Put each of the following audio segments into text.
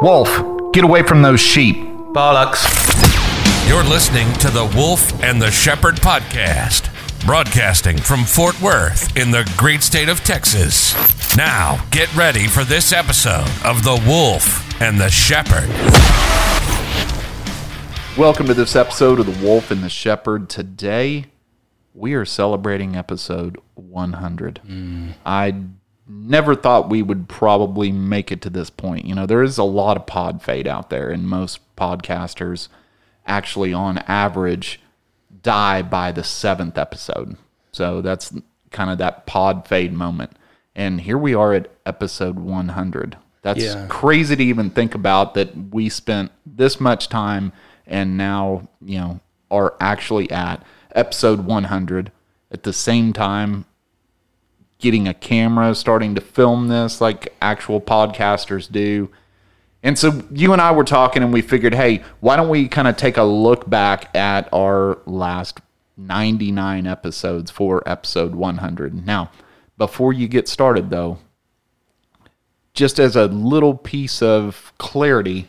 Wolf, get away from those sheep. Bollocks. You're listening to the Wolf and the Shepherd podcast, broadcasting from Fort Worth in the great state of Texas. Now, get ready for this episode of The Wolf and the Shepherd. Welcome to this episode of The Wolf and the Shepherd. Today, we are celebrating episode 100. I never thought we would probably make it to this point. You know, there is a lot of pod fade out there, and most podcasters actually, on average, die by the seventh episode. So that's kind of that pod fade moment. And here we are at episode 100. That's Yeah. crazy to even think about that we spent this much time and now, you know, are actually at episode 100 at the same time getting a camera, starting to film this like actual podcasters do. And so you and I were talking and we figured, hey, why don't we kind of take a look back at our last 99 episodes for episode 100. Now, before you get started though, just as a little piece of clarity,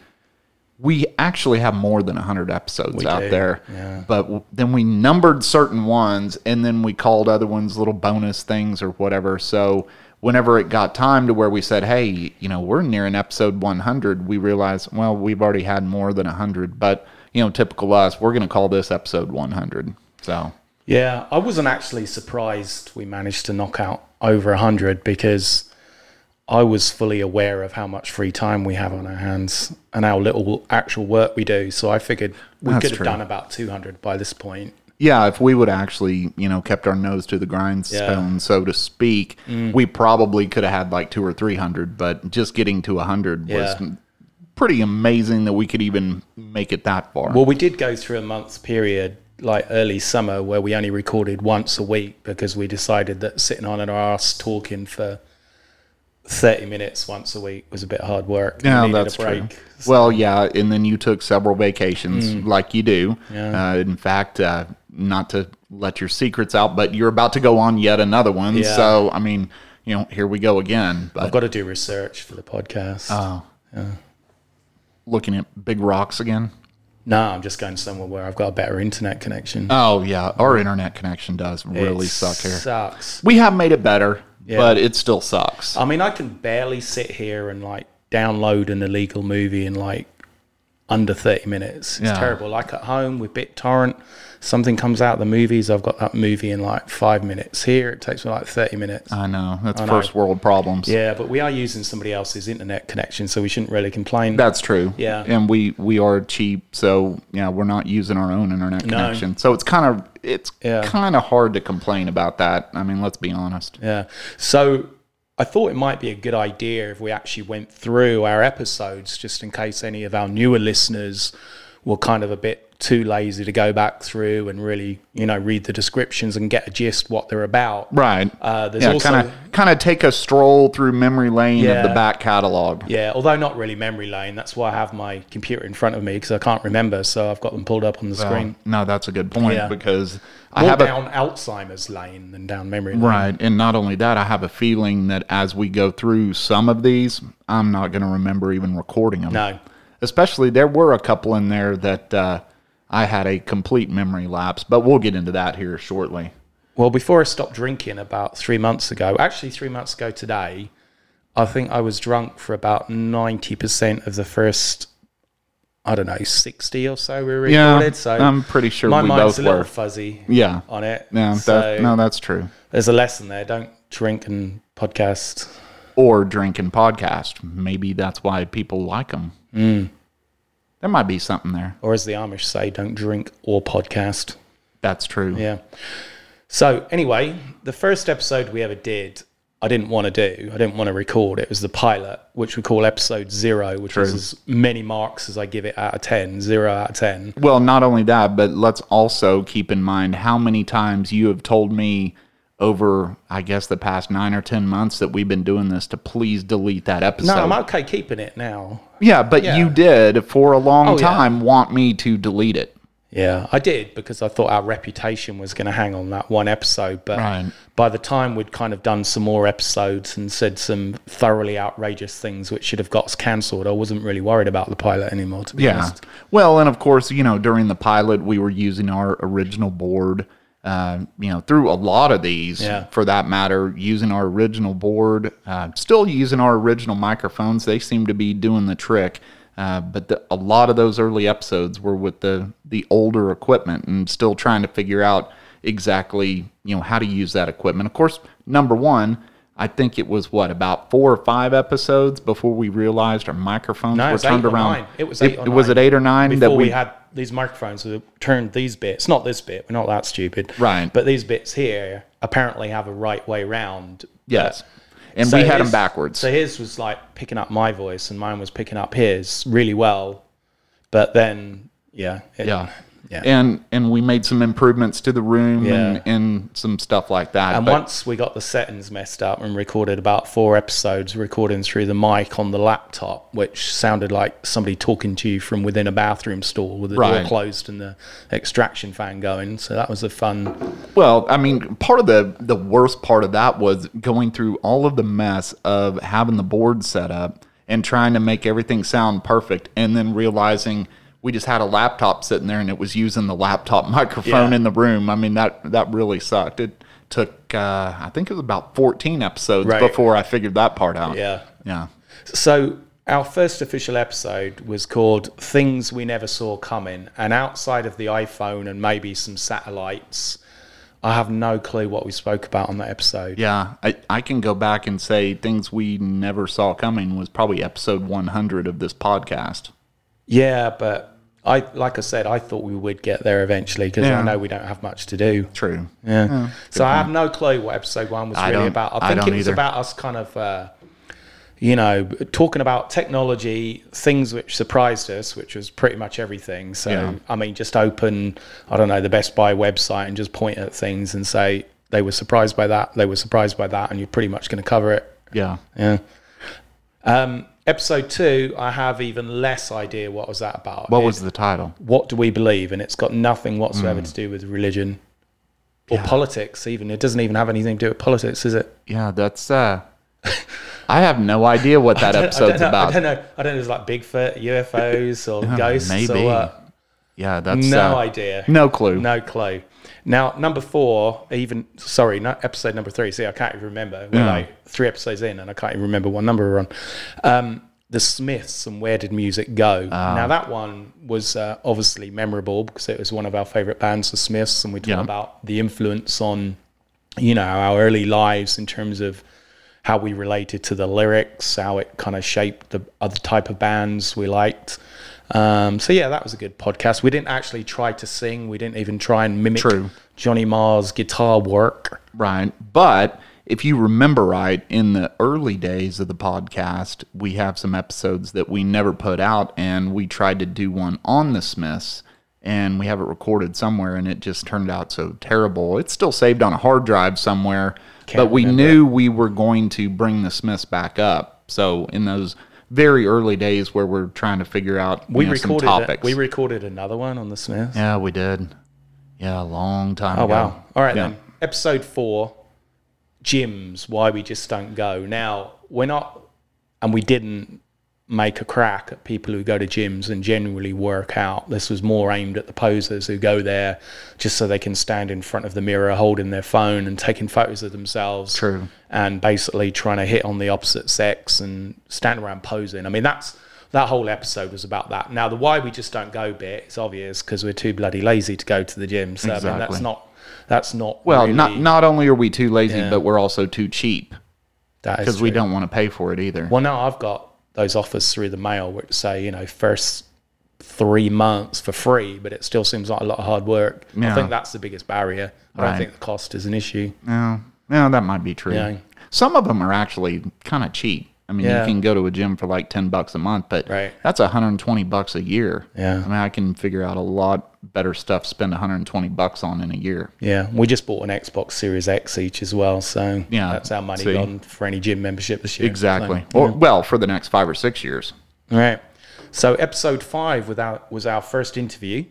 we actually have more than 100 episodes out do, there. But w- then we numbered certain ones and then we called other ones little bonus things or whatever. So whenever it got time to where we said, hey, you know, we're nearing episode 100, we realized, well, we've already had more than 100. But, you know, typical us, we're going to call this episode 100. So, Yeah, I wasn't actually surprised we managed to knock out over 100 because I was fully aware of how much free time we have on our hands and how little actual work we do. So I figured we That's could have true. done about 200 by this point. yeah, if we would actually, you know, kept our nose to the grindstone, so to speak, Mm. we probably could have had like two or three hundred, but just getting to a hundred Yeah. was pretty amazing that we could even make it that far. Well, we did go through a month's period, like early summer, where we only recorded once a week because we decided that sitting on our ass talking for 30 minutes once a week was a bit hard work. We yeah, needed a that's break. true. Well, yeah, and then you took several vacations, Mm. like you do. Uh, in fact, uh, not to let your secrets out, but you're about to go on yet another one. Yeah. So, I mean, you know, here we go again. But I've got to do research for the podcast. Ah, looking at big rocks again. no, I'm just going somewhere where I've got a better internet connection. Oh yeah, our internet connection does really It suck here. Sucks. We have made it better, Yeah. but it still sucks. I mean, I can barely sit here and like download an illegal movie in like under 30 minutes. It's Yeah. terrible. Like at home with BitTorrent, something comes out of the movies. I've got that movie in like five minutes. Here, it takes me like 30 minutes. I know that's first world problems. yeah, but we are using somebody else's internet connection, so we shouldn't really complain. That's true. Yeah. And we we are cheap, so yeah, we're not using our own internet No. connection. So it's kind of it's Yeah. kind of hard to complain about that. I mean, let's be honest. Yeah. So I thought it might be a good idea if we actually went through our episodes, just in case any of our newer listeners were kind of a bit too lazy to go back through and really, you know, read the descriptions and get a gist what they're about. Right. Uh, there's yeah, also- kind of kind of take a stroll through memory lane of the Yeah. back catalog. Yeah, although not really memory lane. That's why I have my computer in front of me because I can't remember. So I've got them pulled up on the screen. Uh, No, that's a good point Yeah. because I More have a down Alzheimer's lane than down memory lane. Right. And not only that, I have a feeling that as we go through some of these, I'm not going to remember even recording them. No. Especially there were a couple in there that uh, I had a complete memory lapse, but we'll get into that here shortly. Well, before I stopped drinking about three months ago, actually three months ago today, I think I was drunk for about ninety percent of the first, I don't know, sixty or so we recorded. Yeah, so I'm pretty sure my we mind's both a little were. fuzzy Yeah. on it. No, so that, no, that's true. there's a lesson there. Don't drink and podcast. Or drink and podcast. Maybe that's why people like them. Mm. There might be something there. Or as the Amish say, don't drink or podcast. That's true. Yeah. So anyway, the first episode we ever did, I didn't want to do. I didn't want to record. It was the pilot, which we call episode zero, which is as many marks as I give it out of ten. Zero out of ten. Well, not only that, but let's also keep in mind how many times you have told me over, I guess, the past nine or 10 months that we've been doing this to please delete that No, episode. I'm okay keeping it now. yeah, but you Yeah. did for a long yeah. time want me to delete it. Yeah, I did because I thought our reputation was going to hang on that one episode. But Right. by the time we'd kind of done some more episodes and said some thoroughly outrageous things which should have got us cancelled, I wasn't really worried about the pilot anymore, to be Yeah. honest. Well, and of course, you know, during the pilot, we were using our original board. Uh, you know, through a lot of these, Yeah. for that matter, using our original board, uh, still using our original microphones. They seem to be doing the trick. Uh, but the, a lot of those early episodes were with the the older equipment and still trying to figure out exactly you know how to use that equipment. Of course, number one, I think it was what about four or five episodes before we realized our microphones No, it were was turned eight or around. nine. It was eight or Was nine. it eight or nine Before that we, we, had these microphones, we turned these bits, not this bit, we're not that stupid. Right. But these bits here apparently have a right way round. Yes. And So we had them his- backwards. So his was like picking up my voice and mine was picking up his really well. But then, yeah. it- yeah. Yeah. And and we made some improvements to the room Yeah. and, and some stuff like that. And but- once we got the settings messed up and recorded about four episodes, recording through the mic on the laptop, which sounded like somebody talking to you from within a bathroom stall with the Right. door closed and the extraction fan going. So that was a fun. Well, I mean, part of the the worst part of that was going through all of the mess of having the board set up and trying to make everything sound perfect, and then realizing we just had a laptop sitting there and it was using the laptop microphone Yeah. in the room. I mean, that that really sucked. It took uh, I think it was about fourteen episodes Right. before I figured that part out. Yeah. yeah, So our first official episode was called Things We Never Saw Coming. And outside of the iPhone and maybe some satellites, I have no clue what we spoke about on that episode. yeah. I I can go back and say things we never saw coming was probably episode one hundred of this podcast. Yeah, but I like I said, I thought we would get there eventually because Yeah. I know we don't have much to do. True. Yeah. so I have no clue what episode one was I really don't- about. I I think don't it was either. about us kind of, uh, you know, talking about technology, things which surprised us, which was pretty much everything. So, Yeah. I mean, just open, I don't know, the Best Buy website and just point at things and say, they were surprised by that, they were surprised by that, and you're pretty much going to cover it. Yeah. Yeah. Um, episode two, I have even less idea what was that about. What It- was the title? what do we believe and it's got nothing whatsoever Mm. to do with religion or politics even it doesn't even have anything to do with politics is it Yeah, that's uh I have no idea what that I episode's don't know, about. i don't know i don't know it's like bigfoot ufos or Yeah, ghosts maybe. or what Yeah, that's no uh, idea No clue. no clue now number four even sorry not episode number three see i can't even remember we're Yeah. like three episodes in and i can't even remember what number we're on um the Smiths and Where Did Music Go? Ah. Now that one was uh, obviously memorable because it was one of our favorite bands, the Smiths, and we talked Yeah. about the influence on you know our early lives in terms of how we related to the lyrics, how it kind of shaped the other type of bands we liked. Um, so yeah, that was a good podcast. We didn't actually try to sing. We didn't even try and mimic True. Johnny Marr's guitar work. Right. But if you remember right, in the early days of the podcast, we have some episodes that we never put out and we tried to do one on the Smiths and we have it recorded somewhere and it just turned out so terrible. It's still saved on a hard drive somewhere. but we knew we were going to bring the Smiths back up. So in those very early days where we're trying to figure out We you know, some recorded a, topics. we recorded another one on the Smiths. yeah, we did. Yeah, a long time Oh ago. wow! All right Yeah. then. Episode four, gyms. Why we just don't go. Now we're not, and we didn't make a crack at people who go to gyms and generally work out. This was more aimed at the posers who go there just so they can stand in front of the mirror holding their phone and taking photos of themselves. True. And basically trying to hit on the opposite sex and stand around posing. I mean that's. That whole episode was about that. Now, the why we just don't go bit, it's obvious because we're too bloody lazy to go to the gym. So I mean, Exactly. that's not that's not Well, really- not not only are we too lazy, but we're also too cheap that is because we true. don't want to pay for it either. Well, now I've got those offers through the mail which say you know first three months for free, but it still seems like a lot of hard work. Yeah. I think that's the biggest barrier. I Right. don't think the cost is an issue. No, no, that might be true. Yeah. Some of them are actually kind of cheap. I mean, Yeah. you can go to a gym for like ten bucks a month, but Right. that's 120 bucks a year. Yeah. I mean, I can figure out a lot better stuff to spend 120 bucks on in a year. Yeah, we just bought an Xbox Series X each as well, so Yeah, that's our money see. gone for any gym membership this year. Exactly. So, Or well, for the next five or six years. All right. So episode five with our, was our first interview.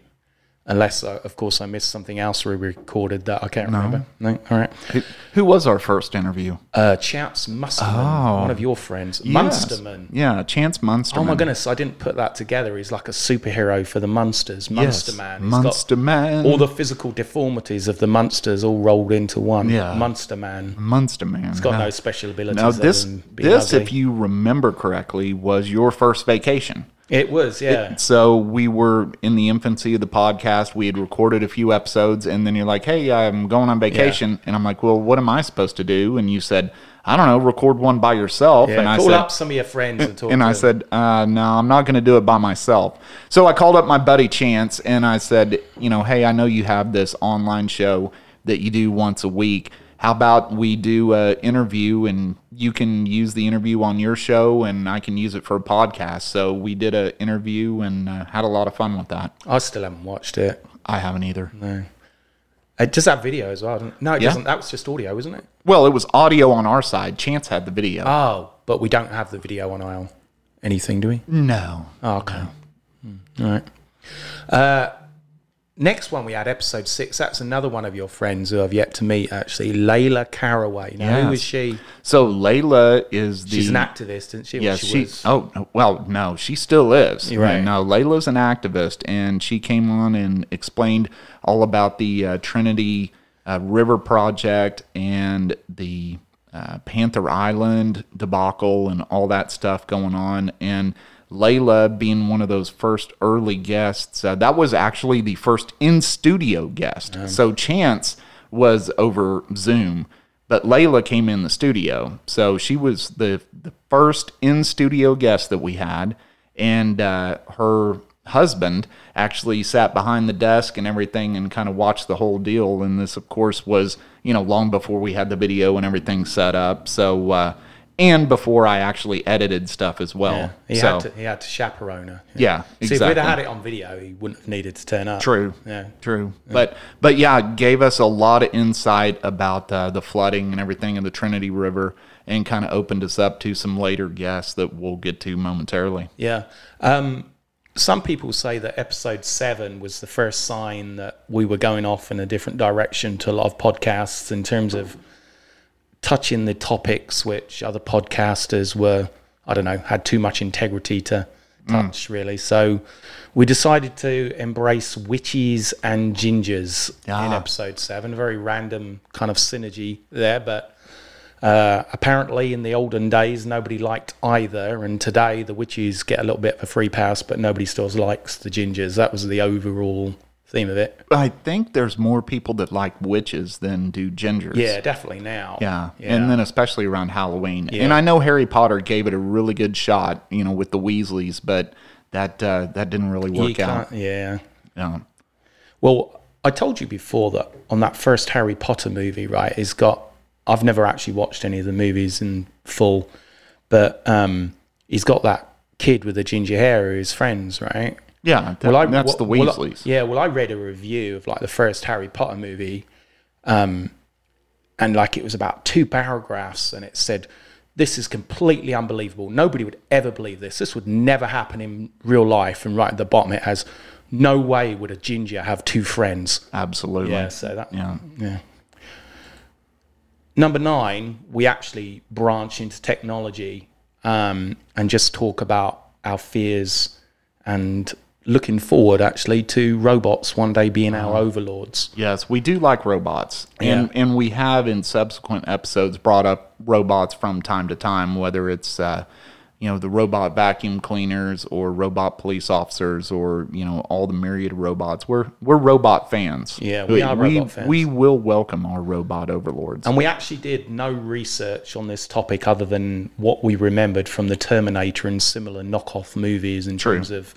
Unless, uh, of course, I missed something else we recorded that I can't remember. No, all right. Who, who was our first interview? Uh, Chaps Musterman, one of your friends, Munsterman. Yeah, Chance Oh. Munsterman. Oh my goodness, I didn't put that together. He's like a superhero for the Munsters, Yes. Munster Man. He's got Munster Man. all the physical deformities of the Munsters all rolled into one. Yeah. Munster Man. Munster Man. Got yeah. no special abilities. Now other this than being this, ugly. if you remember correctly, was your first vacation. it was, yeah. So we were in the infancy of the podcast. We had recorded a few episodes, and then you're like, "Hey, I'm going on vacation," and I'm like, "Well, what am I supposed to do?" And you said, "I don't know, record one by yourself." yeah. and I Call said, up some of your friends and talk. and to I them. said, uh, "No, I'm not going to do it by myself." So I called up my buddy Chance, and I said, "You know, hey, I know you have this online show that you do once a week. How about we do a interview, and you can use the interview on your show, and I can use it for a podcast." So we did a interview and uh, had a lot of fun with that. I still haven't watched it. I haven't either. It does have video as well, doesn't it? No, it Yeah. doesn't. That was just audio, isn't it? Well, it was audio on our side. Chance had the video. Oh, but we don't have the video on aisle. Anything, do we? no, Oh, okay. Hmm, All right. Uh, next one we had, episode six. That's another one of your friends who I've yet to meet, actually. Layla Caraway. Now, who Yes. was she? so Layla is the She's an activist, isn't she? Well, Yeah, she, she. was. oh no, well, no, she still is. You're right. No, Layla's an activist, and she came on and explained all about the uh, Trinity uh, River project and the uh, Panther Island debacle and all that stuff going on. And Layla being one of those first early guests, uh, that was actually the first in studio guest. So Chance was over Zoom. But Layla came in the studio, so she was the the first in studio guest that we had, and uh, her husband actually sat behind the desk and everything and kind of watched the whole deal. And this, of course, was you know long before we had the video and everything set up. So uh, and before I actually edited stuff as Yeah, well. he, so had to, he had to chaperone her. yeah, See, if we'd exactly. have had it on video, he wouldn't have needed to turn up. True. Yeah. True. But but yeah, it gave us a lot of insight about uh, the flooding and everything in the Trinity River, and kind of opened us up to some later guests that we'll get to momentarily. Yeah. Um, some people say that episode seven was the first sign that we were going off in a different direction to a lot of podcasts in terms of touching the topics which other podcasters were, I don't know, had too much integrity to touch, really. So we decided to embrace witches and gingers in Ah. episode seven. Very random kind of synergy there, but uh, apparently, in the olden days, nobody liked either, and today the witches get a little bit of a free pass, but nobody still likes the gingers. That was the overall theme of it. I think there's more people that like witches than do gingers. Yeah, definitely now. Yeah. yeah. And then especially around Halloween. And Yeah. I know Harry Potter gave it a really good shot, you know, with the Weasleys, but that uh, that didn't really You work out. can't- yeah. Yeah. Well, I told you before that on that first Harry Potter movie, right? It's got. I've never actually watched any of the movies in full, but um, he's got that kid with the ginger hair who his friends, right? Yeah, that- that's the well, I- Weasleys. yeah, well, I read a review of like the first Harry Potter movie, um, and like it was about two paragraphs, and it said, "This is completely unbelievable. Nobody would ever believe this. This would never happen in real life." And right at the bottom, it has, "No way would a ginger have two friends." Absolutely. Yeah, so that Yeah. number nine, we actually branch into technology um, and just talk about our fears and looking forward actually to robots one day being our overlords. Yes, we do like robots, and and we have in subsequent episodes brought up robots from time to time, whether it's uh, you know the robot vacuum cleaners or robot police officers or you know all the myriad of robots. We're we're robot fans. Yeah, we are robot fans. We will welcome our robot overlords. And we actually did no research on this topic other than what we remembered from the Terminator and similar knockoff movies in terms of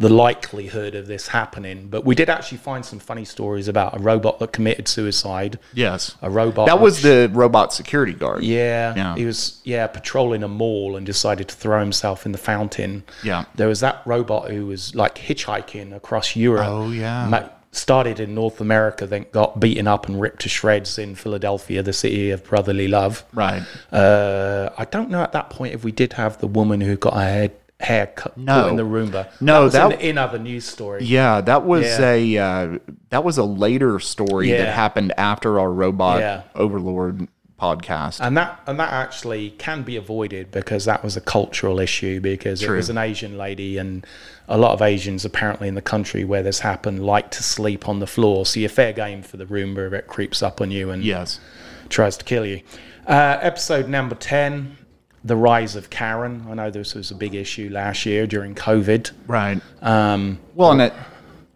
the likelihood of this happening. But we did actually find some funny stories about a robot that committed suicide. yes, A robot That was which- the robot security guard. Yeah, Yeah. He was yeah patrolling a mall and decided to throw himself in the fountain. Yeah. There was that robot who was like hitchhiking across Europe. Oh, yeah. Ma- started in North America, then got beaten up and ripped to shreds in Philadelphia, the city of brotherly love. right. Uh, I don't know at that point if we did have the woman who got her head hair cut No. in the Roomba. No, was that- in, in other news stories. Yeah, that was Yeah. a uh, that was a later story Yeah. that happened after our robot Yeah. overlord podcast. And that and that actually can be avoided because that was a cultural issue because it was an Asian lady and a lot of Asians apparently in the country where this happened like to sleep on the floor. So you're fair game for the Roomba if it creeps up on you and yes. tries to kill you. Uh, episode number 10, The Rise of Karen. I know this was a big issue last year during COVID. Right. Um, well, and it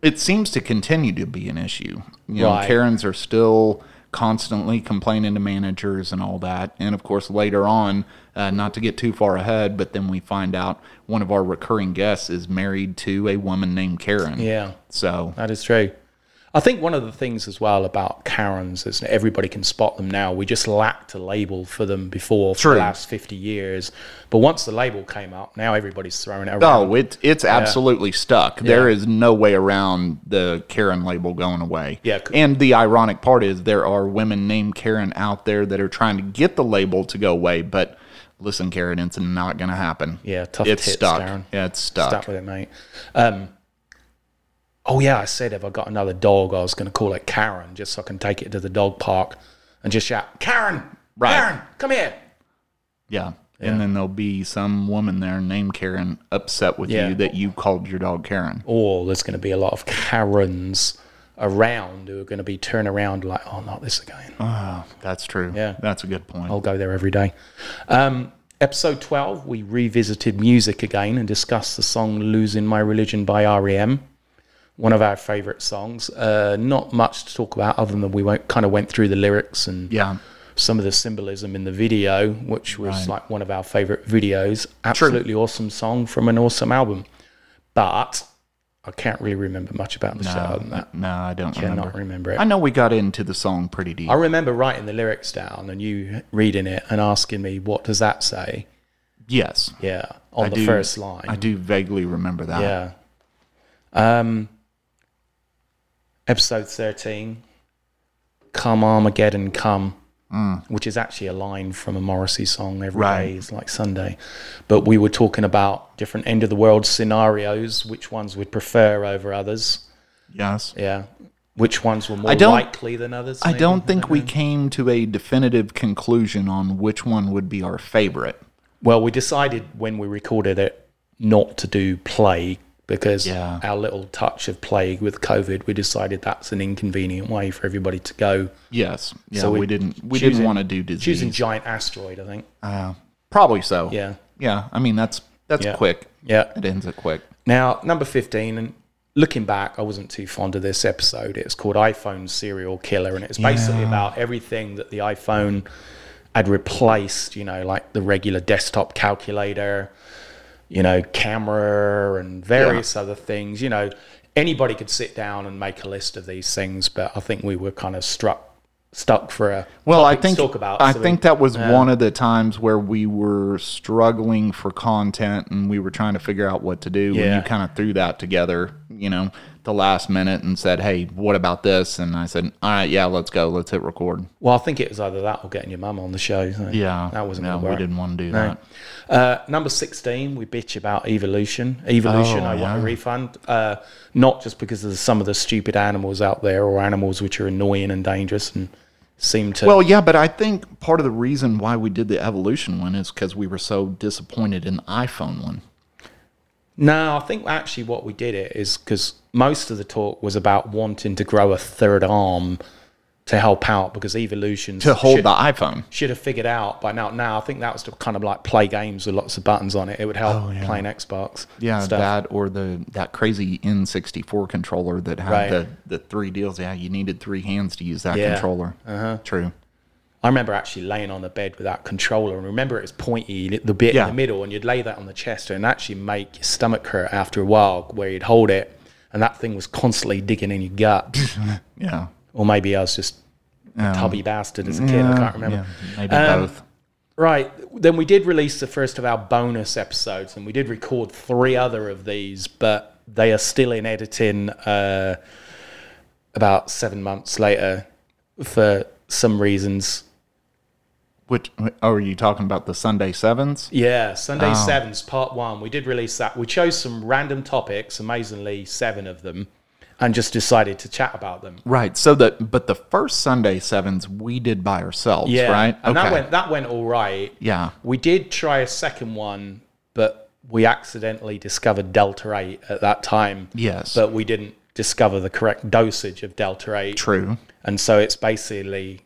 it seems to continue to be an issue. You know, Right. Karens are still constantly complaining to managers and all that. And of course, later on, uh, not to get too far ahead, but then we find out one of our recurring guests is married to a woman named Karen. Yeah, So that is true. I think one of the things as well about Karens is that everybody can spot them now. We just lacked a label for them before for True. the last 50 years. But once the label came up, now everybody's throwing it around. Oh, it, it's absolutely stuck. There is no way around the Karen label going away. Yeah, c- And the ironic part is there are women named Karen out there that are trying to get the label to go away. But listen, Karen, it's not going to happen. Yeah, tough it's tits, stuck. Darren. Yeah, it's stuck. Stuck with it, mate. Um, oh yeah, I said if I got another dog, I was going to call it Karen, just so I can take it to the dog park and just shout, "Karen, Right. Karen, come here!" Yeah. And then there'll be some woman there named Karen upset with Yeah. Oh. you that you called your dog Karen. Or there's going to be a lot of Karens around who are going to be turn around like, "Oh, not this again." That's true. Yeah. That's a good point. I'll go there every day. Um, episode 12, we revisited music again and discussed the song Losing My Religion by REM, one of our favorite songs. Uh, not much to talk about other than we went, kind of went through the lyrics and Yeah. some of the symbolism in the video, which was like one of our favorite videos. Absolutely awesome song from an awesome album. But I can't really remember much about the show other than that. No, I don't I remember. cannot remember it. I know we got into the song pretty deep. I remember writing the lyrics down and you reading it and asking me, what does that say? yes. Yeah, on I the do- first line. I do vaguely remember that. Yeah. Um, episode 13, Come Armageddon, Come, which is actually a line from a Morrissey song every Mm. day. Right. It's like Sunday. But we were talking about different end of the world scenarios, which ones we'd prefer over others. Yes. Yeah. Which ones were more I don't- likely than others? I maybe? don't think we came to a definitive conclusion on which one would be our favorite. Well, we decided when we recorded it not to do plague because Yeah. our little touch of plague with COVID, we decided that's an inconvenient way for everybody to go. Yes. Yeah, So we, we- didn't we choosing- didn't want to do disease. Choosing giant asteroid, I think. Probably so. Yeah. Yeah. I mean that's that's Yeah. quick. Yeah. It ends it quick. Now, number 15, and looking back, I wasn't too fond of this episode. It's called iPhone Serial Killer, and it's basically about everything that the iPhone had replaced, you know, like the regular desktop calculator, you know, camera, and various other things. You know, anybody could sit down and make a list of these things, but I think we were kind of struck. Stuck for a Well, I topic to think talk about. I so we- think that was one of the times where we were struggling for content and we were trying to figure out what to do. when Yeah. you kind of threw that together, you know, the last minute and said, "Hey, what about this?" And I said, "All right, yeah, let's go. Let's hit record." Well, I think it was either that or getting your mum on the show. so Yeah, that wasn't. No, gonna we work. didn't want to do that. Uh, number 16, we bitch about evolution. Evolution, Oh, I want a yeah. refund. Uh, not just because there's some of the stupid animals out there or animals which are annoying and dangerous and seem to. Well, yeah, but I think part of the reason why we did the evolution one is because we were so disappointed in the iPhone one. no, I think actually what we did it is because most of the talk was about wanting to grow a third arm to help out because evolution To hold the iPhone. should have figured out by now. Now I think that was to kind of like play games with lots of buttons on it. It would help playing Xbox. Oh, Yeah, stuff. that or the that crazy N64 controller that had Right. the, the three deals. Yeah, you needed three hands to use that Yeah. controller. Uh-huh. True. I remember actually laying on the bed with that controller, and remember it was pointy, the bit Yeah. in the middle, and you'd lay that on the chest, and actually make your stomach hurt after a while, where you'd hold it, and that thing was constantly digging in your gut. Yeah. or maybe I was just a tubby bastard as a kid. I can't remember. Um, Um, Yeah, maybe both. Right. Then we did release the first of our bonus episodes, and we did record three other of these, but they are still in editing uh, about seven months later for some reasons. Which oh, are you talking about the Sunday sevens? Yeah, Sunday Oh. Sevens, part one. We did release that. We chose some random topics, amazingly, seven of them, and just decided to chat about them. Right. So the but the first Sunday sevens we did by ourselves, Yeah. right? And that went that went all right. Yeah. We did try a second one, but we accidentally discovered Delta 8 at that time. Yes. But we didn't discover the correct dosage of Delta 8. True. And so it's basically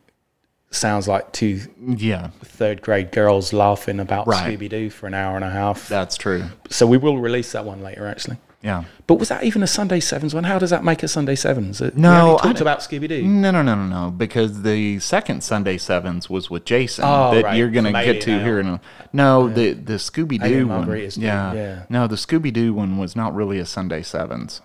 sounds like two Yeah, third grade girls laughing about Right. Scooby Doo for an hour and a half. that's true. So we will release that one later, actually. Yeah. But was that even a Sunday Sevens one? How does that make a Sunday Sevens? It- we No, only I Mm. talked d- about Scooby Doo. No, no, no, no, no. Because the second Sunday sevens was with Jason Oh, that right. you're gonna Maybe get to now. here in a. No, the the Scooby Doo Alien one. Margaritas, dude. yeah. Yeah. No, the Scooby Doo one was not really a Sunday sevens.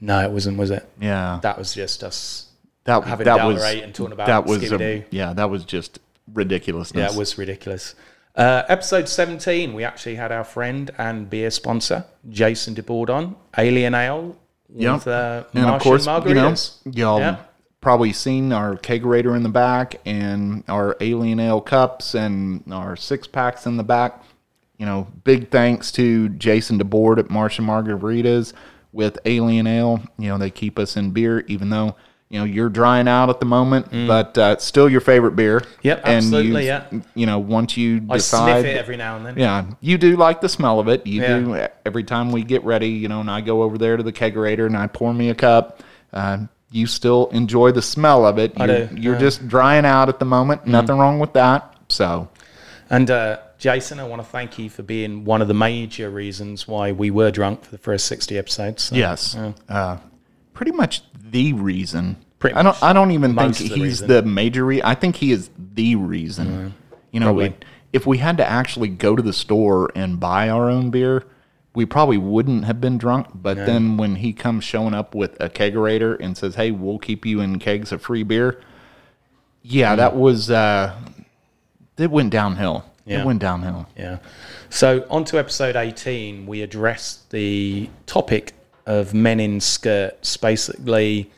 No, it wasn't, was it? Yeah. That was just us. That having that Delta was 8 and talking about that was Scooby-Doo. a, yeah that was just ridiculousness. That was ridiculous. Uh, episode 17, we actually had our friend and beer sponsor, Jason DeBoard, on Alien Ale with Yep. uh, and Martian of course, you know, margaritas. y'all Yeah. probably seen our kegerator in the back and our alien ale cups and our six packs in the back. You know, big thanks to Jason DeBoard at Martian Margaritas with Alien Ale. You know, they keep us in beer, even though you know you're drying out at the moment, but uh, it's still your favorite beer. Mm. Yep, And absolutely, You, yeah. you know, once you I decide, sniff it every now and then. yeah, you do like the smell of it. You Yeah. do every time we get ready, you know, and I go over there to the kegerator and I pour me a cup. Uh, you still enjoy the smell of it. You're, do, Mm-hmm. you're just drying out at the moment. Nothing wrong with that. So, And uh, Jason, I want to thank you for being one of the major reasons why we were drunk for the first 60 episodes. So. yes, uh, pretty much the reason. Pretty I don't. much I don't even think most he's of the reason. Mm-hmm. the major. Re- I think he is the reason. You know, we, if we had to actually go to the store and buy our own beer, we probably wouldn't have been drunk. But then when he comes showing up with a kegerator and says, "Hey, we'll keep you in kegs of free beer," yeah, Mm-hmm. that was. Uh, it went downhill. Yeah. It went downhill. Yeah. So on to episode 18, we addressed the topic of men in skirts, basically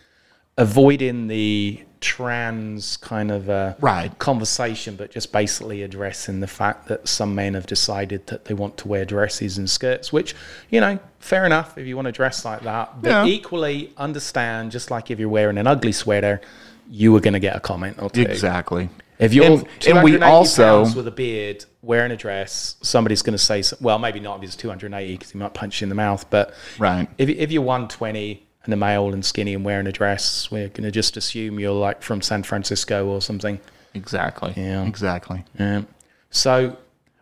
avoiding the trans kind of uh, Right. conversation, but just basically addressing the fact that some men have decided that they want to wear dresses and skirts, which, you know, fair enough if you want to dress like that. But Yeah. equally understand, just like if you're wearing an ugly sweater, you are going to get a comment or two. Exactly. If you're And- and we 280 also- pounds with a beard, wearing a dress, somebody's going to say, so- well, maybe not if he's 280 because he might punch you in the mouth. But Right. if, if you're 120 and a male and skinny and wearing a dress, we're going to just assume you're like from San Francisco or something. Exactly. Yeah. Exactly. Yeah. So,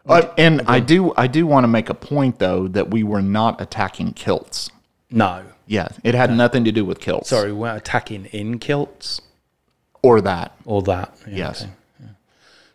Uh, and I do I do want to make a point though that we were not attacking kilts. no. Yeah, it had nothing to do with kilts. Sorry, we weren't attacking in kilts or that. or that. Yeah, Yes, okay.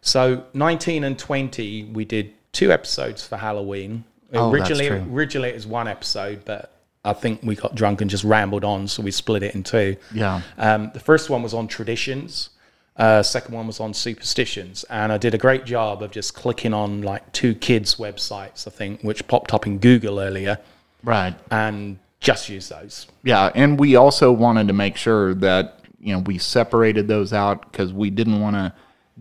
So 19 and 20, we did two episodes for Halloween. Oh, that's originally, true. originally it was one episode, but I think we got drunk and just rambled on, so we split it in two. yeah, Um, the first one was on traditions. Uh, second one was on superstitions, and I did a great job of just clicking on like two kids' websites, I think, which popped up in Google earlier, right. and just use those. Yeah, and we also wanted to make sure that you know we separated those out because we didn't want to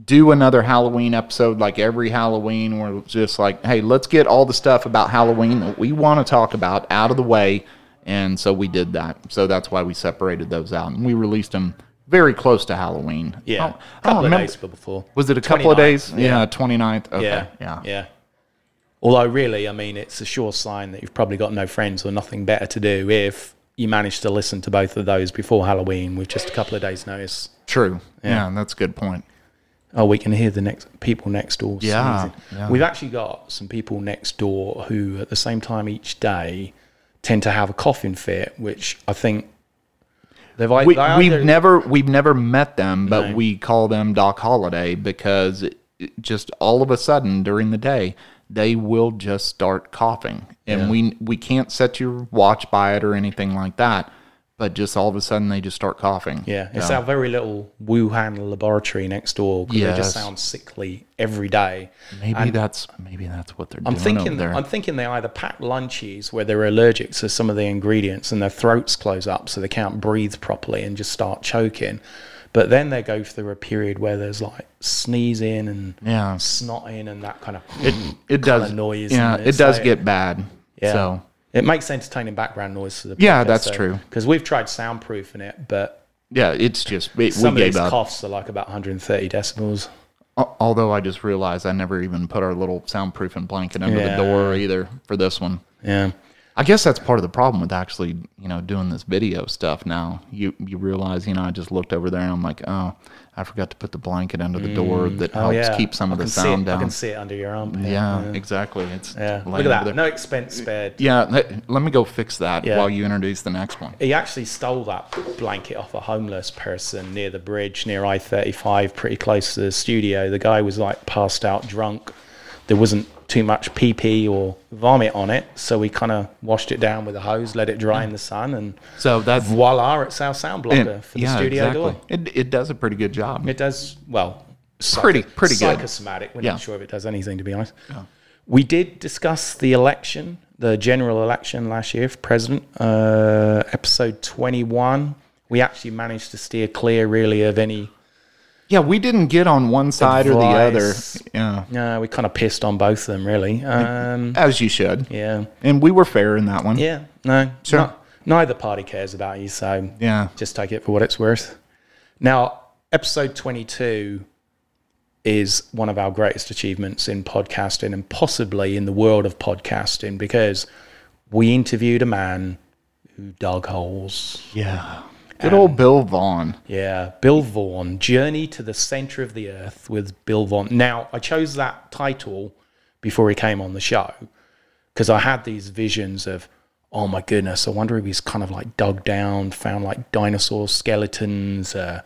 do another Halloween episode like every Halloween. We're just like, hey, let's get all the stuff about Halloween that we want to talk about out of the way, and so we did that. So that's why we separated those out, and we released them very close to Halloween. Yeah, I a don't- I don't couple of Oh, remember- days before. Was it a couple of 29th, days? Yeah, twenty 29th. Okay. Yeah, yeah. yeah. Although, really, I mean, it's a sure sign that you've probably got no friends or nothing better to do if you manage to listen to both of those before Halloween with just a couple of days' notice. True. Yeah. that's a good point. Oh, we can hear the next people next door. Yeah, sneezing. yeah. We've actually got some people next door who, at the same time each day, tend to have a coughing fit, which I think they've ei- We, they we've either- never we've never met them, but No. we call them Doc Holiday because it- it just all of a sudden during the day they will just start coughing, and we we can't set your watch by it or anything like that. But just all of a sudden they just start coughing. Yeah, it's our very little Wuhan laboratory next door. 'cause They Yes. just sound sickly every day. maybe that's maybe that's what they're doing I'm over thinking there. I'm thinking they either pack lunches where they're allergic to some of the ingredients and their throats close up so they can't breathe properly and just start choking. But then they go through a period where there's like sneezing and Yeah. snotting and that kind of It, it does. noise yeah, and it it's does like- get bad. Yeah. So It makes entertaining background noise for the Yeah, that's true. Because we've tried soundproofing it, but yeah, it's just we, we some of gave these up. coughs are like about 130 decibels. Al- Although I just realized I never even put our little soundproofing blanket under Yeah. the door either for this one. Yeah. I guess that's part of the problem with actually, you know, doing this video stuff now. You you realize, you know, I just looked over there and I'm like, oh, I forgot to put the blanket under the door that Oh, helps yeah. keep some of I the can see sound it- I down. can see it under your arm. Yeah, exactly. It's Yeah. laying Look at over there. that. No expense spared. Yeah, let, let me go fix that Yeah. while you introduce the next one. He actually stole that blanket off a homeless person near the bridge, near I 35, pretty close to the studio. The guy was like passed out drunk. There wasn't too much pee pee or vomit on it. So we kind of washed it down with a hose, let it dry in the sun, and So that's voila, it's our sound and- blocker for the studio door. It, it does a pretty good job. It does well. psycho- Pretty- pretty good. Psychosomatic. We're Yeah. not sure if it does anything, to be honest. We did discuss the election, the general election last year for president. Uh, episode twenty-one. We actually managed to steer clear, really, of any. yeah, we didn't get on one side Advice. or the other. Yeah, No, we kind of pissed on both of them, really. Um, as you should. yeah, And we were fair in that one. yeah. No, Sure. no- neither party cares about you, so Yeah. just take it for what it's worth. Now, episode 22 is one of our greatest achievements in podcasting and possibly in the world of podcasting because we interviewed a man who dug holes. Yeah. Good Uh, old Bill Vaughn. Yeah, Bill Vaughan, Journey to the Center of the Earth with Bill Vaughan. Now, I chose that title before he came on the show because I had these visions of, oh my goodness, I wonder if he's kind of like dug down, found like dinosaur skeletons, uh,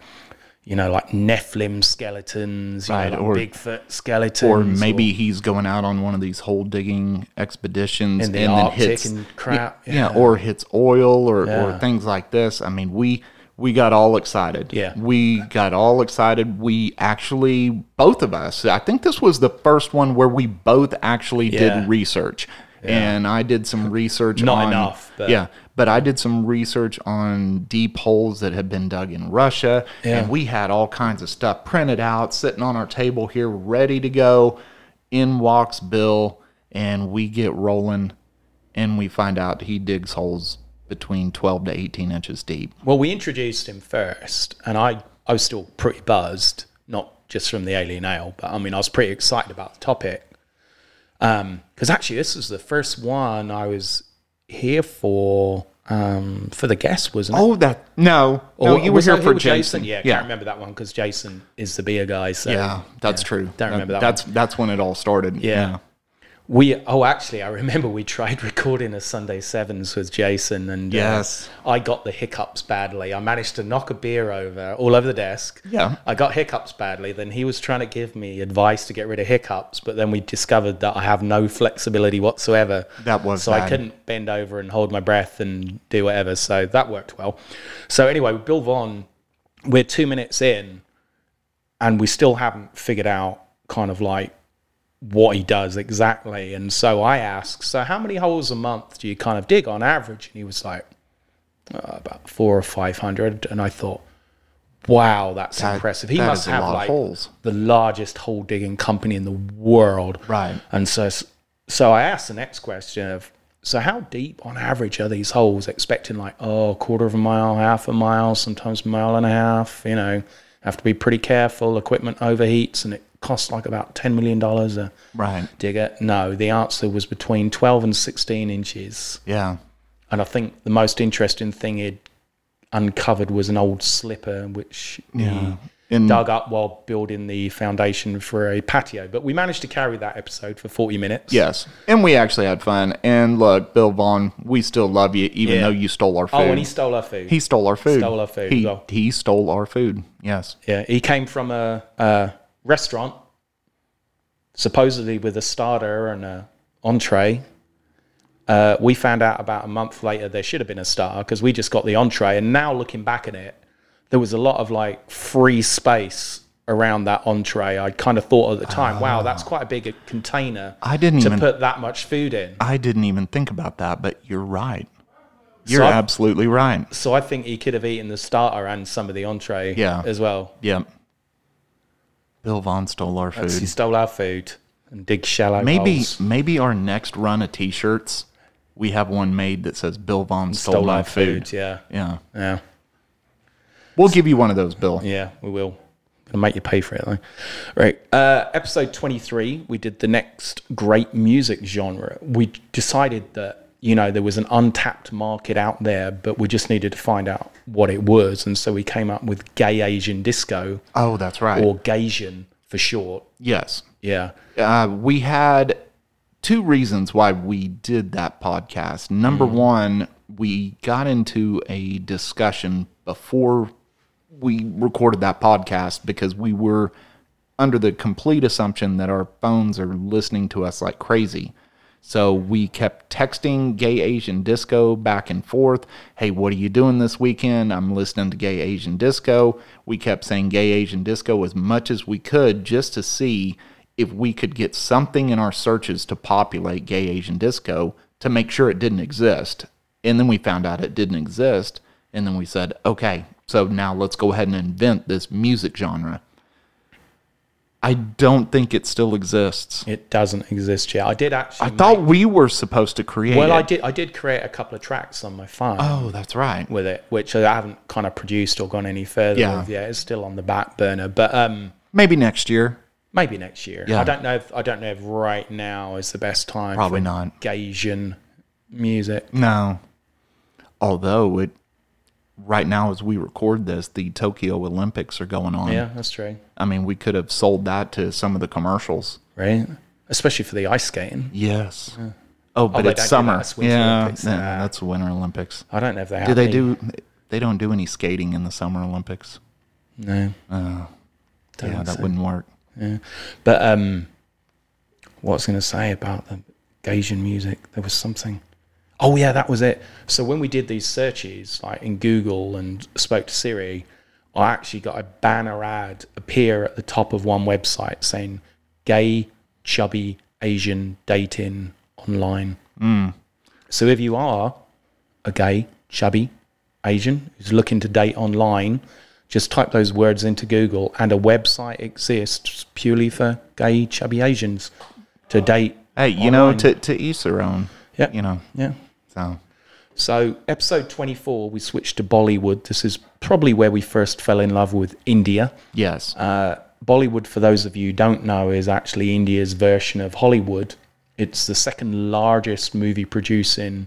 you know, like Nephilim skeletons, you Right, know, like or- Bigfoot skeletons. Or maybe he's going out on one of these hole digging expeditions in the and then Arctic hits and crap. yeah. or hits oil or, or Yeah. things like this. I mean, we we got all excited. Yeah. we got all excited. We actually, both of us, I think this was the first one where we both actually Yeah. did research. And I did some research. Not on, enough, but- Yeah, but I did some research on deep holes that had been dug in Russia, and we had all kinds of stuff printed out, sitting on our table here, ready to go. In walks Bill, and we get rolling and we find out he digs holes between 12 to 18 inches deep. Well, we introduced him first, and I, I was still pretty buzzed, not just from the alien ale, but I mean, I was pretty excited about the topic. Because actually, this was the first one I was here for um, for the guest, wasn't it? Oh, that no, no, you were was I here for with Jason. Yeah, I yeah, can't remember that one because Jason is the beer guy. So yeah, that's true. Don't remember that That's that's when it all started. Yeah. We oh actually I remember we tried recording a Sunday sevens with Jason and uh, Yes. I got the hiccups badly. I managed to knock a beer over all over the desk. Yeah. I got hiccups badly. Then he was trying to give me advice to get rid of hiccups, but then we discovered that I have no flexibility whatsoever. That was so I bad. couldn't bend over and hold my breath and do whatever. So that worked well. So anyway, with Bill Vaughn, we're two minutes in and we still haven't figured out kind of like what he does exactly. And so I asked, so how many holes a month do you kind of dig on average? And he was like, "Uh, about four or five hundred. And I thought, wow, that's That- impressive. He that must is a have lot of like holes. the largest hole digging company in the world. Right. And so, so I asked the next question of, so how deep on average are these holes? Expecting like, oh, a quarter of a mile, half a mile, sometimes a mile and a half, you know, have to be pretty careful. Equipment overheats and it costs like about $10 million a right. digger. No, the answer was between 12 and 16 inches. Yeah, And I think the most interesting thing he'd uncovered was an old slipper, which yeah. he And dug up while building the foundation for a patio. But we managed to carry that episode for 40 minutes. yes, and we actually had fun. And look, Bill Vaughn, we still love you, even Yeah. though you stole our food. Oh, and he stole our food. He stole our food. Stole our food, He, well. he stole our food. Yes. yeah, he came from a, a restaurant, supposedly with a starter and a entree. Uh, we found out about a month later there should have been a starter because we just got the entree. And now looking back at it, there was a lot of like free space around that entree. I kind of thought at the time, wow, that's quite a big container Ah. I didn't to even put that much food in. I didn't even think about that, but you're right. You're So I- absolutely right. So I think he could have eaten the starter and some of the entree Yeah. as well. Yep. Bill Vaughn stole our food. He stole our food and dig shallow Maybe holes. maybe our next run of t-shirts, we have one made that says Bill Vaughn stole, stole my our food. food. Yeah. Yeah. Yeah. We'll give you one of those, Bill. Yeah, we will. Gonna make you pay for it though. Right. Uh, episode twenty three, we did the next great music genre. We decided that, you know, there was an untapped market out there, but we just needed to find out what it was. And so we came up with gay Asian disco Oh, that's right. or Gaysian for short. yes. Yeah. Uh, we had two reasons why we did that podcast. Number one, we got into a discussion before we recorded that podcast because we were under the complete assumption that our phones are listening to us like crazy. So we kept texting Gay Asian Disco back and forth. Hey, what are you doing this weekend? I'm listening to Gay Asian Disco. We kept saying Gay Asian Disco as much as we could just to see if we could get something in our searches to populate Gay Asian Disco to make sure it didn't exist. And then we found out it didn't exist. And then we said, okay, so now let's go ahead and invent this music genre. I don't think it still exists. It doesn't exist yet. I did actually I thought we were supposed to create Well, it. I did I did create a couple of tracks on my phone. Oh, that's right. with it, which I haven't kind of produced or gone any further Yeah. with yet. It's still on the back burner, but um, Maybe next year. maybe next year. Yeah. I don't know. If, I don't know if right now is the best time. Probably for not. Gaysian music. No. Although it right now as we record this, the Tokyo Olympics are going on. Yeah, that's true. I mean, we could have sold that to some of the commercials. Right, especially for the ice skating. Yes. Oh, but they don't it's do summer. that. It's Winter yeah, Olympics. Ah. yeah, Nah. that's the Winter Olympics. I don't know if they have. Do they any. do? They don't do any skating in the Summer Olympics. Uh, No. Don't Yeah, think that so. wouldn't work. But um, what I was going to say about the Gaysian music, there was something. Oh yeah, that was it. So when we did these searches, like in Google and spoke to Siri, I actually got a banner ad appear at the top of one website saying "gay chubby Asian dating online." Mm. So if you are a gay chubby Asian who's looking to date online, just type those words into Google, and a website exists purely for gay chubby Asians to date. Hey, you know, online. to to each their own. Yeah. You know, yeah. so So, episode 24, we switched to Bollywood. This is probably where we first fell in love with India. yes, Uh, Bollywood, for those of you who don't know, is actually India's version of Hollywood. It's the second largest movie producing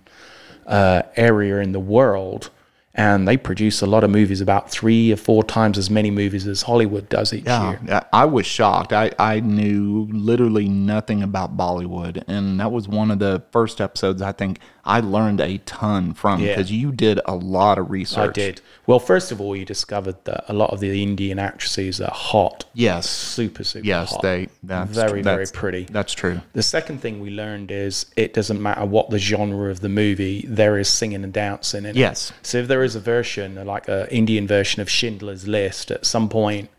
uh, area in the world. And they produce a lot of movies, about three or four times as many movies as Hollywood does each year. Yeah, I I was shocked. I, I knew literally nothing about Bollywood. And that was one of the first episodes I think I learned a ton from Yeah. because you did a lot of research. I did. Well, first of all, you discovered that a lot of the Indian actresses are hot, Yes. super, super Yes. hot. They, that's Very, very that's- pretty. That's true. The second thing we learned is it doesn't matter what the genre of the movie, there is singing and dancing in it. Yes. So if there is a version, like an Indian version of Schindler's List, at some point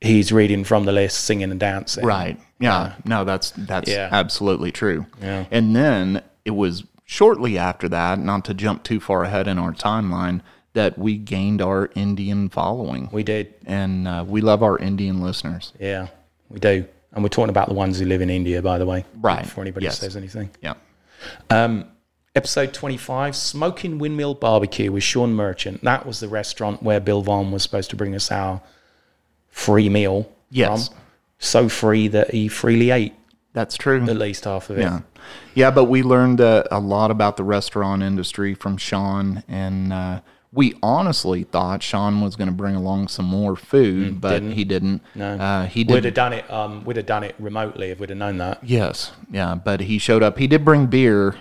he's reading from the list, singing and dancing. Right. Yeah. No, that's that's Yeah. absolutely true. Yeah. And then it was shortly after that, not to jump too far ahead in our timeline, that we gained our Indian following. We did. and uh, we love our Indian listeners. Yeah, we do. And we're talking about the ones who live in India, by the way. Right. Before anybody Yes. says anything. Yeah. Episode 25 Smoking Windmill Barbecue with Sean Merchant. That was the restaurant where Bill Vaughn was supposed to bring us our free meal Yes. from. So free that he freely ate That's true. at least half of it. Yeah. Yeah, but we learned uh, a lot about the restaurant industry from Sean. And uh, we honestly thought Sean was going to bring along some more food, but he Mm, didn't. No. Uh, he We'd did. have done it. Um, we'd have done it remotely if we'd have known that. Yes. Yeah. But he showed up. He did bring beer,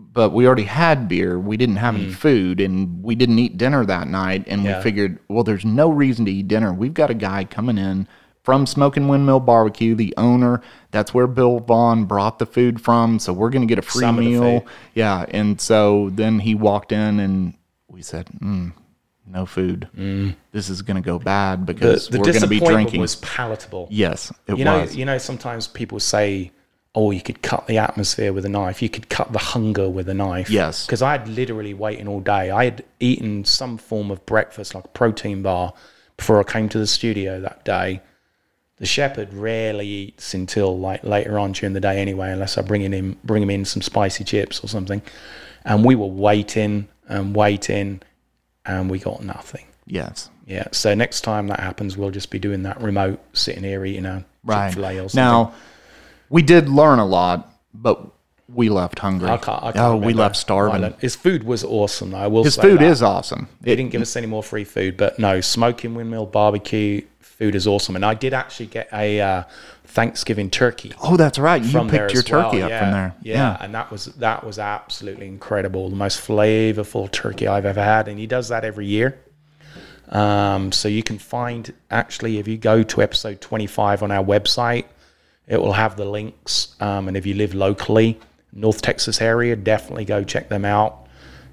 but we already had beer. We didn't have any food and we didn't eat dinner that night. And Hmm. Yeah. we figured, well, there's no reason to eat dinner. We've got a guy coming in from Smoking Windmill Barbecue, the owner. That's where Bill Vaughn brought the food from. So we're going to get a free Some of the meal. food. Yeah. And so then he walked in and we said, mm, no food. This is going to go bad Hmm. The, because the we're going to be disappointment drinking. was palatable. yes, it you know, was. you know. Sometimes people say oh, you could cut the atmosphere with a knife. You could cut the hunger with a knife. Yes. Because I had literally waiting all day. I had eaten some form of breakfast, like a protein bar, before I came to the studio that day. The shepherd rarely eats until like later on during the day anyway, unless I bring in him bring him in some spicy chips or something. And we were waiting and waiting and we got nothing. Yes. Yeah. So next time that happens, we'll just be doing that remote, sitting here eating a Right. Chick-fil-A or something. Now, we did learn a lot, but we left hungry. I can't. I can't oh, we remember. left starving. Ireland. His food was awesome. Though, I will. His say food that. is awesome. He didn't give us any more free food, but no, smoking windmill barbecue food is awesome. And I did actually get a uh, Thanksgiving turkey Oh, that's right. You from there picked your as well. turkey up yeah, from there. Yeah. and that was that was absolutely incredible. The most flavorful turkey I've ever had, and he does that every year. Um, so you can find actually if you go to episode twenty five on our website, it will have the links. Um, and if you live locally, North Texas area, definitely go check them out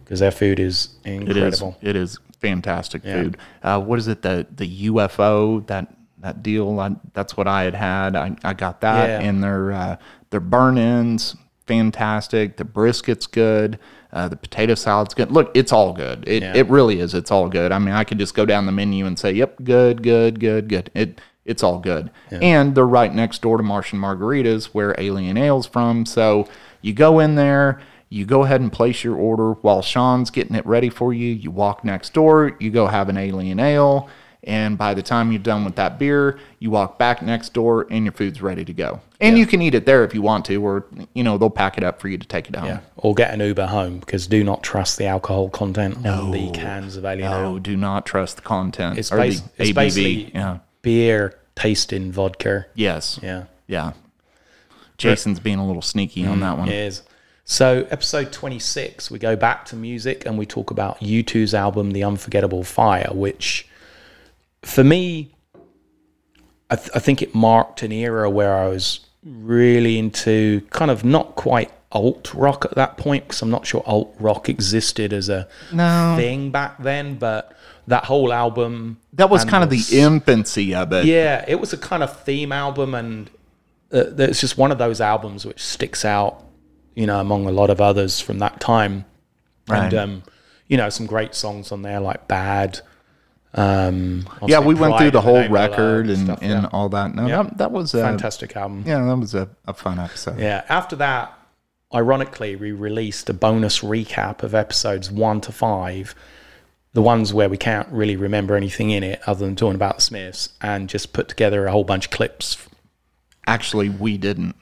because their food is It is. incredible. It is fantastic food. Uh, what is it? The the UFO that that deal. I, that's what I had had. I, I got that, Yeah. and their uh, their burn ins fantastic. The brisket's good. Uh, the potato salad's good. Look, it's all good. It it really is. It's all good. I mean, I could just go down the menu and say, "Yep, good, good, good, good." It it's all good. And they're right next door to Martian Margaritas, where Alien Ale's from. So you go in there. You go ahead and place your order while Sean's getting it ready for you. You walk next door, you go have an alien ale, and by the time you're done with that beer, you walk back next door and your food's ready to go. And you can eat it there if you want to, or you know, they'll pack it up for you to take it home. Yeah. Or get an Uber home because do not trust the alcohol content on the cans of Alien Ale. Oh, do not trust the content It's, or bas- the it's ABV. basically yeah. beer tasting vodka. Yes. Yeah, Yeah. Jason's being a little sneaky on that one. it is. So, episode 26, we go back to music and we talk about U2's album, The Unforgettable Fire, which for me, I, th- I think it marked an era where I was really into kind of not quite alt rock at that point because I'm not sure alt rock existed as a No. thing back then, but that whole album. That was and kind of the s- infancy of it. Yeah, it was a kind of theme album, and uh, it's just one of those albums which sticks out, you know, among a lot of others from that time. Right. And um, you know, some great songs on there like "Bad." Um, yeah, obviously we went Pride through and the whole Name of Love record and, stuff, and uh, yeah. all that. No, Yeah. that, that was a, fantastic album. Yeah, that was a, a fun episode. Yeah. After that, ironically, we released a bonus recap of episodes one to five, the ones where we can't really remember anything in it other than talking about the Smiths, and just put together a whole bunch of clips. Actually, we didn't.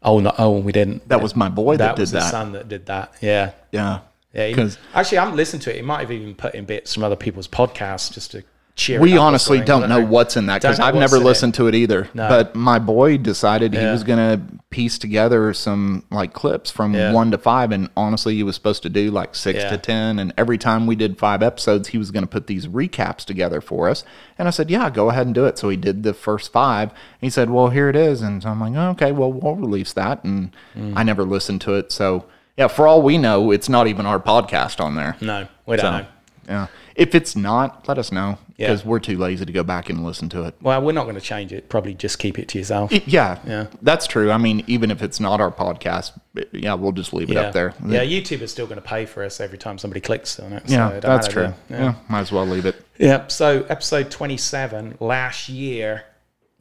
Oh no! Oh, we didn't. That was my boy that, that did was the that. son that did that. Yeah. Yeah. Yeah. he- 'Cause- Actually, I'm listening to it. He might have even put in bits from other people's podcasts just to cheer. it We up or honestly something. don't I know what's in that Don't because know I've what's never in it. listened to it either. But my boy decided he was going to piece together some like clips from one to five. And honestly, he was supposed to do like six Yeah. to 10. And every time we did five episodes, he was going to put these recaps together for us. And I said, Yeah, go ahead and do it. So he did the first five. He said, Well, here it is. And so I'm like, "Oh, Okay, well, we'll release that. And Mm. I never listened to it. So yeah, for all we know, it's not even our podcast on there. No, we don't So, know. yeah. If it's not, let us know Yeah. because we're too lazy to go back and listen to it. Well, we're not going to change it. Probably just keep it to yourself. Y- Yeah. Yeah. That's true. I mean, even if it's not our podcast, it- yeah, we'll just leave it yeah. up there. Yeah, YouTube is still going to pay for us every time somebody clicks on it. so Yeah, it don't that's matter, true. yeah. Yeah. might as well leave it. Yeah. So, episode 27, last year,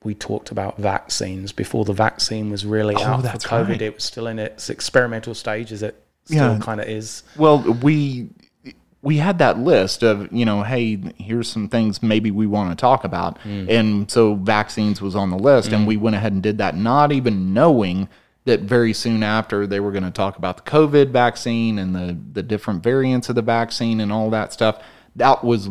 we talked about vaccines before the vaccine was really out Oh, that's for COVID. right. It was still in its experimental stage, as it still Yeah. kind of is. Well, we we had that list of you know, hey, here's some things maybe we want to talk about, and so vaccines was on the list, and we went ahead and did that, not even knowing that very soon after they were going to talk about the COVID vaccine and the the different variants of the vaccine and all that stuff. That was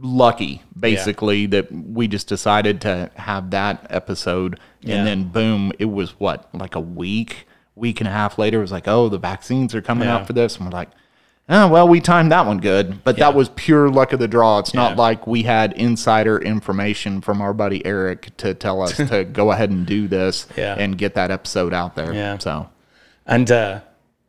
lucky basically that we just decided to have that episode Yeah. and then boom it was what like a week week and a half later it was like oh the vaccines are coming Yeah. out for this and we're like oh well we timed that one good but that was pure luck of the draw it's Yeah. not like we had insider information from our buddy eric to tell us to go ahead and do this Yeah. and get that episode out there Yeah. so And uh,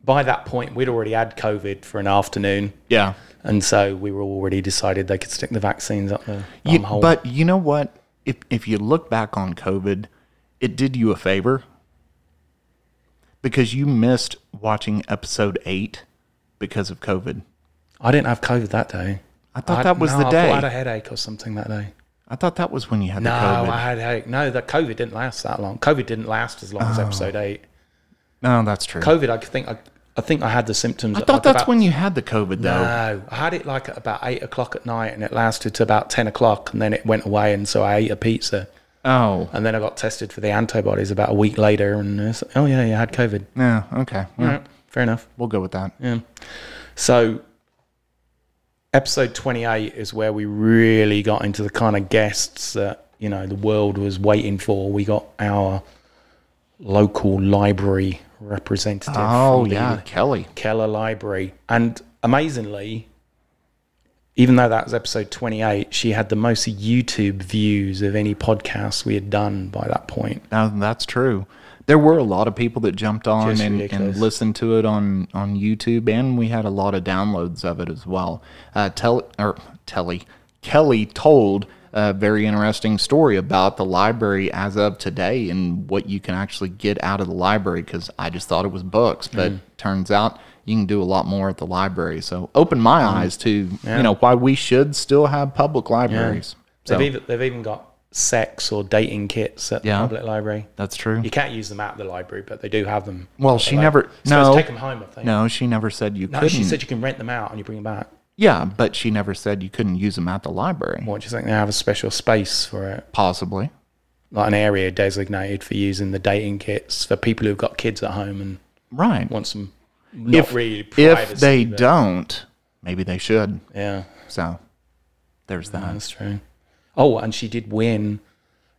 by that point, we'd already had COVID for an afternoon. yeah And so we were already decided they could stick the vaccines up the You- bumhole. but you know what if, if you look back on covid it did you a favor because you missed watching episode eight because of COVID. I didn't have COVID that day. I thought that was no, the I, thought I day. had a I, headache or something that day. thought that was when you had No, the COVID. I had a headache. No, that COVID didn't last that long. COVID didn't last as long Oh. as episode eight. no, that's true. COVID, I think I, I think I had the symptoms. I thought that's when you had the COVID though. No, I had it like at about eight o'clock at night, and it lasted to about ten o'clock, and then it went away, and so I ate a pizza, Oh, and then I got tested for the antibodies about a week later, and it's, oh yeah, you had COVID. yeah. Okay, All Well, right, fair enough. we'll go with that. So, episode 28 is where we really got into the kind of guests that, you know, the world was waiting for. We got our local library representative. Oh from the yeah, Kelly. Keller Library. And amazingly, even though that was episode 28, she had the most YouTube views of any podcast we had done by that point. No, that's true. There were a lot of people that jumped on Just and, and ridiculous. listened to it on, on YouTube, and we had a lot of downloads of it as well. Uh, tell or Telly Kelly told a very interesting story about the library as of today and what you can actually get out of the library because I just thought it was books, Mm. but turns out you can do a lot more at the library. So opened my Mm. eyes to you know why we should still have public libraries. So They've, even, they've even got sex or dating kits at Yeah. the public library. that's true. You can't use them at the library, but they do have them. Well, she Like, never supposed no to take them home. I think. No, she never said you No, couldn't. she said you can rent them out and you bring them back. yeah, but she never said you couldn't use them at the library. What do you think? They have a special space for it, Possibly. like an area designated for using the dating kits for people who've got kids at home and Right. want some not if, really privacy. if they but- don't, maybe they should. yeah, So there's that. that's true. Oh, and she did win.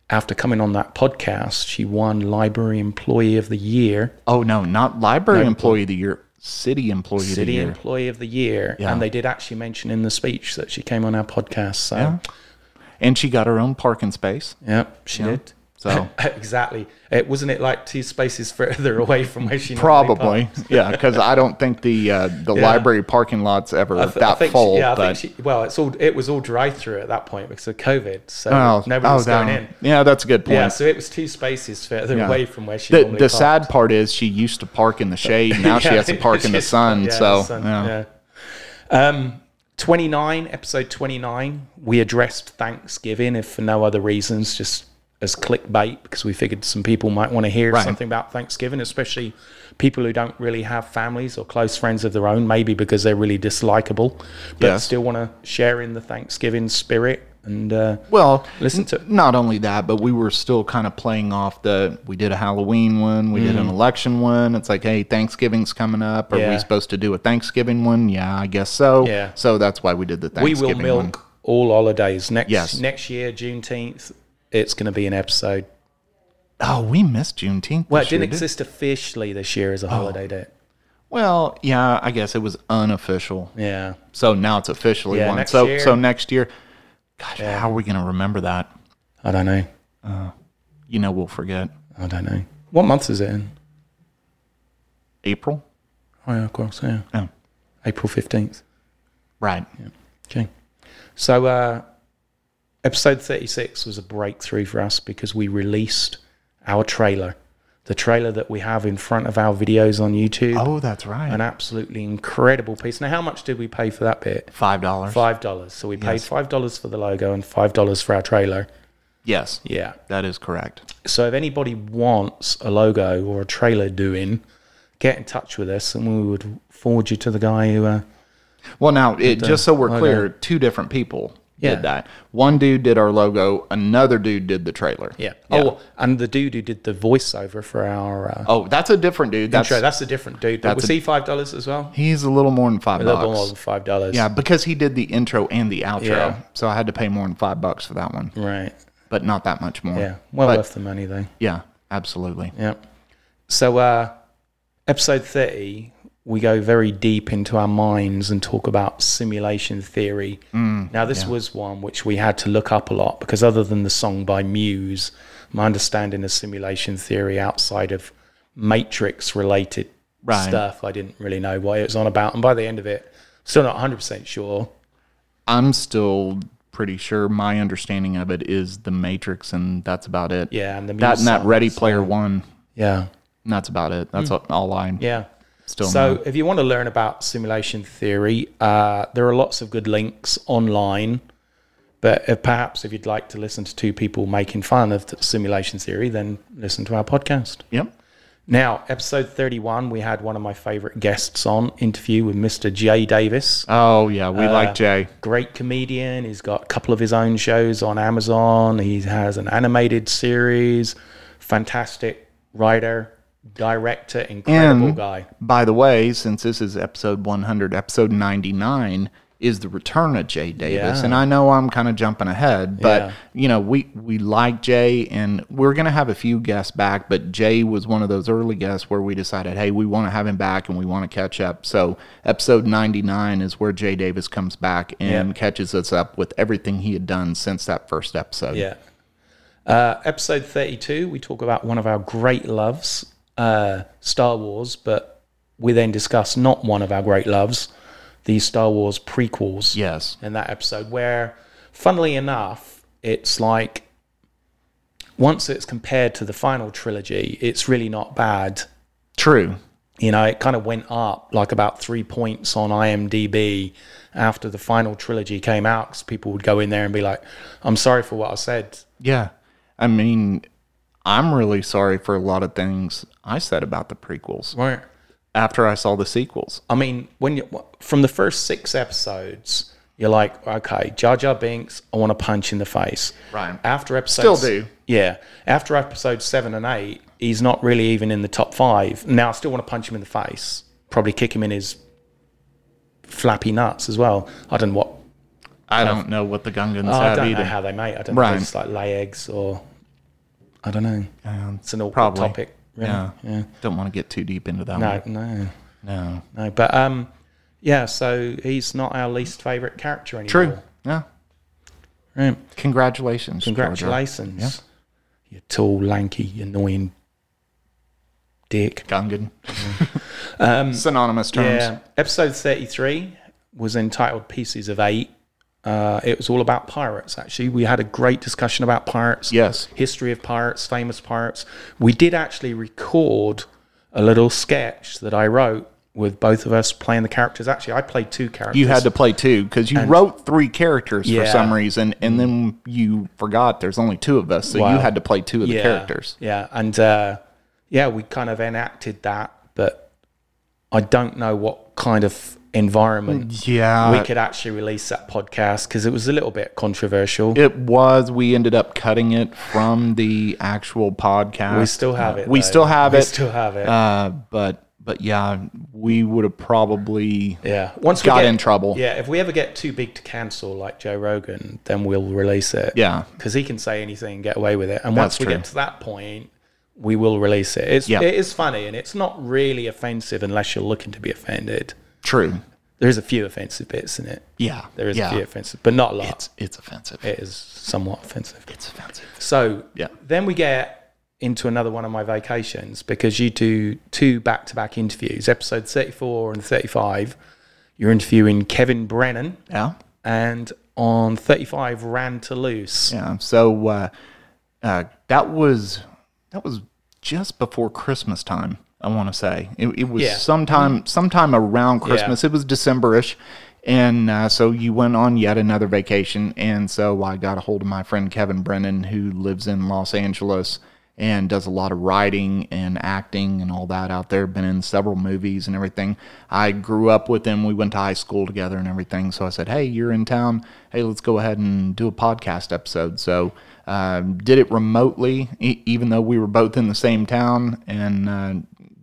After coming on that podcast, she won Library Employee of the Year, Oh, no, not library employee of the year, city employee of the City year. Employee of the Year, Yeah. and they did actually mention in the speech that she came on our podcast. So, yeah, and she got her own parking space. she did. So exactly. It wasn't it like two spaces further away from where she normally probably. parks? yeah, because I don't think the uh, the library parking lot's ever I th- I that think she- full. yeah, I but, think she, well, it's all it was all drive through at that point because of COVID, so oh, nobody oh, was going that- in. Yeah, that's a good point. Yeah, so it was two spaces further Yeah. away from where she. the, normally the parked. sad part is she used to park in the shade now she Yeah, has to park in the she's- sun yeah, so the sun, yeah. yeah. Um, 29, episode 29, we addressed Thanksgiving, if for no other reasons, just as clickbait, because we figured some people might want to hear something about Thanksgiving, especially people who don't really have families or close friends of their own, maybe because they're really dislikable, but Yes. still want to share in the Thanksgiving spirit. And uh, well Listen n- to- not only that but we were still kind of playing off the we did a halloween one we did an election one it's like hey thanksgiving's coming up are we Mm. Yeah. supposed to do a thanksgiving one yeah i guess so Yeah. so that's why we did the we thanksgiving will one. milk all holidays next Yes. next year, Juneteenth. It's going to be an episode oh we missed juneteenth Well, this it didn't year, did- Oh. exist officially this year as a holiday day. well yeah i guess it was unofficial Yeah. so now it's officially Yeah, one next so year- so next year gosh how are we going to remember that I don't know. you know we'll forget I don't know. What month is it in? april Oh, yeah, of course. Yeah. Oh. April 15th. right Okay. So, uh, episode 36 was a breakthrough for us because we released our trailer, the trailer that we have in front of our videos on YouTube. Oh, that's right. An absolutely incredible piece. Now, how much did we pay for that bit? Five dollars. Five dollars. So we paid five dollars for the logo and five dollars for our trailer. Yes. Yeah. That is correct. So if anybody wants a logo or a trailer doing, get in touch with us and we would forward you to the guy who. Uh, Well, now it, just so we're clear, two different people Yeah. did that. One dude did our logo. Another dude did the trailer. Oh, and the dude who did the voiceover for our uh, Oh, that's a different dude. That's intro. That's a different dude. But that's was a- he five dollars as well? he's a little more than five A little more bucks. than five dollars. Yeah, because he did the intro and the outro, Yeah. so I had to pay more than five bucks for that one, Right. but not that much more. Yeah. Well But- worth the money though. yeah, absolutely. Yeah. So, uh, episode 30, we go very deep into our minds and talk about simulation theory. Mm, now, this was one which we had to look up a lot because, other than the song by Muse, my understanding of simulation theory outside of Matrix related Right. stuff, I didn't really know what it was on about. And by the end of it, still not 100% sure. I'm still pretty sure my understanding of it is the Matrix, and that's about it. Yeah. And the Muse that and that song. Ready Player One. Yeah. And that's about it. That's all I Hmm. Yeah. still so know. if you want to learn about simulation theory, uh, there are lots of good links online. But if perhaps if you'd like to listen to two people making fun of the simulation theory, then listen to our podcast. Yep. Now, episode 31, we had one of my favorite guests on interview with Mr. Jay Davis. Oh yeah, Uh, we like Jay. Great comedian. He's got a couple of his own shows on Amazon. He has an animated series. Fantastic writer, director, incredible And guy. by the way, since this is episode 100, episode 99 is the return of Jay Davis, Yeah. and I know I'm kind of jumping ahead, but Yeah. you know we we like Jay, and we're gonna have a few guests back, but Jay was one of those early guests where we decided, hey, we want to have him back and we want to catch up. So episode 99 is where Jay Davis comes back and Yeah. catches us up with everything he had done since that first episode. Yeah. Uh, episode 32, we talk about one of our great loves, uh, Star Wars, but we then discuss not one of our great loves, the Star Wars prequels. Yes. in that episode where funnily enough it's like once it's compared to the final trilogy it's really not bad True. you know it kind of went up like about three points on imdb after the final trilogy came out because people would go in there and be like i'm sorry for what i said Yeah. I mean, I'm really sorry for a lot of things I said about the prequels right after I saw the sequels. i mean when you from the first six episodes you're like okay jar jar binks i want to punch in the face Right. after episode Still do. Yeah. After episode seven and eight, he's not really even in the top five. Now, I still want to punch him in the face, probably kick him in his flappy nuts as well. I don't know what. I don't know what the Gungans Oh, I have don't know either. how they mate. I don't know Right. if it's like lay eggs or. I don't know. it's an awkward probably. topic. Really. Yeah. yeah. Don't want to get too deep into that No, one. no, No. no. But um, yeah, so he's not our least favorite character anymore. True. Yeah. Right. Congratulations. Georgia. Congratulations. You tall, lanky, annoying dick. Gungan. Synonymous terms. Mm-hmm. Um, Yeah. Episode 33 was entitled Pieces of Eight. Uh, it was all about pirates, actually. We had a great discussion about pirates. Yes. History of pirates, famous pirates. We did actually record a little sketch that I wrote with both of us playing the characters. Actually, I played two characters. You had to play two because you wrote three characters for Yeah. Mm-hmm. some reason, and then you forgot there's only two of us, so you Wow. had to play two of the characters. Yeah, and uh, yeah, we kind of enacted that, but I don't know what kind of environment Mm, Yeah, we could actually release that podcast because it was a little bit controversial. It was. We ended up cutting it from the actual podcast. We still have it. We though. still have we it. still have it. Uh, but but yeah, we would have probably yeah. Once got we get, in trouble. Yeah, if we ever get too big to cancel, like Joe Rogan, then we'll release it. Yeah. because he can say anything and get away with it. And That's once we true. get to that point, we will release it. It's Yeah. it is funny and it's not really offensive unless you're looking to be offended. True. There is a few offensive bits in it. Yeah. There is yeah. a few offensive, but not a lot. It's it's offensive. it is somewhat offensive. it's offensive. So Yeah. then we get into another one of my vacations because you do two back to back interviews, episode 34 and 35. You're interviewing Kevin Brennan, Yeah. and on 35, Ran to Loose. Yeah. So uh, uh, that was that was just before Christmas time. I want to say it, it was Yeah. sometime sometime around Christmas. It was Decemberish, and uh, so you went on yet another vacation. And so I got a hold of my friend Kevin Brennan, who lives in Los Angeles and does a lot of writing and acting and all that out there. Been in several movies and everything. I grew up with him. We went to high school together and everything. So I said, "Hey, you're in town. Hey, let's go ahead and do a podcast episode." So um, did it remotely, e- even though we were both in the same town, and uh,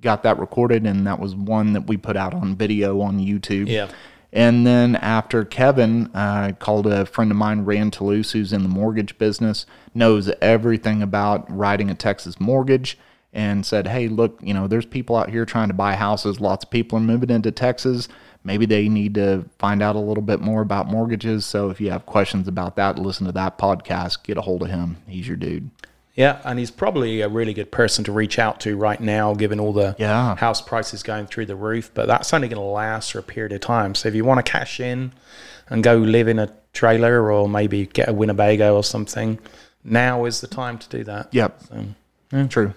got that recorded. And that was one that we put out on video on YouTube. Yeah. And then after Kevin uh, called a friend of mine, Rand Toulouse, who's in the mortgage business, knows everything about writing a Texas mortgage, and said, Hey, look, you know, there's people out here trying to buy houses. Lots of people are moving into Texas. Maybe they need to find out a little bit more about mortgages. So if you have questions about that, listen to that podcast, get a hold of him. He's your dude. Yeah, and he's probably a really good person to reach out to right now, given all the Yeah. house prices going through the roof. But that's only going to last for a period of time. So if you want to cash in and go live in a trailer or maybe get a Winnebago or something, now is the time to do that. Yep. True.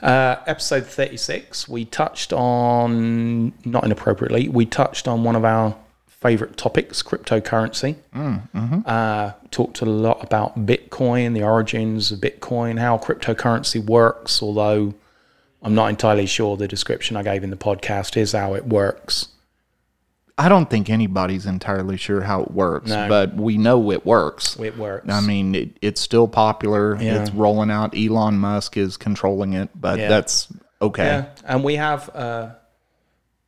Uh, episode 36, we touched on, not inappropriately, we touched on one of our favorite topics, cryptocurrency. Uh, talked a lot about Bitcoin, the origins of Bitcoin, how cryptocurrency works, although I'm not entirely sure the description I gave in the podcast is how it works. I don't think anybody's entirely sure how it works, No. but we know it works. It works. I mean, it, it's still popular. It's rolling out. Elon Musk is controlling it, but Yeah. that's okay. Yeah, and we have uh,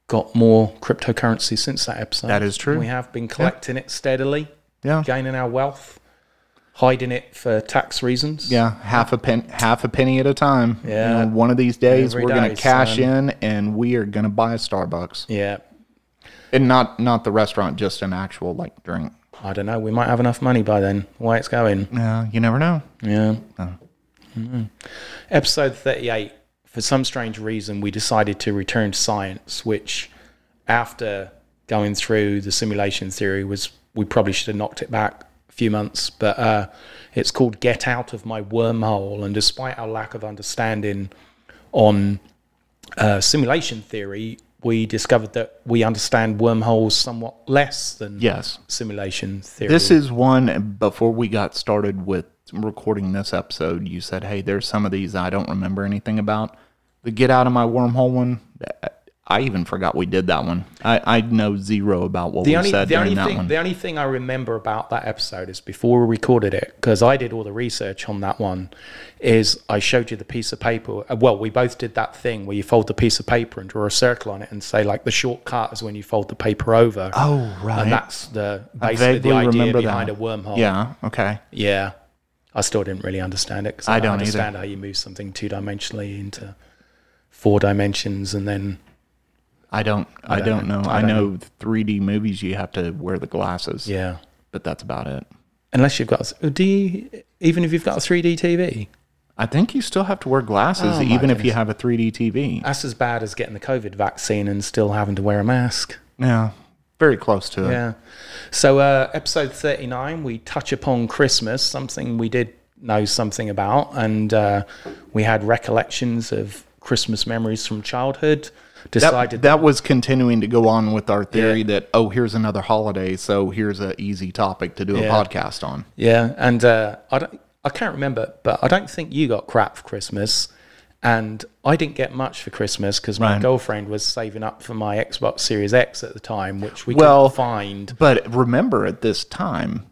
got more cryptocurrency since that episode. That is true. We have been collecting it steadily, Yeah. gaining our wealth, hiding it for tax reasons. Yeah, half a pen, half a penny at a time. You Yeah. know, one of these days Every we're day, gonna cash son. in and we are gonna buy Starbucks, yeah. and not not the restaurant, just an actual like drink. I don't know. We might have enough money by then. The way it's going. Yeah, you never know. Yeah. Mm. Episode 38. For some strange reason, we decided to return to science, which, after going through the simulation theory, was we probably should have knocked it back a few months. But uh, it's called Get Out of My Wormhole. And despite our lack of understanding on uh, simulation theory, we discovered that we understand wormholes somewhat less than Yes. simulation theory. This is one before we got started with recording this episode. You said, "Hey, there's some of these I don't remember anything about." The get out of my wormhole one. I even forgot we did that one. I, I know zero about what we the only, said the during only that thing one. the only thing I remember about that episode is before we recorded it because I did all the research on that one is I showed you the piece of paper uh, well we both did that thing where you fold the piece of paper and draw a circle on it and say like the shortcut is when you fold the paper over oh right. and that's the basically the vaguely idea remember behind that. a wormhole yeah. Okay. yeah I still didn't really understand it 'cause I, I don't don't either. understand how you move something two dimensionally into four dimensions and then I don't. I, don't don't, know. know. I I, don't know 3D movies. You have to wear the glasses. yeah but that's about it. unless you've got a- do you even if you've got a 3D TV I think you still have to wear glasses Oh my even if you have a 3D TV. That's as bad as getting the COVID vaccine and still having to wear a mask. yeah, very close to it. Yeah. So, uh, episode 39, we touch upon Christmas, something we did know something about. And uh, we had recollections of Christmas memories from childhood. That, Decided that was continuing to go on with our theory Yeah. that oh here's another holiday so here's an easy topic to do Yeah. a podcast on Yeah, and uh, I don't, I can't remember, but I don't think you got crap for Christmas, and I didn't get much for Christmas because my Right. girlfriend was saving up for my Xbox Series X at the time, which we Well, couldn't find. but remember at this time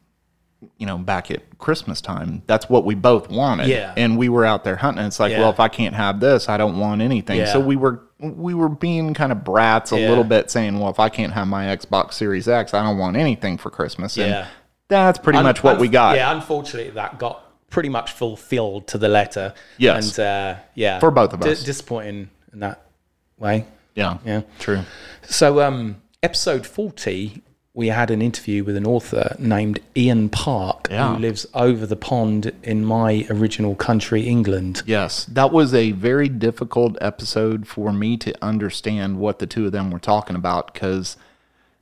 you know back at Christmas time that's what we both wanted Yeah. and we were out there hunting it's like Yeah. well if I can't have this I don't want anything Yeah. so we were we were being kind of brats a Yeah. little bit saying well if I can't have my Xbox Series X I don't want anything for Christmas and Yeah. that's pretty much what Unf- we got Yeah, unfortunately, that got pretty much fulfilled to the letter. Yes. and uh, yeah, For both of us. disappointing in that way. yeah Yeah. true So, um, episode 40, we had an interview with an author named Ian Park, Yeah. who lives over the pond in my original country, England. Yes, that was a very difficult episode for me to understand what the two of them were talking about because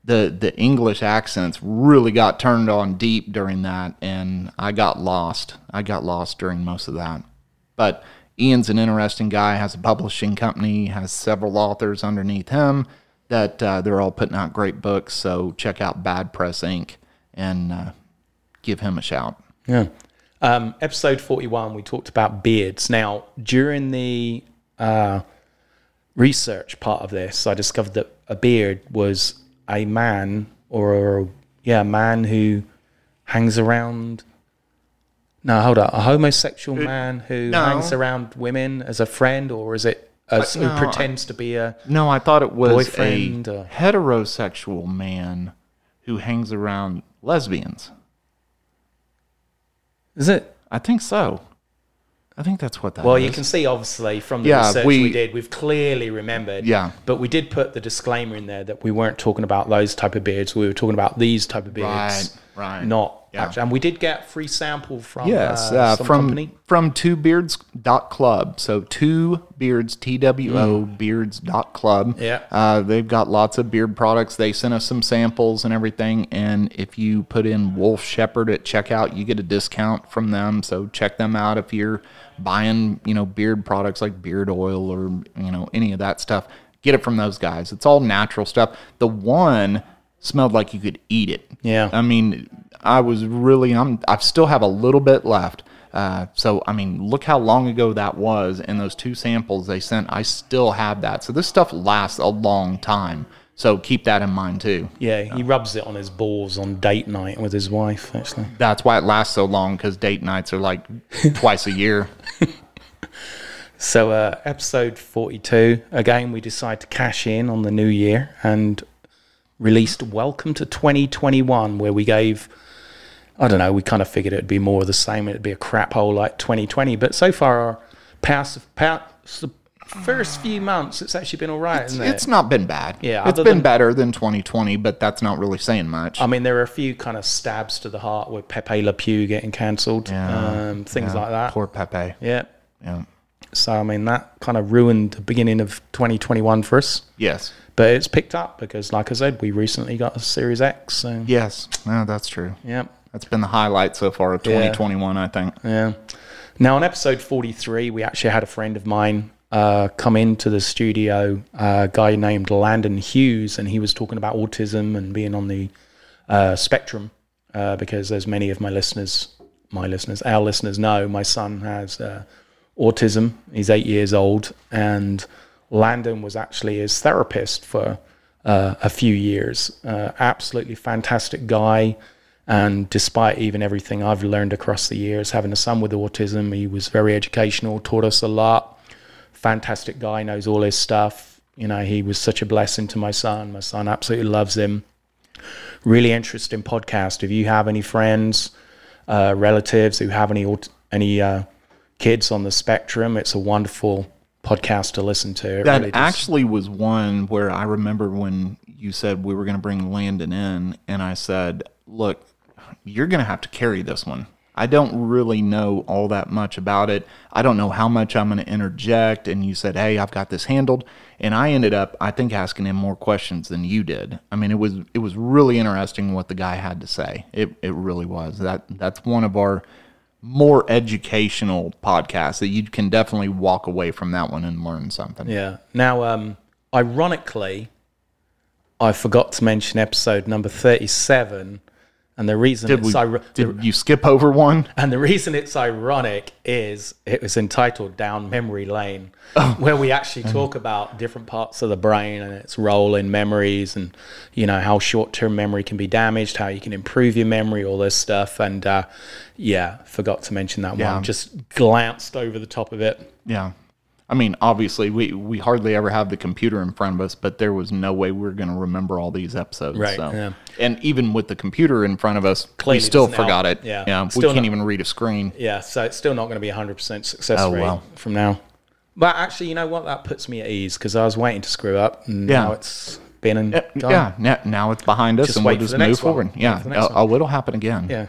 the the English accents really got turned on deep during that, and I got lost. I got lost during most of that. But Ian's an interesting guy. Has a publishing company. Has several authors underneath him that uh, they're all putting out great books. So check out Bad Press Inc. and uh, give him a shout. Yeah. Um, episode 41, we talked about beards. Now, during the uh, research part of this, I discovered that a beard was a man or, a, yeah, a man who hangs around. No, hold on. A homosexual man who Uh, no. Uh, hangs around women as a friend, or is it a, who no, I- pretends to be a. No, I thought it was Boyfriend uh, a or- heterosexual man who hangs around lesbians. Is it? I think so. I think that's what that Well, is. you can see obviously from the Yeah, research we, we- did, we've clearly remembered. Yeah. But we did put the disclaimer in there that we weren't talking about those type of beards. We were talking about these type of beards. Right, Right. Not Yeah. actually. And we did get a free sample from Yes, uh, uh, some from company. from two beards dot club. So two beards t w o beards dot club. Mm. Yeah. uh, they've got lots of beard products. They sent us some samples and everything. And if you put in Wolf Shepherd at checkout, you get a discount from them. So check them out if you're buying you know beard products like beard oil or you know any of that stuff. Get it from those guys. It's all natural stuff. The one smelled like you could eat it. Yeah. I mean, I was really I'm I still have a little bit left. Uh, so I mean, look how long ago that was, and those two samples they sent, I still have that. So this stuff lasts a long time. So keep that in mind too. Yeah, he rubs it on his balls on date night with his wife, actually. That's why it lasts so long because date nights are like twice a year. So, uh, episode 42, again, we decide to cash in on the new year and released Welcome to 2021, where we gave, I don't know, we kind of figured it'd be more of the same and it'd be a crap hole like 2020. But so far, our past, past the first few months, it's actually been all right, isn't it? Ah. It's not been bad. Yeah, it's other been than- Um, better than 2020, but that's not really saying much. I mean, there are a few kind of stabs to the heart with Pepe Le Pew getting cancelled, um, things like that. Poor Pepe. yeah. Yeah. So, I mean, that kind of ruined the beginning of 2021 for us. Yes. but it's picked up because, like I said, we recently got a Series X. So yeah, Yes. No, that's true. yeah. That's been the highlight so far of 2021, I think. Now on episode forty-three, we actually had a friend of mine uh, come into the studio, uh, a guy named Landon Hughes, and he was talking about autism and being on the uh, spectrum uh, because, as many of my listeners, my listeners, our listeners know, my son has uh, autism. He's eight years old, and Landon was actually his therapist for uh, a few years. Uh, absolutely fantastic guy. And despite even everything I've learned across the years, having a son with autism, he was very educational, taught us a lot. Fantastic guy, knows all his stuff. You know, he was such a blessing to my son. My son absolutely loves him. Really interesting podcast. If you have any friends, uh, relatives who have any aut- any uh, kids on the spectrum, it's a wonderful podcast to listen to. It That really does- actually was one where I remember when you said we were going to bring Landon in, and I said, "Look, you're going to have to carry this one. I don't really know all that much about it. I don't know how much I'm going to interject." And you said, "Hey, I've got this handled." And I ended up, I think, asking him more questions than you did. I mean, it was it was really interesting what the guy had to say. It it really was. That that's one of our more educational podcasts that you can definitely walk away from that one and learn something. Yeah. Now, um, ironically, I forgot to mention episode number thirty-seven, and the reason Did it's we? ir- did you skip over one? and the reason it's ironic is it was entitled "Down Memory Lane," Oh. where we actually Mm. talk about different parts of the brain and its role in memories, and you know how short-term memory can be damaged, how you can improve your memory, all this stuff. And uh, yeah, forgot to mention that Yeah. one. Just glanced over the top of it. Yeah. I mean, obviously, we we hardly ever have the computer in front of us, but there was no way we were going to remember all these episodes. Right, So. yeah. And even with the computer in front of us, we Clearly still doesn't help. forgot it. Yeah. we Still can't not- even read a screen. Yeah, so it's still not going to be 100% success Oh, rate wow. from now. But actually, you know what? That puts me at ease because I was waiting to screw up and Yeah. now it's been and done. Yeah. Now, now it's behind us, Just and we'll wait for just the move next one. forward. Wait Yeah. for the next Oh, oh, it'll happen again. Yeah.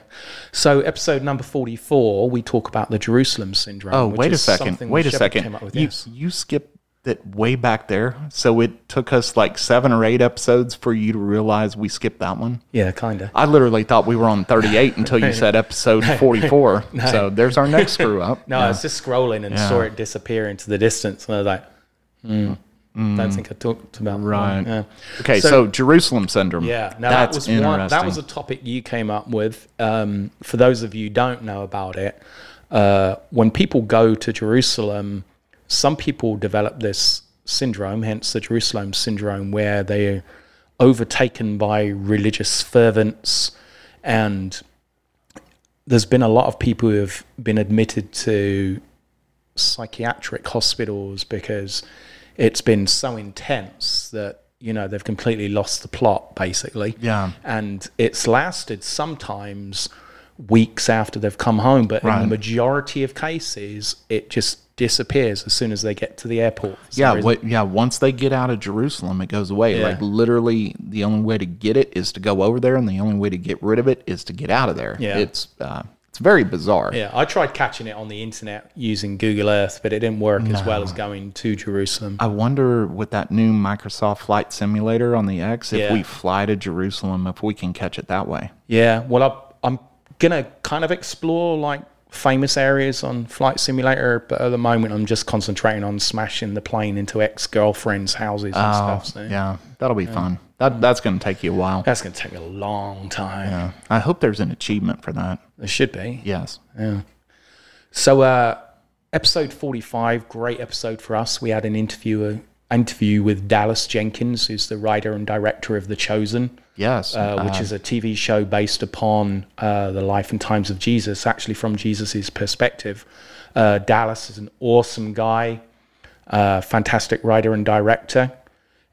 So, episode number 44, we talk about the Jerusalem syndrome. Oh, which wait a is second. something Wait a Shepard second. Came up with, you, yes. you skipped it way back there. So it took us like seven or eight episodes for you to realize we skipped that one. Yeah, kind of. I literally thought we were on 38 until you said episode 44. So there's our next screw up. No, I was just scrolling and saw it disappear into the distance. And I was like, hmm, don't think I talked about that. Right. Yeah. Okay, so, So- Jerusalem syndrome. Yeah, now that's that was interesting. one. That was a topic you came up with. Um, for those of you who don't know about it, uh, when people go to Jerusalem, some people develop this syndrome, hence the Jerusalem syndrome, where they are overtaken by religious fervents, and there's been a lot of people who have been admitted to psychiatric hospitals because it's been so intense that you know they've completely lost the plot basically Yeah. and it's lasted sometimes weeks after they've come home. But in Right. the majority of cases, it just disappears as soon as they get to the airport. for some Yeah, reason. what, yeah. Once they get out of Jerusalem, it goes away. Yeah. Like literally, the only way to get it is to go over there, and the only way to get rid of it is to get out of there. Yeah. it's uh, it's very bizarre. Yeah, I tried catching it on the internet using Google Earth, but it didn't work as well as going to Jerusalem. I wonder with that new Microsoft Flight Simulator on the X, if Yeah. we fly to Jerusalem, if we can catch it that way. Yeah, well, I, I'm gonna kind of explore like famous areas on Flight Simulator, but at the moment, I'm just concentrating on smashing the plane into ex-girlfriends' houses and stuff. So Oh, Yeah, that'll be fun. That that's going to take you a while. that's gonna take me a long time. Yeah. I hope there's an achievement for that. There should be. Yes. So, uh, episode 45, great episode for us. We had an interview, interview with Dallas Jenkins, who's the writer and director of The Chosen. Yes. uh, which is a TV show based upon uh, the life and times of Jesus, actually from Jesus's perspective. Uh, Dallas is an awesome guy, uh, fantastic writer and director.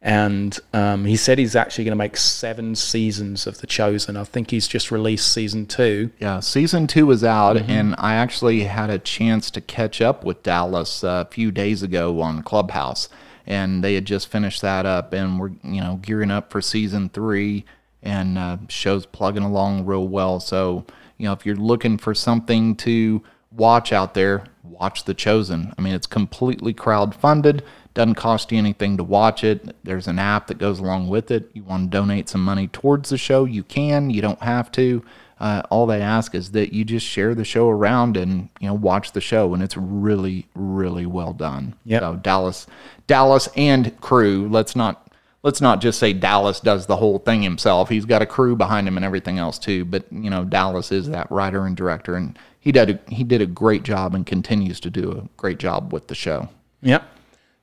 And um, he said he's actually going to make seven seasons of The Chosen. I think he's just released season two. Yeah, season two is out, Mm-hmm. and I actually had a chance to catch up with Dallas uh, a few days ago on Clubhouse, and they had just finished that up, and we're you know gearing up for season three, and uh, show's plugging along real well. So you know if you're looking for something to watch out there, watch The Chosen. I mean, it's completely crowdfunded. Doesn't cost you anything to watch it. There's an app that goes along with it. You want to donate some money towards the show, you can. You don't have to. Uh, all they ask is that you just share the show around and you know watch the show, and it's really, really well done. Yep. So Dallas, Dallas and crew. Let's not let's not just say Dallas does the whole thing himself. He's got a crew behind him and everything else too. But you know Dallas is that writer and director, and he did a, he did a great job and continues to do a great job with the show. Yep.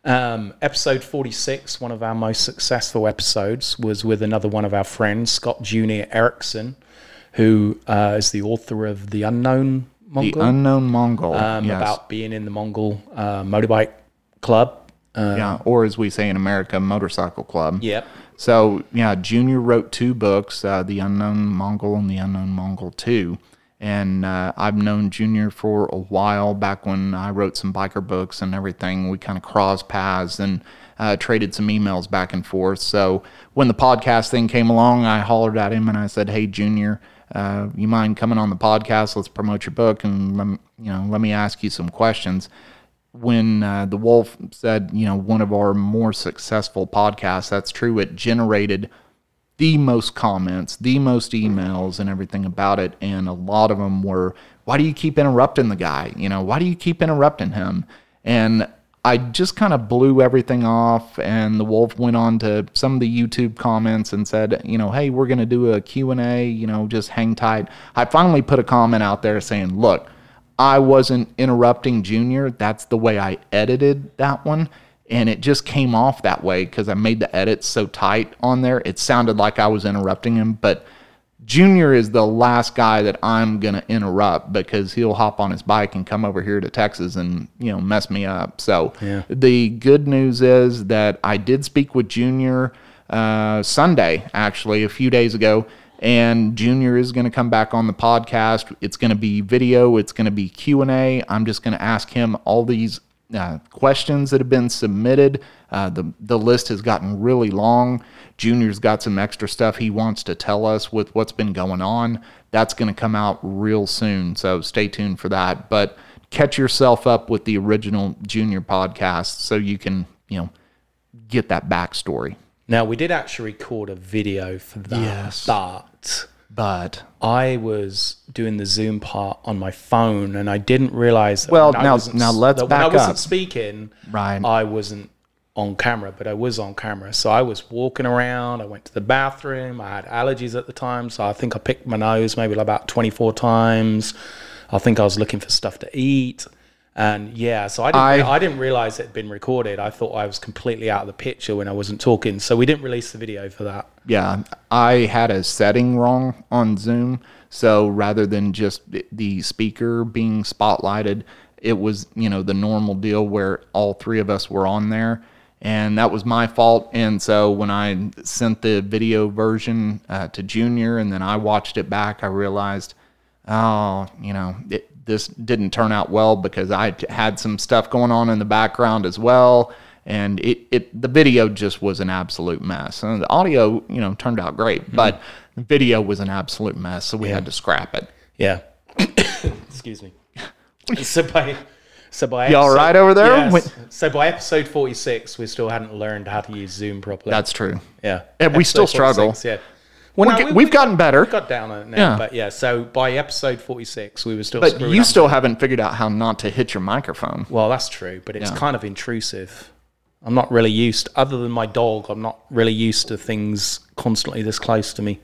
Um, episode 46, one of our most successful episodes, was with another one of our friends, Scott Jr. Erickson, who uh, is the author of The Unknown The Mongol, unknown Mongol. um, yes. about being in the Mongol uh, motorbike club. Um, yeah, or as we say in America, motorcycle club. Yep. So yeah, Junior wrote two books, uh, The Unknown Mongol and The Unknown Mongol Two, and uh, I've known Junior for a while. Back when I wrote some biker books and everything, we kind of crossed paths and uh, traded some emails back and forth. So when the podcast thing came along, I hollered at him and I said, "Hey, Junior." Uh, you mind coming on the podcast? Let's promote your book and let me, you know let me ask you some questions when uh, the wolf said you know one of our more successful podcasts that's true it generated the most comments the most emails and everything about it and a lot of them were why do you keep interrupting the guy you know why do you keep interrupting him and i just kind of blew everything off and the wolf went on to some of the youtube comments and said you know hey we're going to do a q&a you know just hang tight i finally put a comment out there saying look I wasn't interrupting Junior. That's the way I edited that one. And it just came off that way because I made the edits so tight on there. It sounded like I was interrupting him. But Junior is the last guy that I'm going to interrupt because he'll hop on his bike and come over here to Texas and, you know, mess me up. So the good news is that I did speak with Junior uh, Sunday, actually, a few days ago and junior is going to come back on the podcast it's going to be video it's going to be q&a i'm just going to ask him all these uh, questions that have been submitted uh, the, the list has gotten really long junior's got some extra stuff he wants to tell us with what's been going on that's going to come out real soon so stay tuned for that but catch yourself up with the original junior podcast so you can you know get that backstory Now, we did actually record a video for that, Yes. but but I was doing the Zoom part on my phone and I didn't realize that Well, when I now- wasn't- now let's that when I back wasn't up. speaking, Right. I wasn't on camera, but I was on camera. So I was walking around, I went to the bathroom, I had allergies at the time, so I think I picked my nose maybe about 24 times. I think I was looking for stuff to eat. And yeah, so I didn't, I- I, didn't realize it had been recorded. I thought I was completely out of the picture when I wasn't talking. So we didn't release the video for that. Yeah, I had a setting wrong on Zoom. So rather than just th- the speaker being spotlighted, it was, you know, the normal deal where all three of us were on there. And that was my fault. And so when I sent the video version uh, to Junior and then I watched it back, I realized, oh, you know, it, this didn't turn out well because I had some stuff going on in the background as well. And it, it the video just was an absolute mess. And the audio, you know, turned out great, but the video was an absolute mess. So we had to scrap it. Yeah. Excuse me. So by so by You all episode- right over there? Yes. Wait- So by episode forty six, we still hadn't learned how to use Zoom properly. That's true. yeah, and we still Episode 46, struggle. Yeah. Well, We no, get- we, we've we gotten better. got down on it now, Yeah. but yeah. So by episode forty six, we were still. But screwing you up. still haven't figured out how not to hit your microphone. Well, that's true, but it's kind of intrusive. I'm not really used, other than my dog, I'm not really used to things constantly this close to me.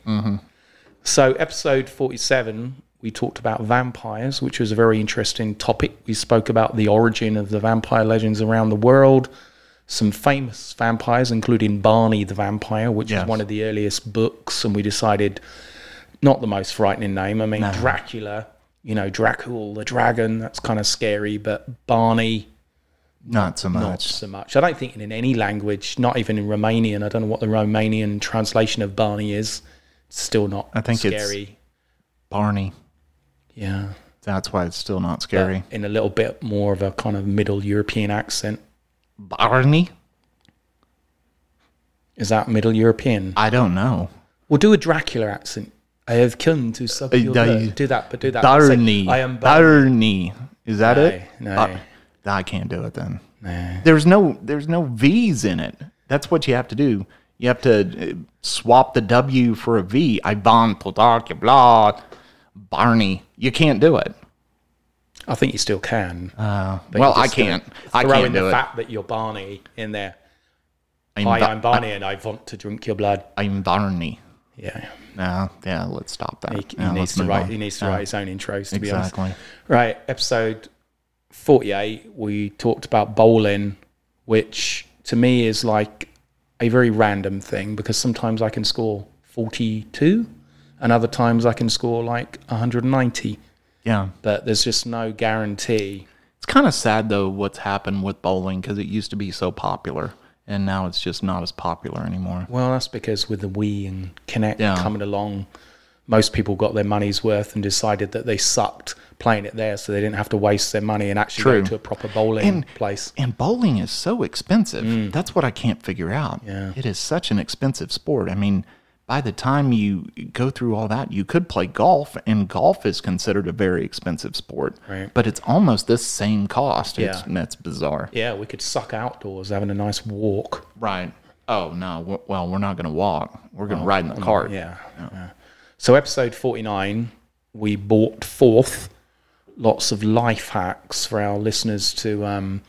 So, episode 47, we talked about vampires, which was a very interesting topic. We spoke about the origin of the vampire legends around the world, some famous vampires, including Barney the Vampire, which Yes. is one of the earliest books. And we decided not the most frightening name. I mean, Dracula, you know, Dracul the dragon, that's kind of scary, but Barney, Not so not much. so much. I don't think in any language, not even in Romanian, I don't know what the Romanian translation of Barney is. It's still not I think it's- scary. Barney. Yeah. That's why it's still not but scary. In a little bit more of a kind of middle European accent. Uh, Barney? Is that middle European? I don't know. Well, do a Dracula accent. I have come to suck your Uh, blood. Do that, but do that. Say, Barney. I am Barney. Barney. Is that it? No, Bar- I can't do it then. There's no there's no V's in it. That's what you have to do. You have to uh, swap the W for a V. Ivan Plutarch, blah, Barney. You can't do it. I think you still can. well, I just gonna can't. I Throw can't in the do it. fact that you're Barney in there. I'm, Hi, Ba- I'm Barney and I want to drink your blood. I'm Barney. Yeah. No, yeah, let's stop that. He, he Yeah, needs let's to move write. on. He needs to Yeah, write his own intros. To be Exactly. honest, right? Episode forty-eight. We talked about bowling, which to me is like a very random thing because sometimes I can score forty-two, and other times I can score like one hundred and ninety. Yeah. But there's just no guarantee. It's kind of sad though what's happened with bowling because it used to be so popular and now it's just not as popular anymore. Well, that's because with the Wii and Kinect Yeah. coming along, most people got their money's worth and decided that they sucked playing it there, so they didn't have to waste their money and actually True. go to a proper bowling place. And bowling is so expensive. That's what I can't figure out. Mm. Yeah. It is such an expensive sport. I mean, by the time you go through all that, you could play golf, and golf is considered a very expensive sport. Right. But it's almost this same cost. It's, Yeah. that's bizarre. Yeah, we could suck outdoors having a nice walk. Right. Oh, no. W- Well, we're not going to walk. We're going to ride in the cart. Yeah. yeah. So, episode 49, we brought forth lots of life hacks for our listeners to um,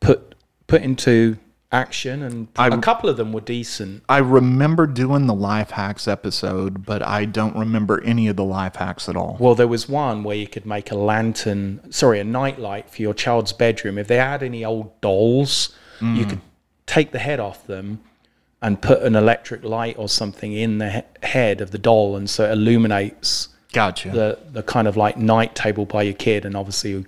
put put into action, and a I'm- couple of them were decent. I remember doing the life hacks episode, but I don't remember any of the life hacks at all. Well, there was one where you could make a lantern, sorry, a nightlight for your child's bedroom. If they had any old dolls, you could take the head off them and put an electric light or something in the he- head of the doll, and so it illuminates Gotcha. the the kind of like night table by your kid, and obviously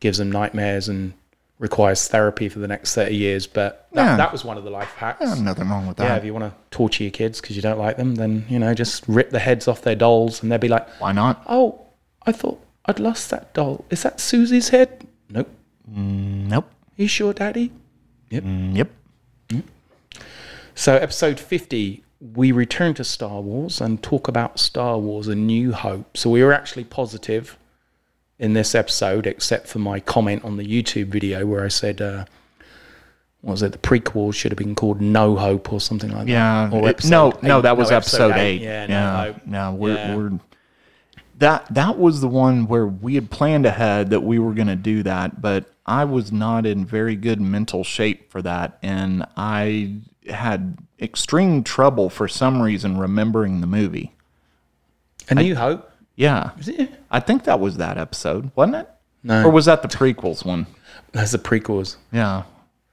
gives them nightmares and requires therapy for the next thirty years. But that, Yeah. that was one of the life hacks. There's nothing wrong with Yeah, that. if you want to torture your kids because you don't like them, then you know just rip the heads off their dolls, and they'll be like, Why not? "Oh, I thought I'd lost that doll. Is that Susie's head? Nope. Nope. You sure, Daddy?" Yep. So, episode 50, we return to Star Wars and talk about Star Wars A New Hope. So, we were actually positive in this episode, except for my comment on the YouTube video where I said, uh, what was it? The prequel should have been called No Hope or something like Yeah. that. Or it- episode no, no, eight- that was episode, eight. Yeah, no, yeah. Hope. No, we're, Yeah. we're that that was the one where we had planned ahead that we were going to do that, but I was not in very good mental shape for that, and I had extreme trouble for some reason remembering the movie. A New Hope? Yeah, Is it? I think that was that episode, wasn't it? No. Or was that the prequels one? That's the prequels. Yeah.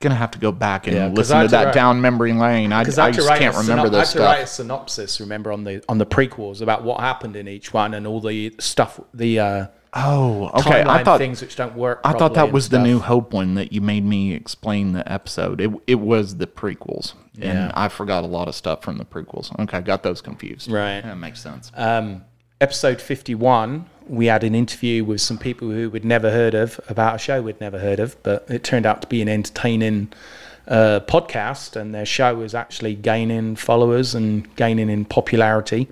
Gonna have to go back and Yeah, 'cause listen I to had to that write- down memory lane. I, I Because I, had to just write can't a remember synop- I had this to write a stuff. synopsis, remember, on the on the prequels about what happened in each one and all the stuff, the uh, Oh, okay. timeline I thought things which don't work. I thought properly that and was the stuff. New Hope one that you made me explain the episode. It it was the prequels, and I forgot a lot of stuff from the prequels. Okay, I got those confused. Right. that makes sense. episode 51, we had an interview with some people who we'd never heard of about a show we'd never heard of, but it turned out to be an entertaining uh, podcast, and their show is actually gaining followers and gaining in popularity.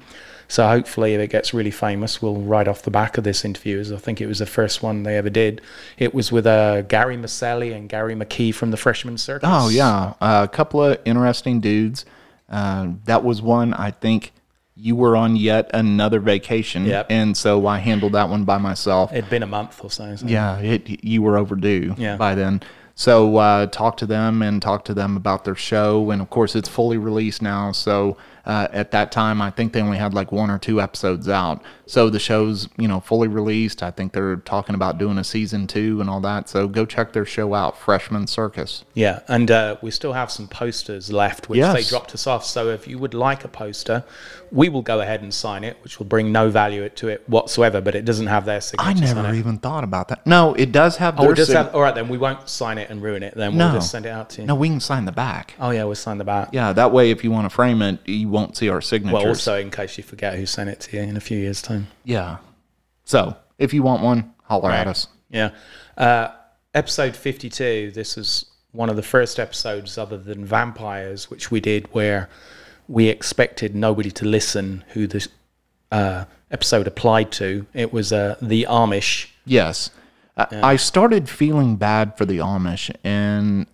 So hopefully, if it gets really famous, we'll write off the back of this interview. As I think it was the first one they ever did. It was with uh, Gary Maselli and Gary McKee from the Freshman Circus. Oh yeah, a couple of interesting dudes. Uh, that was one I think you were on yet another vacation, Yep. and so I handled that one by myself. it'd been a month or so. so. yeah, it, you were overdue Yeah. by then. So uh, talk to them and talk to them about their show, and of course it's fully released now. So uh, at that time, I think they only had like one or two episodes out. So the show's you know fully released. I think they're talking about doing a season two and all that. So go check their show out, Freshman Circus. Yeah, and uh, we still have some posters left, which they Yes. dropped us off. So if you would like a poster, we will go ahead and sign it, which will bring no value to it whatsoever. But it doesn't have their I signatures on never it. even thought about that. No, it does have. Oh, Their we'll just sig- have, all right then. We won't sign it and ruin it. Then we'll No. just send it out to you. No, we can sign the back. Oh yeah, we'll sign the back. Yeah, that way, if you want to frame it, you won't see our signatures. Well, also in case you forget who sent it to you in a few years' time. yeah. So if you want one, holler at Right. us. Yeah. Uh, episode 52, this is one of the first episodes other than vampires, which we did where we expected nobody to listen who this uh, episode applied to. It was uh, the Amish. Yes. I, I started feeling bad for the Amish, and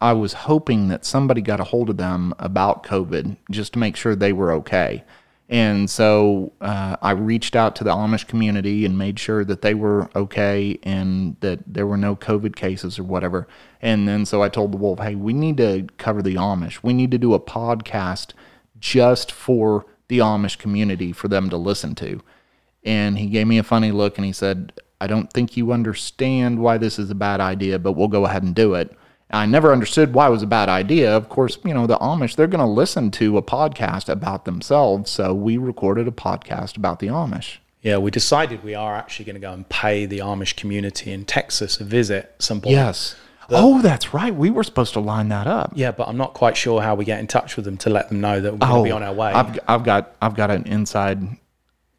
I was hoping that somebody got a hold of them about COVID just to make sure they were okay. And so uh, I reached out to the Amish community and made sure that they were okay and that there were no COVID cases or whatever. And then so I told the wolf, hey, we need to cover the Amish. We need to do a podcast just for the Amish community for them to listen to. And he gave me a funny look and he said, I don't think you understand why this is a bad idea, but we'll go ahead and do it. I never understood why it was a bad idea. Of course, you know, the Amish, they're going to listen to a podcast about themselves. So we recorded a podcast about the Amish. Yeah, we decided we are actually going to go and pay the Amish community in Texas a visit at some point. Yes. oh, that's right. We were supposed to line that up. Yeah, but I'm not quite sure how we get in touch with them to let them know that we're going to be on our way. Oh, I've, I've got I've got an inside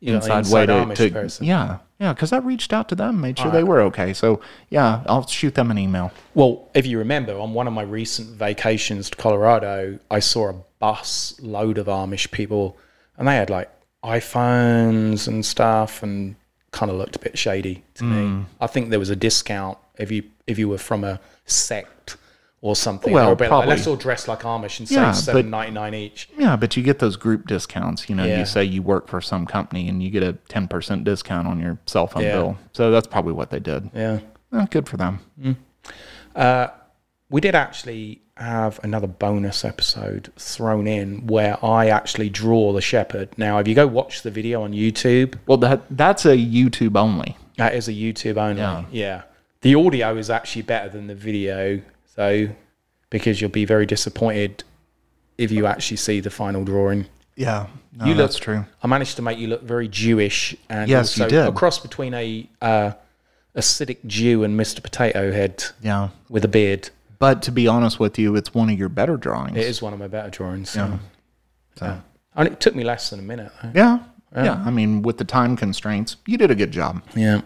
You know, inside, inside way Amish to, to person. yeah yeah because I reached out to them, made sure they were okay. So yeah, I'll shoot them an email. Well, if you remember, on one of my recent vacations to Colorado, I saw a bus load of Amish people, and they had like iPhones and stuff, and kind of looked a bit shady to Hmm. me. I think there was a discount if you if you were from a sect or something. They Well, were a bit like, probably. let's all dress like Amish and Yeah, save but- seven ninety nine each. Yeah, but you get those group discounts. You know, Yeah. you say you work for some company and you get a 10% discount on your cell phone Yeah. bill. So that's probably what they did. Yeah. Eh, good for them. we did actually have another bonus episode thrown in where I actually draw the shepherd. Now, if you go watch the video on YouTube, Well, that that's a YouTube only. that is a YouTube only. Yeah. Yeah. The audio is actually better than the video, though, because you'll be very disappointed if you actually see the final drawing. Yeah. You that's look- true. I managed to make you look very Jewish and Yes, you also did. a cross between a uh, acidic Jew and Mr. Potato Head Yeah. with a beard. But to be honest with you, it's one of your better drawings. It is one of my better drawings. so- So, Yeah. And it took me less than a minute. though. yeah. Yeah. I mean, with the time constraints, you did a good job. Yeah.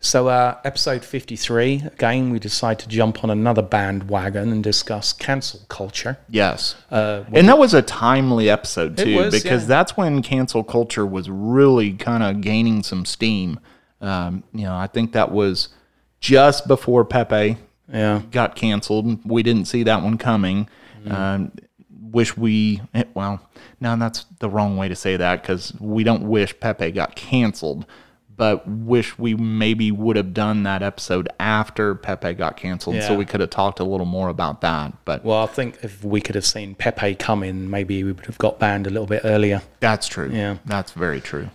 So, uh, episode 53, again, we decide to jump on another bandwagon and discuss cancel culture. Yes. and that was a timely episode, too, Uh, was, because yeah. that's when cancel culture was really kind of gaining some steam. Um, you know, I think that was just before Pepe Yeah. got canceled. We didn't see that one coming. Mm-hmm. Um, wish we, eh, well, no, that's the wrong way to say that because we don't wish Pepe got canceled, but wish we maybe would have done that episode after Pepe got canceled so Yeah. we could have talked a little more about that. But Well, I think if we could have seen Pepe come in, maybe we would have got banned a little bit earlier. that's true. Yeah. That's very true.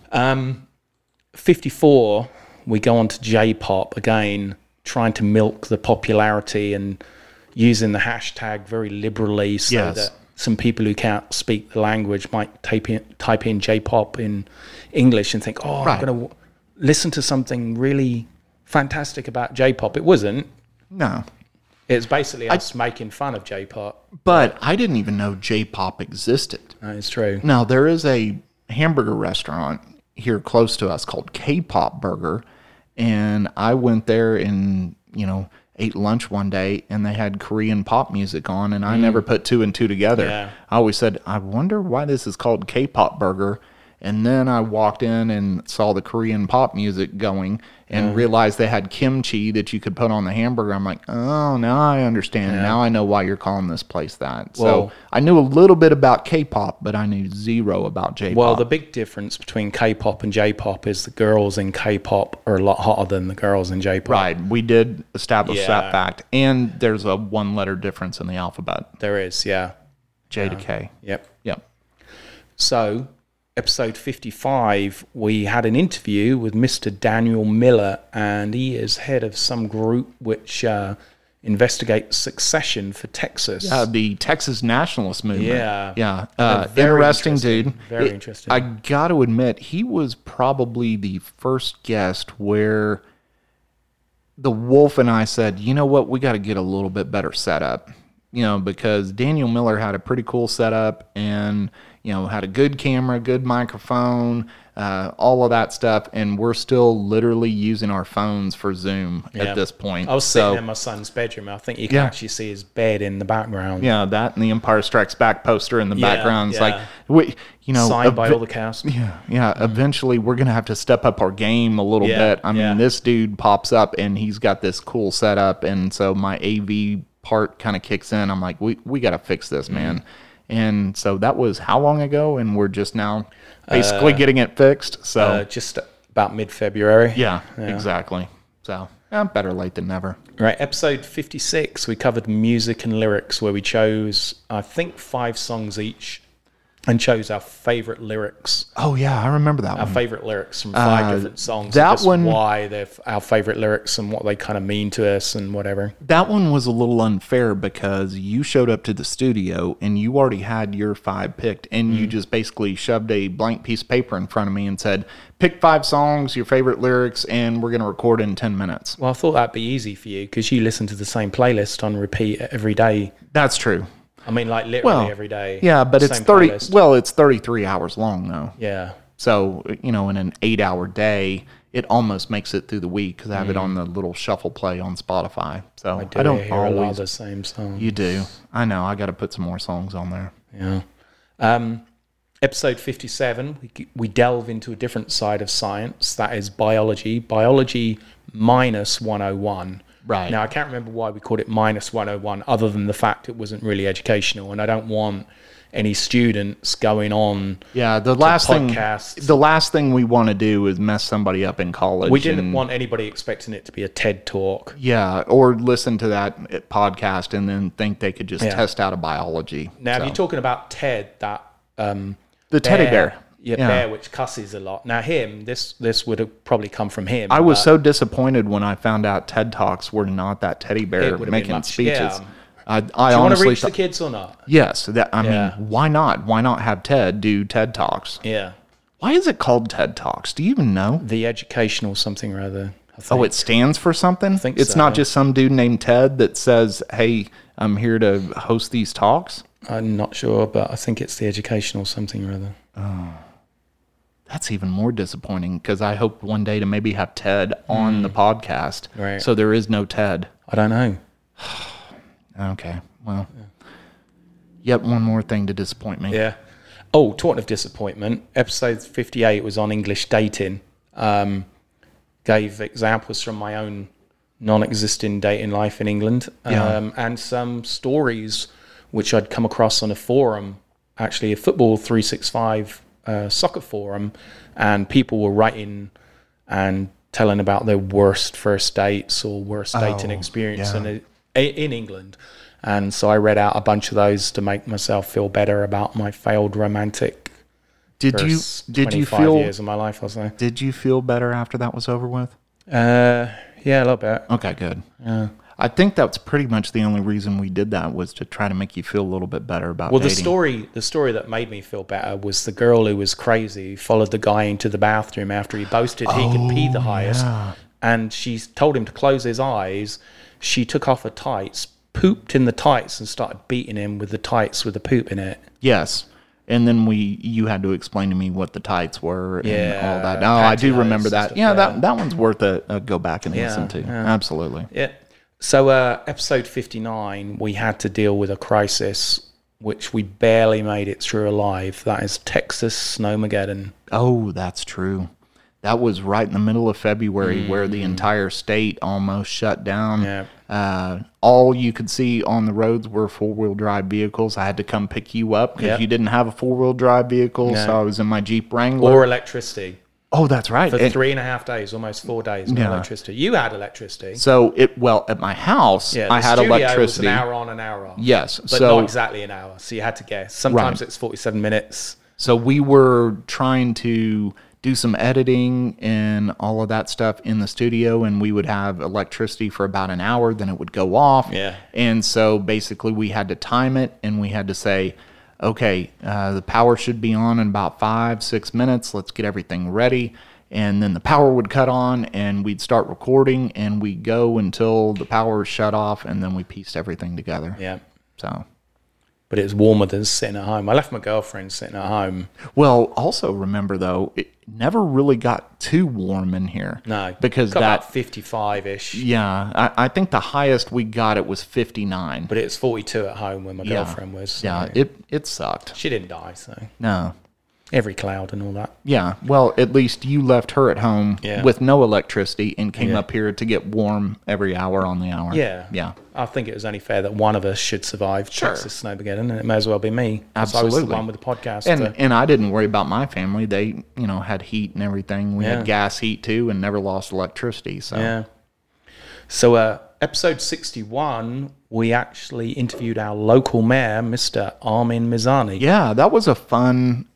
54, we go on to J pop again, trying to milk the popularity and using the hashtag very liberally so Yes. that some people who can't speak the language might type in, type in J pop in English and think, oh, Right. I'm going to listen to something really fantastic about J pop. It wasn't. No. It's basically us making fun of J pop. But I didn't even know J pop existed. That is true. Now, there is a hamburger restaurant here close to us called K-pop Burger, and I went there and you know ate lunch one day and they had Korean pop music on, and I never put two and two together. Mm. Yeah. I always said, I wonder why this is called K-pop Burger. And then I walked in and saw the Korean pop music going and realized they had kimchi that you could put on the hamburger. I'm like, oh, now I understand. Now I know why you're calling this place that. Well- so I knew a little bit about K-pop, but I knew zero about J-pop. Well, the big difference between K-pop and J-pop is the girls in K-pop are a lot hotter than the girls in J-pop. Right. We did establish Yeah. that fact. And there's a one letter difference in the alphabet There is, yeah. J to K. Yep. Yep. So, episode 55, we had an interview with Mr. Daniel Miller, and he is head of some group which uh, investigates succession for Texas. Uh, the Texas Nationalist movement. Yeah. Yeah. Uh, very interesting, interesting. dude. Very It- interesting. I got to admit, he was probably the first guest where the wolf and I said, you know what, we got to get a little bit better setup. You know, because Daniel Miller had a pretty cool setup and, you know, had a good camera, good microphone, uh, all of that stuff. And we're still literally using our phones for Zoom Yeah. at this point. I was sitting So- in my son's bedroom. I think you can Yeah. actually see his bed in the background. yeah, that and the Empire Strikes Back poster in the Yeah, background. It's yeah. like, we, you know, Signed by ev- all the cast. yeah, yeah. Eventually, we're gonna have to step up our game a little Yeah, bit. I mean, yeah. this dude pops up and he's got this cool setup, and so my AV part kind of kicks in. I'm like, we we gotta fix this, Mm-hmm. man. And so that was how long ago, and we're just now basically getting it fixed. So Uh, just about mid February. yeah, exactly. So yeah, better late than never. Right, episode 56, we covered music and lyrics where we chose, I think, five songs each and chose our favorite lyrics. Oh yeah, I remember that Our one. favorite lyrics from five different songs. Uh, that and just one- Why they're f- our favorite lyrics and what they kind of mean to us and whatever. That one was a little unfair because you showed up to the studio and you already had your five picked, and Mm. you just basically shoved a blank piece of paper in front of me and said, "Pick five songs, your favorite lyrics, and we're going to record in ten minutes." Well, I thought that'd be easy for you because you listen to the same playlist on repeat every day. That's true. I mean, like literally Well, every day. yeah, but it's same thirty. playlist. Well, it's thirty-three hours long though. yeah. So you know, in an eight-hour day, it almost makes it through the week because I have it on the little shuffle play on Spotify. So I, Mm. Do don't hear a lot of always. the same songs. You do. I know. I got to put some more songs on there. Yeah. Um, episode 57, we, g- we delve into a different side of science that is biology, biology minus 101. Right. Now, I can't remember why we called it minus 101, other than the fact it wasn't really educational. And I don't want any students going on. Yeah, the last thing podcasts. the last thing we want to do is mess somebody up in college. We didn't and- want anybody expecting it to be a TED talk. yeah, or listen to that uh, podcast and then think they could just Yeah. test out a biology. Now, So- if you're talking about TED, that. Um, the teddy bear. Yeah, bear which cusses a lot. Now, him, this this would have probably come from him. I was but- so disappointed when I found out TED Talks were not that teddy bear would've been making much- speeches. yeah. I, I Do you want to honestly reach the thought, kids or not? yes, that I Yeah. mean, why not? Why not have TED do TED Talks? Yeah. Why is it called TED Talks? Do you even know? the educational something rather. I think. Oh, it stands for something? think it's so, not yeah. just some dude named Ted that says, "Hey, I'm here to host these talks." I'm not sure, but I think it's the educational something rather. That's even more disappointing because I hope one day to maybe have Ted on the podcast. Hmm. Right. So there is no Ted. I don't know. Okay. Well. Yet one more thing to disappoint me. Yeah. Oh, talking of disappointment, episode 58 was on English dating. Um, gave examples from my own non-existing dating life in England, um, Yeah. and some stories which I'd come across on a forum, actually a football 365 uh, soccer forum, and people were writing and telling about their worst first dates or worst dating Oh, experience yeah. in, a, in England. And so I read out a bunch of those to make myself feel better about my failed romantic Did you first did you 25 feel years of my life, I'll say. did you feel better after that was over with? Uh, yeah, a little bit. Okay, good. Yeah. I think that's pretty much the only reason we did that was to try to make you feel a little bit better about Well, the dating. story the story that made me feel better was the girl who was crazy who followed the guy into the bathroom after he boasted he could pee the highest, and she told him to close his eyes. She took off her tights, pooped in the tights, and started beating him with the tights with the poop in it. Yes. and then we you had to explain to me what the tights were and Yeah, all that. Oh, I do pantyhose remember and that. stuff, yeah, yeah. that that one's worth a, a go back and listen to. yeah. Absolutely. Yeah. So, uh, episode 59, we had to deal with a crisis which we barely made it through alive. That is Texas Snowmageddon. Oh, that's true. That was right in the middle of February where the entire state almost shut down. Mm. Yeah. Uh, all you could see on the roads were four wheel drive vehicles. I had to come pick you up because Yeah. you didn't have a four wheel drive vehicle. So No. I was in my Jeep Wrangler. Or electricity oh, that's right. for And three and a half days, almost four days. No Yeah. electricity. You had electricity. so it, well, at my house, Yeah, I the had studio electricity. Was an hour on, an hour off. Yes, but so- not exactly an hour. So you had to guess. Sometimes it's forty-seven minutes. So we were trying to do some editing and all of that stuff in the studio, and we would have electricity for about an hour, then it would go off. Yeah. And so basically, we had to time it and we had to say, okay, uh, the power should be on in about five, six minutes. Let's get everything ready. And then the power would cut on and we'd start recording and we'd go until the power shut off and then we pieced everything together. Yeah, So. but it was warmer than sitting at home. I left my girlfriend sitting at home. Well, also remember though, it never really got too warm in here. No, because got that. about fifty-five-ish. yeah, I, I think the highest we got it was fifty nine. But it was forty-two at home when my yeah. girlfriend was. so Yeah, it it sucked. she didn't die. So No. every cloud and all that. Yeah. Well, at least you left her at home Yeah. with no electricity and came up here to get warm every hour on the hour. Yeah, Yeah. I think it was only fair that one of us should survive Texas Snowmageddon, and it may as well be me. 'cause I was Absolutely. the one with the podcast. And to- and I didn't worry about my family. They, you know, had heat and everything. We Yeah. had gas heat too and never lost electricity. So Yeah. So, uh, episode 61, we actually interviewed our local mayor, Mr. Armin Mizani. Yeah, that was a fun episode.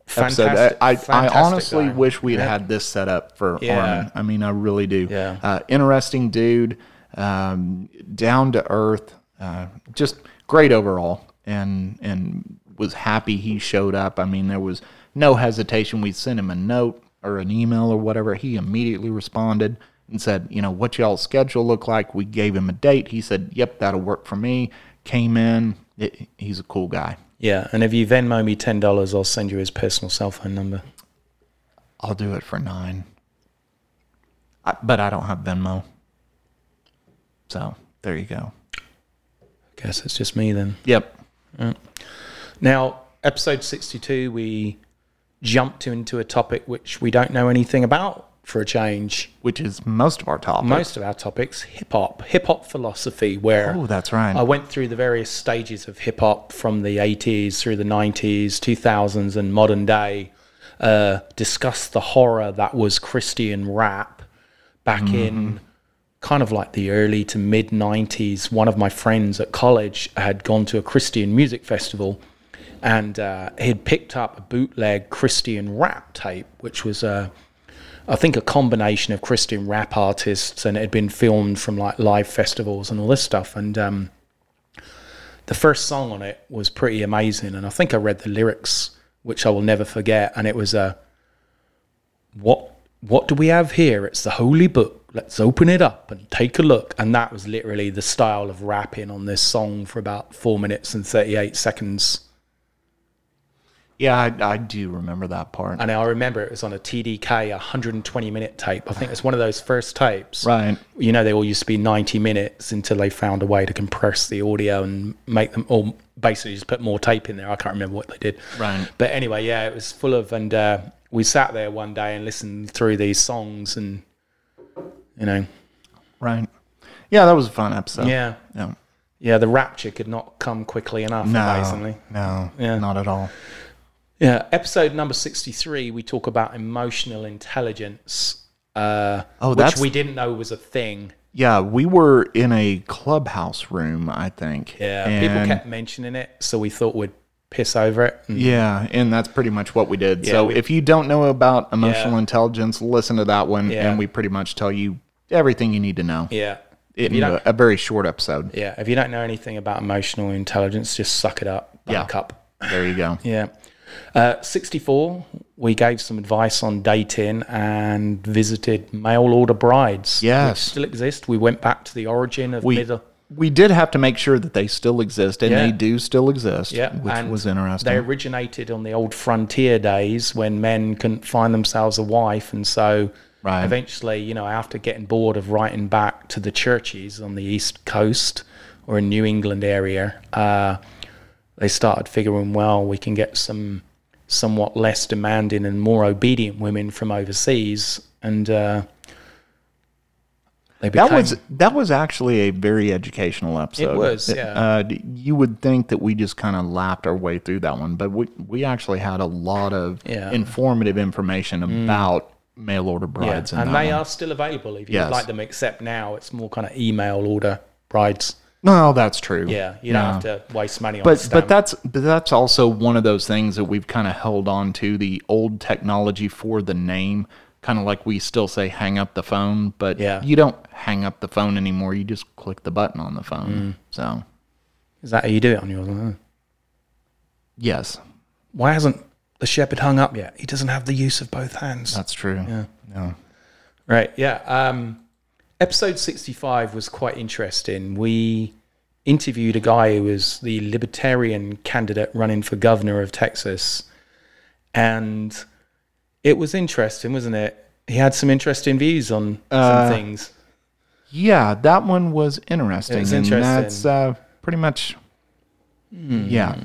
Fantastic- I, I, fantastic I honestly guy. wish we'd had this set up for Yeah. Armin. I mean, I really do. Yeah. Uh, interesting dude, um, down to earth, uh, just great overall, and and was happy he showed up. I mean, there was no hesitation. We sent him a note or an email or whatever. He immediately responded and said, you know, what y'all's schedule look like. We gave him a date. He said, yep, that'll work for me. Came in. It, he's a cool guy. Yeah, And if you Venmo me $10, I'll send you his personal cell phone number. I'll do it for nine. I, but I don't have Venmo. So there you go. Guess it's just me then. Yep. Now, episode 62, we jumped into a topic which we don't know anything about for a change. Which is most of our topics. Most of our topics hip hop, hip hop philosophy, where. Oh, that's right. I went through the various stages of hip hop from the 80s through the 90s, 2000s, and modern day. Uh, discussed the horror that was Christian rap back Mm-hmm. in kind of like the early to mid 90s. One of my friends at college had gone to a Christian music festival and uh, he'd picked up a bootleg Christian rap tape, which was uh, a. I think a combination of Christian rap artists, and it had been filmed from like live festivals and all this stuff. And um, the first song on it was pretty amazing. And I think I read the lyrics, which I will never forget. And it was a, uh, what what do we have here? It's the holy book. Let's open it up and take a look. And that was literally the style of rapping on this song for about four minutes and thirty eight seconds. yeah, I, I do remember that part. And I remember it was on a TDK 120 minute tape. I think it's one of those first tapes. right. you know, they all used to be 90 minutes until they found a way to compress the audio and make them all basically just put more tape in there. I can't remember what they did. Right. But anyway, yeah, it was full of, and uh, we sat there one day and listened through these songs and, you know, Right. Yeah, that was a fun episode. yeah. No. Yeah, the rapture could not come quickly enough, amazingly. No. No. Yeah. Not at all. Yeah, episode number 63, we talk about emotional intelligence, uh, Oh, which that's- we didn't know was a thing. Yeah, we were in a clubhouse room, I think. Yeah, And people kept mentioning it, so we thought we'd piss over it. and- Yeah, and that's pretty much what we did. so we- if you don't know about emotional Yeah. intelligence, listen to that one, Yeah. and we pretty much tell you everything you need to know. Yeah. in you a, don't- a very short episode. Yeah. If you don't know anything about emotional intelligence, just suck it up. Yeah. Back up. There you go. Yeah. Uh, 64, we gave some advice on dating and visited mail order brides. Yes. Which still exist. We went back to the origin of We middle. we did have to make sure that they still exist, and Yeah. they do still exist, Yeah, which and was They interesting. originated on the old frontier days when men couldn't find themselves a wife, and so Right. eventually, you know, after getting bored of writing back to the churches on the east coast or in New England area, uh, they started figuring, well, we can get some somewhat less demanding and more obedient women from overseas, and uh, they became that was that was actually a very educational episode. was, yeah. Uh, d- you would think that we just kind of lapped our way through that one, but we we actually had a lot of Yeah. Mm. informative information about mail order brides, and and they are still available if you'd Yes. like them. Except now it's more kind of email order brides. no, that's true. Yeah, you don't have to waste money on but stamp. but that's but that's also one of those things that we've kind of held on to the old technology for the name kind of like we still say hang up the phone but Yeah. you don't hang up the phone anymore you just click the button on the phone Mm. so is that how you do it on yours? huh? yes Why hasn't the shepherd hung up yet? He doesn't have the use of both hands. that's true yeah, Right. Yeah. Um, episode 65 was quite interesting. We interviewed a guy who was the libertarian candidate running for governor of Texas. And it was interesting, wasn't it? He had some interesting views on some things. that one was interesting It's and interesting. Hmm. that's uh, pretty much yeah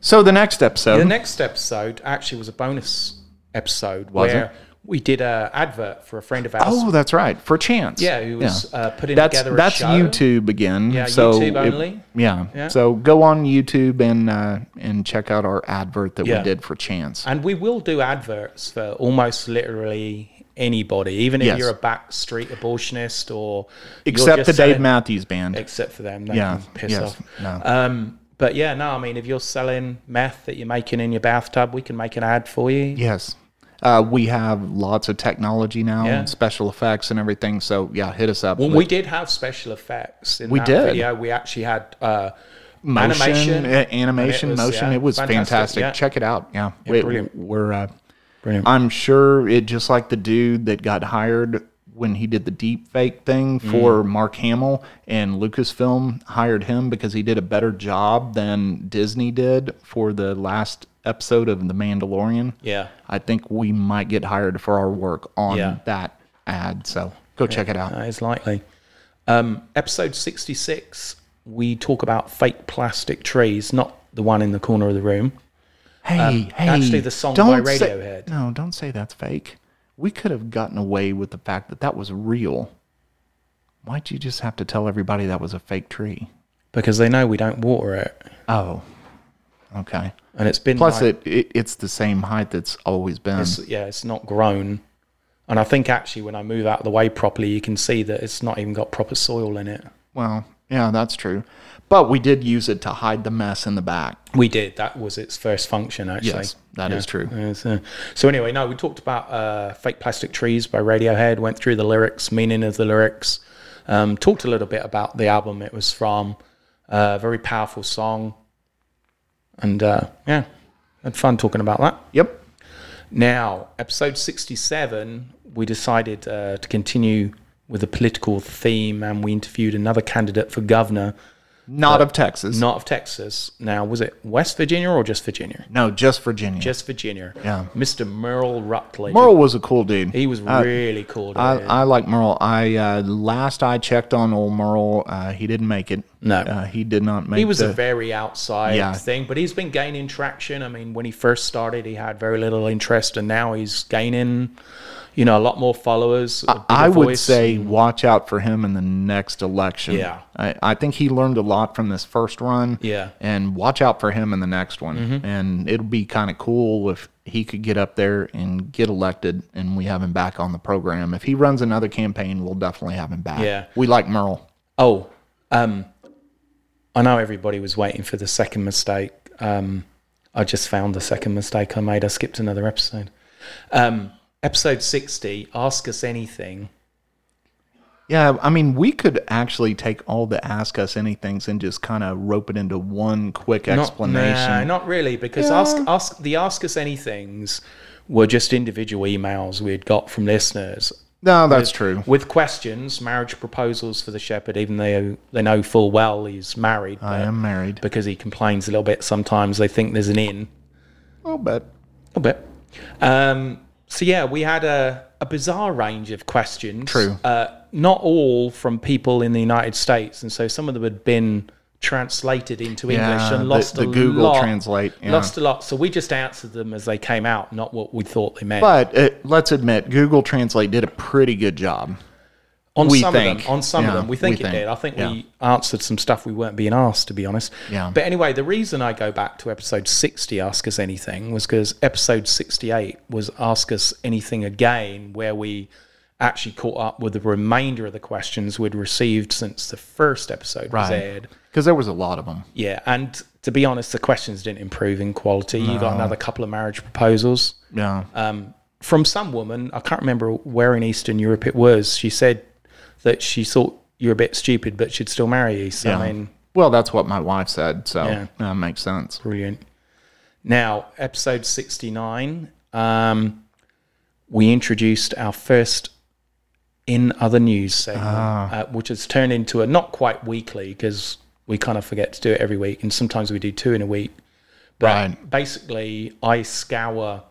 so the next episode The next episode actually was a bonus episode Was it? where we did a advert for a friend of ours. oh that's right for chance yeah, who was uh, putting that's together a that's show. YouTube again. Yeah, so YouTube it- only. yeah. Yeah. So go on YouTube and uh, and check out our advert that Yeah. Uh, we did for Chance. And we will do adverts for almost literally anybody, even if Yes. you're a backstreet abortionist or you're Except just the Dave selling- Matthews Band. Except for them, they yeah. yeah, piss yes. off. No. Um, but yeah, no, I mean, if you're selling meth that you're making in your bathtub, we can make an ad for you. yes. Uh, we have lots of technology now Yeah. and special effects and everything. So yeah, hit us up. Well, with we did have special effects in We that did. video. We actually had uh, motion, animation, uh, and animation, it was, motion. yeah, It was fantastic. yeah. Check it out. Yeah, We- brilliant. We're uh, Brilliant. I'm sure it just like the dude that got hired when he did the deep fake thing Mm. for Mark Hamill and Lucasfilm hired him because he did a better job than Disney did for the last episode of The Mandalorian. Yeah. I think we might get hired for our work on Yeah. that ad. So go check it out. That is likely. Um, episode 66, we talk about fake plastic trees, not the one in the corner of the room. Hey, hey. Um, actually, the song by say- Radiohead. no, don't say that's fake. We could have gotten away with the fact that that was real. Why'd you just have to tell everybody that was a fake tree? because they know we don't water it, Oh, okay. and it's been Plus, like, it, it it's the same height that's always been. it's- yeah, it's not grown. And I think actually, when I move out of the way properly, you can see that it's not even got proper soil in it. well, yeah, that's true. But we did use it to hide the mess in the back. We did. That was its first function, actually. Yes, that is true. Yeah, so, so anyway, no, we talked about uh, "Fake Plastic Trees" by Radiohead. Went through the lyrics, meaning of the lyrics. Um, talked a little bit about the album it was from. Uh, very powerful song, and uh, yeah, had fun talking about that. Yep. Now, episode 67, we decided uh, to continue with a political theme and we interviewed another candidate for governor, Not of Texas. not of Texas. Now, was it West Virginia or just Virginia? No, just Virginia. Just Virginia. Yeah. Mr. Merle Rutledge. Merle was a cool dude. Uh, He was really cool. I, dude. I like Merle. I uh, last I checked on old Merle, uh, he didn't make it. No. uh, he did not make. he was the, a very outside Yeah. thing, but he's been gaining traction. I mean, when he first started, he had very little interest, and now he's gaining, you know, a lot more followers. a bigger I would voice. say watch out for him in the next election. Yeah. I, I think he learned a lot from this first run. Yeah. Mm-hmm. And watch out for him in the next one. And it'll be kind of cool if he could get up there and get elected and we have him back on the program. If he runs another campaign, we'll definitely have him back. Yeah. We like Merle. Oh, um, I know everybody was waiting for the second mistake. Um, I just found the second mistake I made. I skipped another episode. Um, episode 60, Ask Us Anything. Yeah, I mean, we could actually take all the ask us anythings and just kind of rope it into one quick explanation. Not, nah, not really, because ask, ask the Ask Us Anythings were just individual emails we'd got from listeners. No, that's true. with questions, marriage proposals for the shepherd, even though they know full well he's married. I but am married. Because he complains a little bit sometimes, they think there's an in. I'll bet. A little bit. Um, so yeah, we had a, a bizarre range of questions. True. Uh, not all from people in the United States, and so some of them had been translated into English Yeah, and lost the- the a Google lot- Translate, yeah. Lost a lot. So we just answered them as they came out, not what we thought they meant. But uh let's admit, Google Translate did a pretty good job. on we some of think. them, on some Yeah, of them, we think we it think. did. I think Yeah. we answered some stuff we weren't being asked, to be honest. Yeah. But anyway, the reason I go back to episode sixty, ask us anything, was because episode sixty-eight was ask us anything again, where we actually caught up with the remainder of the questions we'd received since the first episode was aired. Because there was a lot of them. Yeah, and to be honest, the questions didn't improve in quality. You got another couple of marriage proposals Yeah. um, from some woman. I can't remember where in Eastern Europe it was. She said that she thought you're a bit stupid, but she'd still marry you. So, I mean, well, that's what my wife said, so Yeah. that makes sense. brilliant. Now, episode 69, um, we introduced our first in other news segment, uh, which has turned into a not quite weekly because we kind of forget to do it every week. And sometimes we do two in a week. But Right. basically, I scour,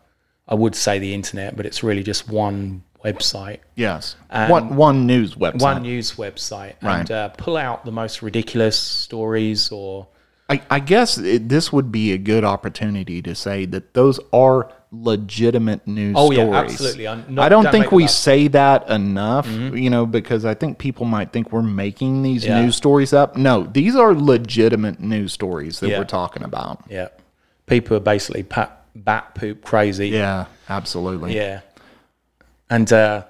I would say the internet, but it's really just one website Yes. one one news website. Um, one news website and Right. uh, pull out the most ridiculous stories or I, I guess it, this would be a good opportunity to say that those are legitimate news Oh, stories. yeah, absolutely. I'm not- I don't, don't think make them we up. say that enough, you know, because I think people might think we're making these Mm-hmm. Yeah. news stories up. No, these are legitimate news stories that Yeah. we're talking about. yeah people are basically pat, bat poop crazy Yeah, absolutely. Yeah. and uh,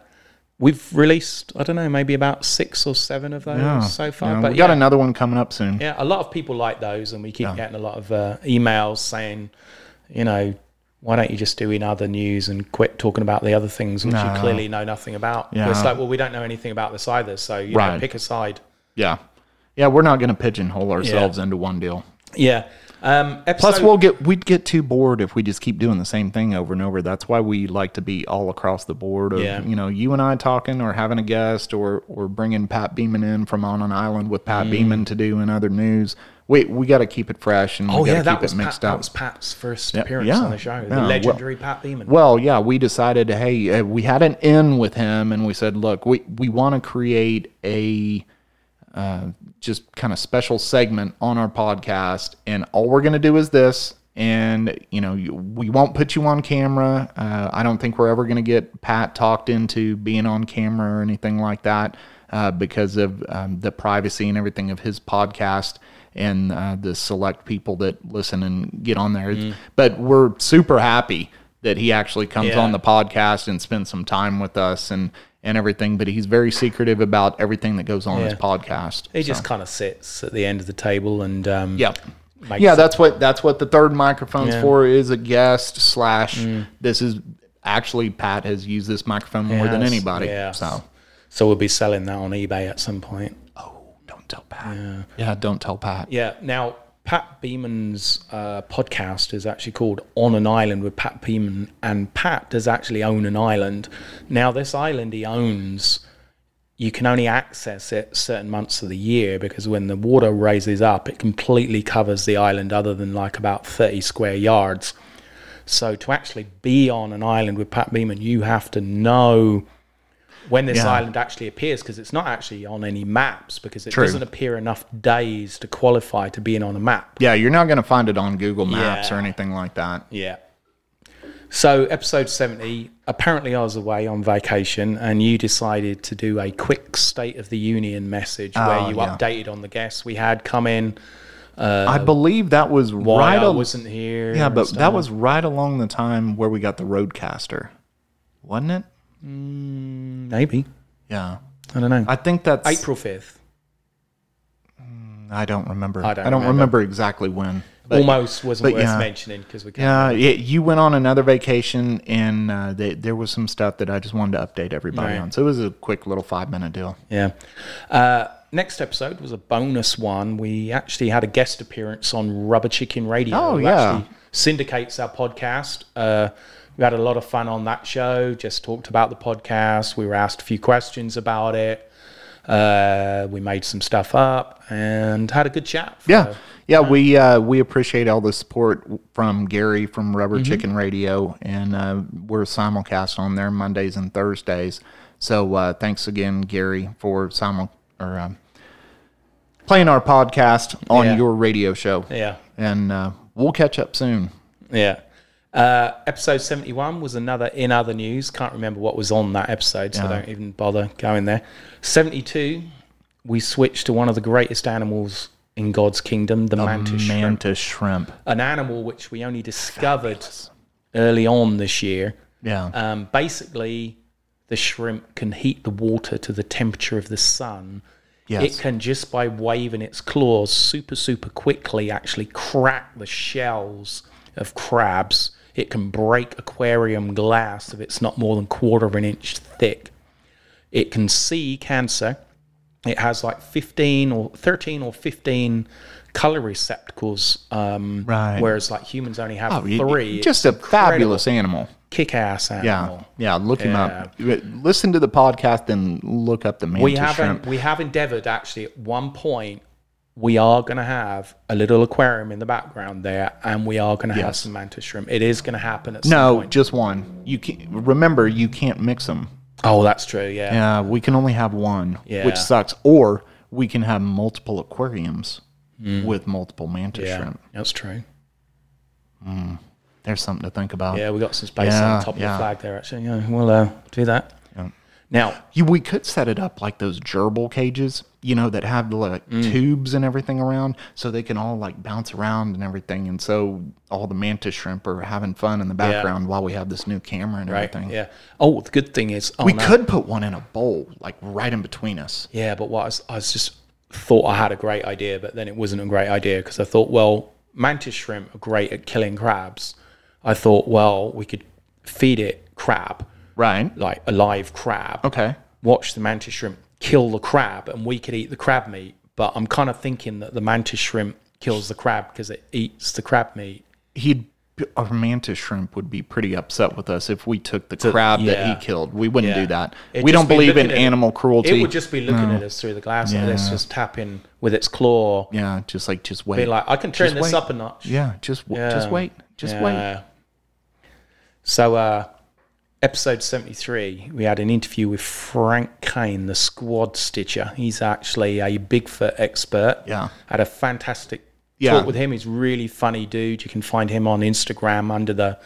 we've released i don't know maybe about six or seven of those so far You know, but we got yeah, another one coming up soon. yeah a lot of people like those and we keep getting a lot of uh, emails saying you know why don't you just do in other news and quit talking about the other things which you clearly know nothing about? Yeah. It's like, well, we don't know anything about this either. So, you know, Right. pick a side. Yeah. Yeah, we're not going to pigeonhole ourselves into one deal. Yeah. Um, Plus, episode- we'll get we'd get too bored if we just keep doing the same thing over and over. That's why we like to be all across the board. Of, Yeah. You know, you and I talking, or having a guest, or or bringing Pat Beeman in from on an island with Mm. Pat Beeman to do in other news. We we got to keep it fresh and Oh we got yeah, to that keep was it mixed Pat, that up. was Pat's first appearance yeah, on the show, yeah, the well- legendary Pat Beeman. Well, yeah, we decided, hey, uh, we had an in with him, and we said, look, we, we want to create a uh, just kind of special segment on our podcast, and all we're going to do is this. And you know, you, we won't put you on camera. Uh, I don't think we're ever going to get Pat talked into being on camera or anything like that uh, because of um, the privacy and everything of his podcast and uh, the select people that listen and get on there. Mm. But we're super happy that he actually comes Yeah. on the podcast and spends some time with us and and everything. But he's very secretive about everything that goes on his Yeah. podcast. he just kind of sits at the end of the table and um, Yep. makes yeah, that's what that's what the third microphone's Yeah. Mm. for is a guest slash. This is actually Pat has used this microphone more than Yes, anybody. yes. So So we'll be selling that on eBay at some point. oh, don't tell Pat. Yeah, don't tell Pat. Yeah. Now Pat Beeman's uh, podcast is actually called On an Island with Pat Beeman, and Pat does actually own an island. Now this island he owns. You can only access it certain months of the year because when the water raises up, it completely covers the island, other than like about 30 square yards. So to actually be on an island with Pat Beeman, you have to know when this Yeah. island actually appears because it's not actually on any maps because it True. doesn't appear enough days to qualify to being on a map. Yeah, you're not going to find it on Google Maps Yeah. or anything like that. Yeah. So episode 70, apparently I was away on vacation and you decided to do a quick state of the union message where you Ah, yeah. updated on the guests we had come in, I believe that was why right. I al- wasn't here. yeah, and but stuff. that was right along the time where we got the Roadcaster, wasn't it? maybe. Yeah, I don't know. I think that's. April 5th. I don't remember. I don't don't remember, remember. exactly when. Almost wasn't but worth yeah. mentioning because we can't. Uh, Yeah, yeah, you went on another vacation, and uh, they, there was some stuff that I just wanted to update everybody Right. on. So it was a quick little five minute deal. Yeah. Uh, next episode was a bonus one. We actually had a guest appearance on Rubber Chicken Radio. Oh, who yeah. actually syndicates our podcast. Uh, we had a lot of fun on that show, just talked about the podcast. We were asked a few questions about it. Uh, we made some stuff up and had a good chat. for- Yeah. Yeah, we uh, we appreciate all the support from Gary from Rubber Mm-hmm. Chicken Radio, and uh, we're simulcast on there Mondays and Thursdays. So uh, thanks again, Gary, for simul or um, playing our podcast on Yeah. your radio show. Yeah. and uh, we'll catch up soon. Yeah. Uh, episode 71 was another in other news. Can't remember what was on that episode, so don't even bother going there. 72, we switched to one of the greatest animals in God's kingdom, the mantis shrimp. Manta shrimp. An animal which we only discovered early on this year. Yeah. Um, basically, the shrimp can heat the water to the temperature of the sun. Yes. It can just by waving its claws super, super quickly actually crack the shells of crabs. It can break aquarium glass if it's not more than quarter of an inch thick. It can see cancer. It has like 15 or 13 or 15 color receptacles, um, Right. whereas like humans only have Oh, three. you- It's just a incredible. fabulous animal. kick-ass Yeah, animal. yeah. Look him up. Listen to the podcast and look up the manta we haven't shrimp. we have endeavored actually at one point we are going to have a little aquarium in the background there and we are going to have some mantis shrimp it is going to happen at some No, point just one. You can remember you can't mix them. oh that's true yeah yeah, Uh, we can only have one, Yeah. which sucks. Or we can have multiple aquariums with multiple mantis shrimp. that's true There's something to think about. yeah we got some space Yeah, on top of yeah. the flag there actually yeah we'll uh, do that now You, we could set it up like those gerbil cages, you know, that have the like Mm. tubes and everything around, so they can all like bounce around and everything. And so all the mantis shrimp are having fun in the background while we have this new camera and right everything. yeah oh the good thing is oh, We no. could put one in a bowl, like right in between us. Yeah, but what I was, I was just thought I had a great idea, but then it wasn't a great idea because I thought, well, mantis shrimp are great at killing crabs. I thought, well, we could feed it crab, Right. like a live crab. Okay. Watch the mantis shrimp kill the crab, and we could eat the crab meat. But I'm kind of thinking that the mantis shrimp kills the crab because it eats the crab meat. he'd our mantis shrimp would be pretty upset with us if we took the crab yeah. that he killed. We wouldn't Yeah. do that. It'd we just don't be believe in looking at- animal cruelty. It would just be looking at us through the glass and it's just tapping with its claw. yeah, just like just wait. Be like, I can turn Just this wait. up a notch. yeah, just w just Yeah. wait, just wait. Yeah. Uh, So, uh, episode 73, we had an interview with Frank Kane, the squad stitcher. He's actually a Bigfoot expert. Yeah. Had a fantastic Yeah. talk with him. He's a really funny dude. You can find him on Instagram under the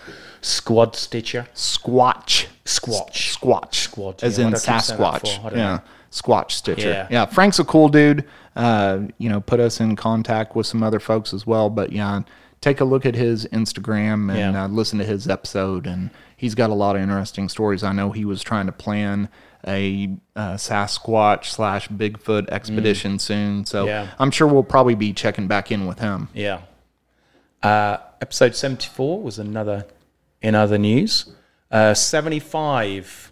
squad stitcher. Squatch, Squatch. squatch, Squatch, as yeah, in what do I keep saying that for? I Sasquatch. don't Yeah, know. Squatch Stitcher. Yeah. Yeah. Frank's a cool dude. Uh, you know, put us in contact with some other folks as well. But yeah, take a look at his Instagram and Yeah. uh, listen to his episode. And he's got a lot of interesting stories. I know he was trying to plan a uh, Sasquatch slash Bigfoot expedition soon. So Mm. Yeah. I'm sure we'll probably be checking back in with him. Yeah. Uh, episode 74 was another in other news. Uh, 75,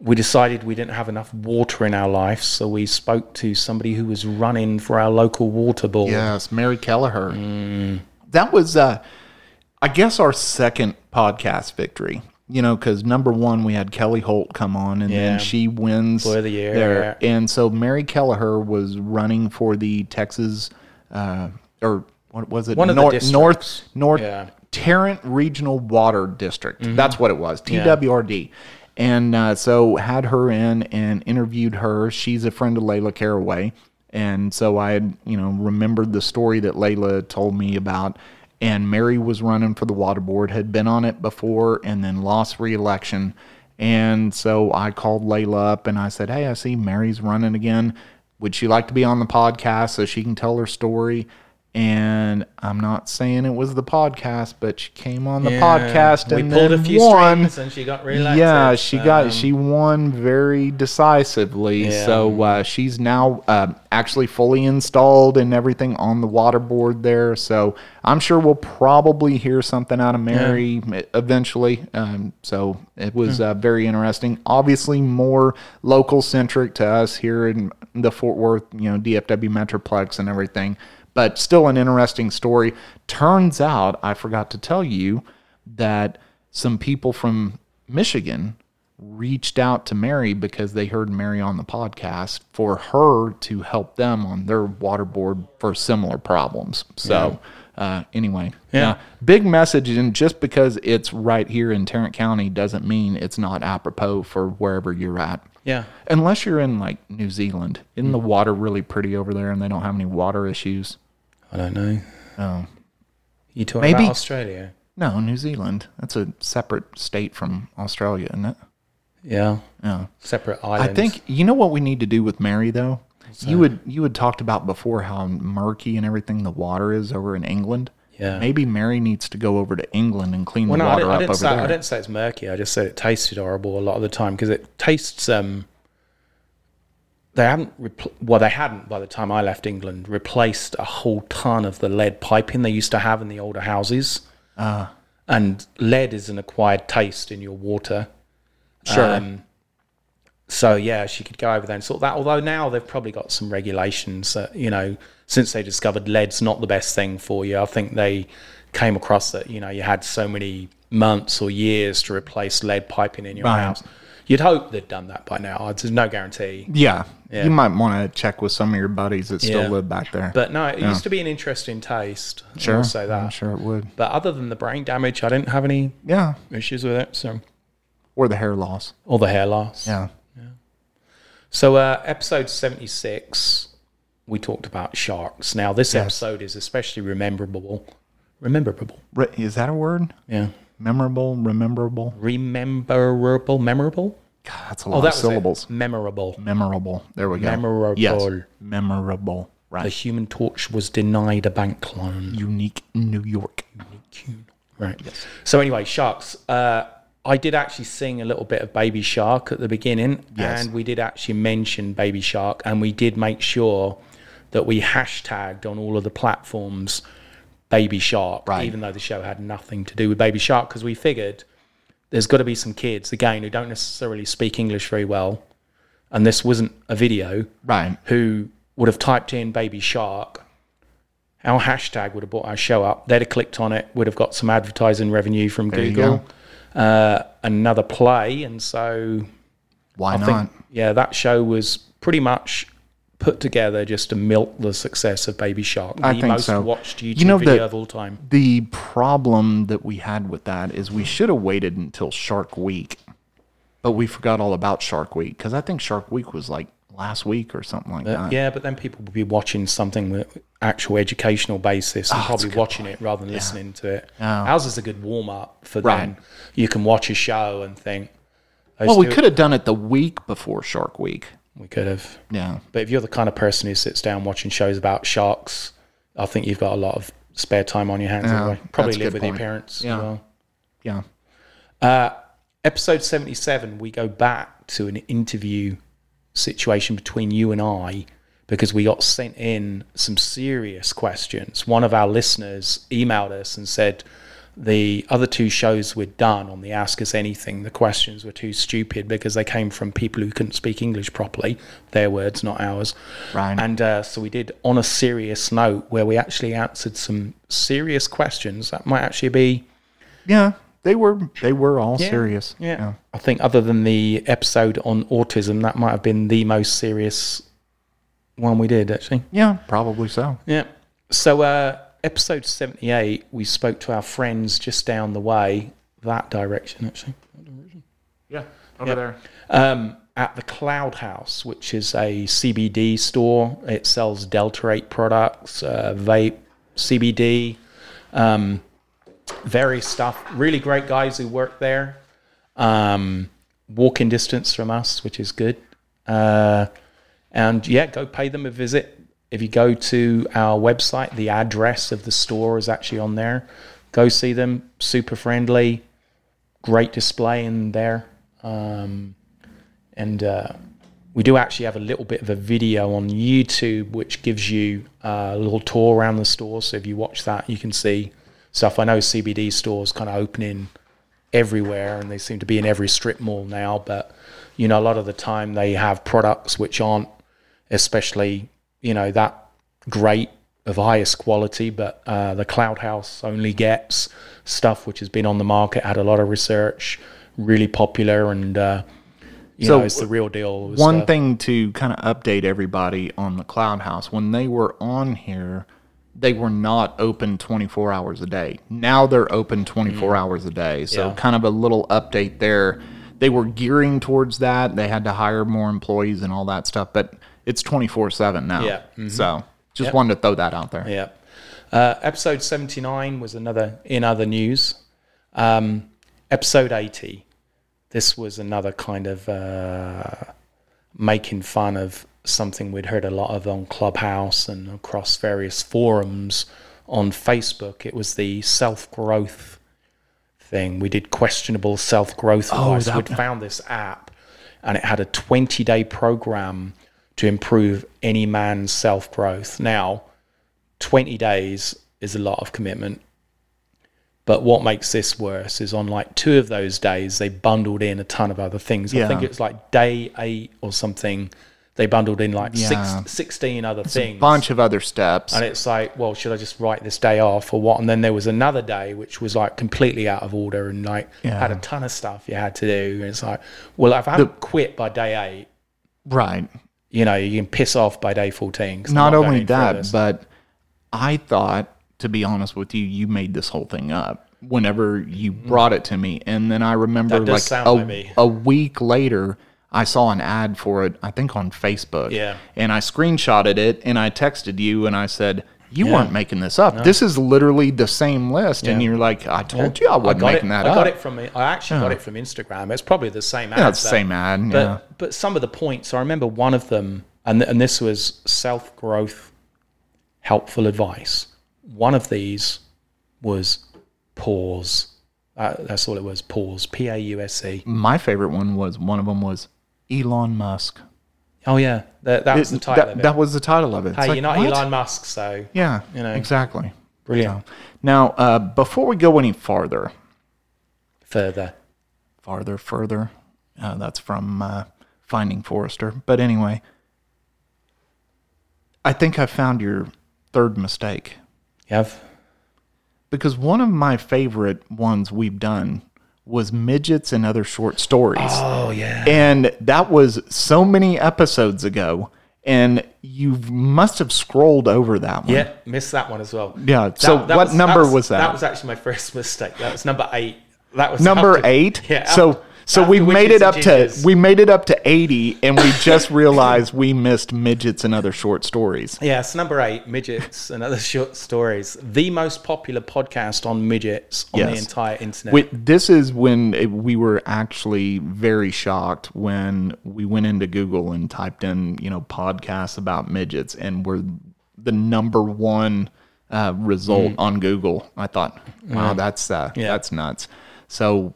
we decided we didn't have enough water in our life, so we spoke to somebody who was running for our local water board. Yes, Mary Kelleher. Mm. That was, uh, I guess, our second podcast victory. You know, because number one, we had Kelly Holt come on, and Yeah. then she wins Boy of the year. there. And so Mary Kelleher was running for the Texas, uh, or what was it? One of the North, districts. North, North Yeah. Tarrant Regional Water District. That's what it was, TWRD. And uh, so had her in and interviewed her. She's a friend of Layla Caraway. And so I had, you know, remembered the story that Layla told me about. And Mary was running for the water board, had been on it before and then lost reelection. And so I called Layla up and I said, Hey, I see Mary's running again. Would she like to be on the podcast so she can tell her story? And I'm not saying it was the podcast, but she came on the Yeah. podcast we and pulled a then few won. strings and she got really Yeah, she got she won very decisively. Yeah. So uh, she's now uh, actually fully installed and everything on the water board there. So I'm sure we'll probably hear something out of Mary e, eventually. Um, so it was uh, very interesting. Obviously, more local centric to us here in the Fort Worth, you know, DFW Metroplex and everything. but still an interesting story. Turns out, I forgot to tell you that some people from Michigan reached out to Mary because they heard Mary on the podcast for her to help them on their water board for similar problems. So, uh, anyway, yeah. big message. And just because it's right here in Tarrant County doesn't mean it's not apropos for wherever you're at. Yeah. Unless you're in like New Zealand, isn't the water really pretty over there, and they don't have any water issues? I don't know. You talking Maybe- about Australia? No, New Zealand. That's a separate state from Australia, isn't it? Yeah. Yeah. Separate I islands. think you know what we need to do with Mary though. You would you had talked about before how murky and everything the water is over in England. Yeah. Maybe Mary needs to go over to England and clean Well, the no, I water didn't, I up didn't over say, I there. didn't say it's murky. I just said it tasted horrible a lot of the time because it tastes. Um, they haven't. Repl- well, they hadn't by the time I left England replaced a whole ton of the lead piping they used to have in the older houses. Ah. and lead is an acquired taste in your water. Sure. Um, So yeah, she could go over there and sort that. Although now they've probably got some regulations that you know, since they discovered lead's not the best thing for you. I think they came across that you know you had so many months or years to replace lead piping in your Right. house. You'd hope they'd done that by now. There's no guarantee. yeah. You might want to check with some of your buddies that still Yeah. live back there. But no, it used to be an interesting taste. sure, I'll say I'm that. sure it would. But other than the brain damage, I didn't have any Yeah. issues with it. So Or the hair loss. or the hair loss. Yeah. So, uh, episode 76, we talked about sharks. Now, this episode is especially rememberable. Rememberable. Re- is that a word? Yeah. Memorable, rememberable. Rememberable. Memorable? God, that's a lot of Oh, was it. syllables. Memorable. Memorable. There we go. Memorable. Yes. Memorable. The Right. human torch was denied a bank loan. Unique New York. Right. So, anyway, sharks. Uh, I did actually sing a little bit of Baby Shark at the beginning, Yes. and we did actually mention Baby Shark, and we did make sure that we hashtagged on all of the platforms Baby Shark, Right. even though the show had nothing to do with Baby Shark, because we figured there's got to be some kids, again, who don't necessarily speak English very well, and this wasn't a video, Right. who would have typed in baby shark, our hashtag would have brought our show up. They'd have clicked on it, would have got some advertising revenue from you Google, uh, another play. And so Why I not? think, yeah, that show was pretty much put together just to milk the success of Baby Shark, the I think most so. watched You YouTube know, video the- of all time. The problem that we had with that is we should have waited until Shark Week, but we forgot all about Shark Week because I think Shark Week was like last week or something like that. Yeah, but then people would be watching something with actual educational basis Oh, and probably watching it rather than listening to it. Ours is a good warm up for them. Right. You can watch a show and think. those Well, we two- could have done it the week before Shark Week. We could have. Yeah. But if you're the kind of person who sits down watching shows about sharks, I think you've got a lot of spare time on your hands. anyway. Probably that's a live good with your point. parents Yeah. as well. Yeah. Episode 77, we go back to an interview situation between you and I because we got sent in some serious questions. One of our listeners emailed us and said, the other two shows we'd done on the Ask Us Anything, the questions were too stupid because they came from people who couldn't speak English properly, their words, not ours. Right. And uh, so we did on a serious note where we actually answered some serious questions that might actually be Yeah. They were they were all serious. Yeah. I think other than the episode on autism, that might have been the most serious one we did actually. Yeah, probably so. Yeah. So uh, episode seventy-eight, we spoke to our friends just down the way, that direction actually. Yeah. Over there. um, at the Cloud House, which is a CBD store. It sells Delta 8 products, uh, vape, CBD, um, various stuff. Really great guys who work there. Um, walking distance from us, which is good. Uh, and yeah, go pay them a visit. If you go to our website, the address of the store is actually on there. Go see them. Super friendly. Great display in there. Um, and uh, we do actually have a little bit of a video on YouTube which gives you uh, a little tour around the store. So if you watch that, you can see stuff. I know CBD stores kind of opening everywhere, and they seem to be in every strip mall now. But you know, a lot of the time they have products which aren't especially you know that great of highest quality, but uh, the Cloud House only gets stuff which has been on the market, had a lot of research, really popular, and uh, you So, know it's the real deal. It was, One uh, thing to kind of update everybody on the Cloud House when they were on here, they were not open 24 hours a day. Now they're open 24 hours a day. So, Mm. Yeah. kind of a little update there. They were gearing towards that. They had to hire more employees and all that stuff, but it's 24 7 now. Yeah. Mm-hmm. So, just wanted to throw that out there. Yeah. Uh, episode 79 was another in other news. Um, episode 80, this was another kind of uh, making fun of something we'd heard a lot of on Clubhouse and across various forums on Facebook. It was the self growth thing. We did questionable self growth Oh, advice. We'd found this app and it had a 20 day program to improve any man's self growth. Now, 20 days is a lot of commitment. But what makes this worse is on like two of those days, they bundled in a ton of other things. I Yeah. think it's like day eight or something. They bundled in like Yeah. six, 16 other things. Bunch of other steps. And it's like, well, should I just write this day off or what? And then there was another day which was like completely out of order and like Yeah. had a ton of stuff you had to do. And it's like, well, if I haven't quit by day eight, Right. you know, you can piss off by day 14. 'cause I'm Not going only any further. that, but I thought, to be honest with you, you made this whole thing up whenever you brought it to me. And then I remember Mm-hmm. That does like sound a, like me. a week later, I saw an ad for it, I think on Facebook. Yeah. And I screenshotted it and I texted you and I said, You weren't making this up. This is literally the same list. And you're like, I told you I I wasn't got making it. that I up. got it from. I actually got it from Instagram. It's probably the same ad. Yeah, it's the but- same ad. But yeah. but some of the points I remember one of them, and and this was self growth, helpful advice. One of these was pause. Uh, that's all it was. Pause. P a u s e. My favorite one was one of them was Elon Musk. Oh yeah, that, that was the It- title that, of it. that was the title of it. It's hey, like, you're not what? Elon Musk, so Yeah, You know. exactly. brilliant. Now, uh, before we go any farther, Further. farther, further, uh, that's from uh, Finding Forrester. But anyway, I think I found your third mistake You have. because one of my favorite ones we've done was midgets and other short stories. Oh yeah. And that was so many episodes ago. And you must have scrolled over that one. Yeah, missed that one as well. Yeah, so what number was that? That was actually my first mistake. That was number eight. That was number after- eight. Yeah. So after- so after we made Witches it and up to Gingers. we made it up to eighty, and we just realized we missed midgets and other short stories. Yeah, it's number eight, midgets and other short stories. The most popular podcast on midgets on the Yes. entire internet. We, this is when it, we were actually very shocked when we went into Google and typed in you know podcasts about midgets, and were the number one uh, Mm. result on Google. I thought, wow, that's uh, that's nuts. So.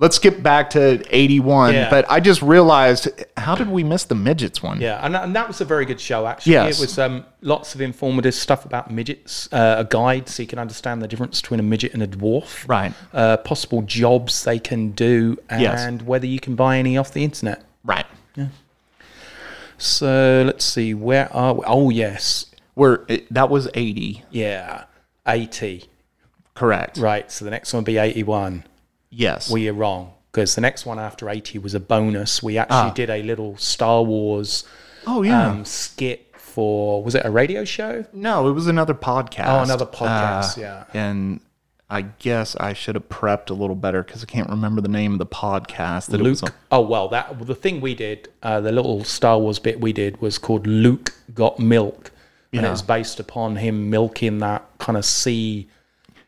Let's skip back to 81, Yeah. but I just realized how did we miss the midgets one? yeah, and that, and that was a very good show actually. Yes. It was um, lots of informative stuff about midgets, uh, a guide so you can understand the difference between a midget and a dwarf. Right. Uh, possible jobs they can do and Yes. whether you can buy any off the internet. Right. So let's see, where are we? Oh yes. Where it, that was 80, Yeah. Eighty. correct? Right. So the next one would be eighty one. Yes. Well, you're wrong because the next one after 80 was a bonus. We actually did a little Star Wars oh Ah. yeah. um, skit for was it a radio show? no, it was another podcast. Uh, Oh, another podcast, yeah. And I guess I should have prepped a little better because I can't remember the name of the podcast. That It was on. Oh well, that well, the thing we did, uh, the little Star Wars bit we did was called Luke Got Milk, and it Yeah. was based upon him milking that kind of sea.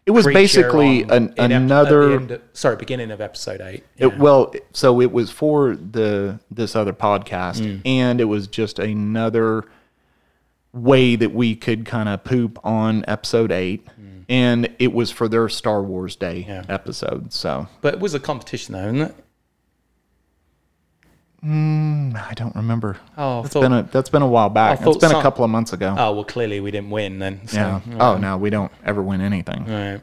It was creature basically on- an, in ep- at the another. end of- sorry, beginning of episode eight. It, well, so it was for the this other podcast, Mm. and it was just another way that we could kind of poop on episode eight, Mm. and it was for their Star Wars Day episode. So But it was a competition though, isn't it? I don't remember. Oh, I that's thought- been a that's been a while back. It's thought been Oh, some- a couple of months ago. Oh well, clearly we didn't win then. So. yeah. Oh no, we don't ever win anything. Right.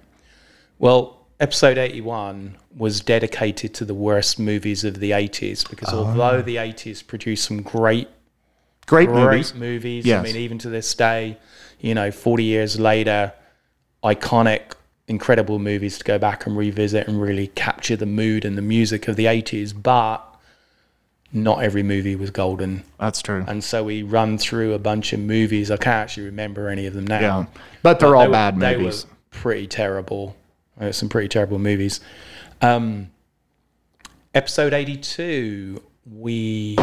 Well, episode 81 was Ah. dedicated to the worst movies of the 80s because although the 80s produced some great Great, great movies. movies. Yes. I mean, even to this day, you know, 40 years later, iconic, incredible movies to go back and revisit and really capture the mood and the music of the 80s. But not every movie was golden. That's true. And so we run through a bunch of movies. I can't actually remember any of them now. Yeah. But they're all They were- bad they were movies. pretty terrible. Uh, some pretty terrible movies. Um, episode 82, we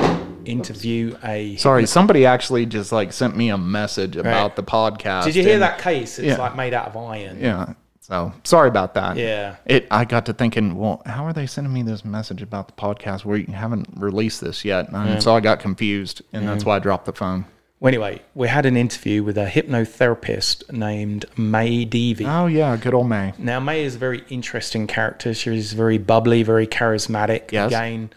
interview a. Sorry, somebody actually just like sent me a message about the podcast. Did you hear and- that case? It's Yeah. like made out of iron. Yeah. So sorry about that. Yeah. It. I got to thinking. Well, how are they sending me this message about the podcast where you haven't released this yet? And so I got confused, and that's Mm-hmm. why I dropped the phone. Well, anyway, we had an interview with a hypnotherapist named May Devi. Oh yeah, good old May. Now, May is a very interesting character. She's very bubbly, very charismatic. Yes. Again,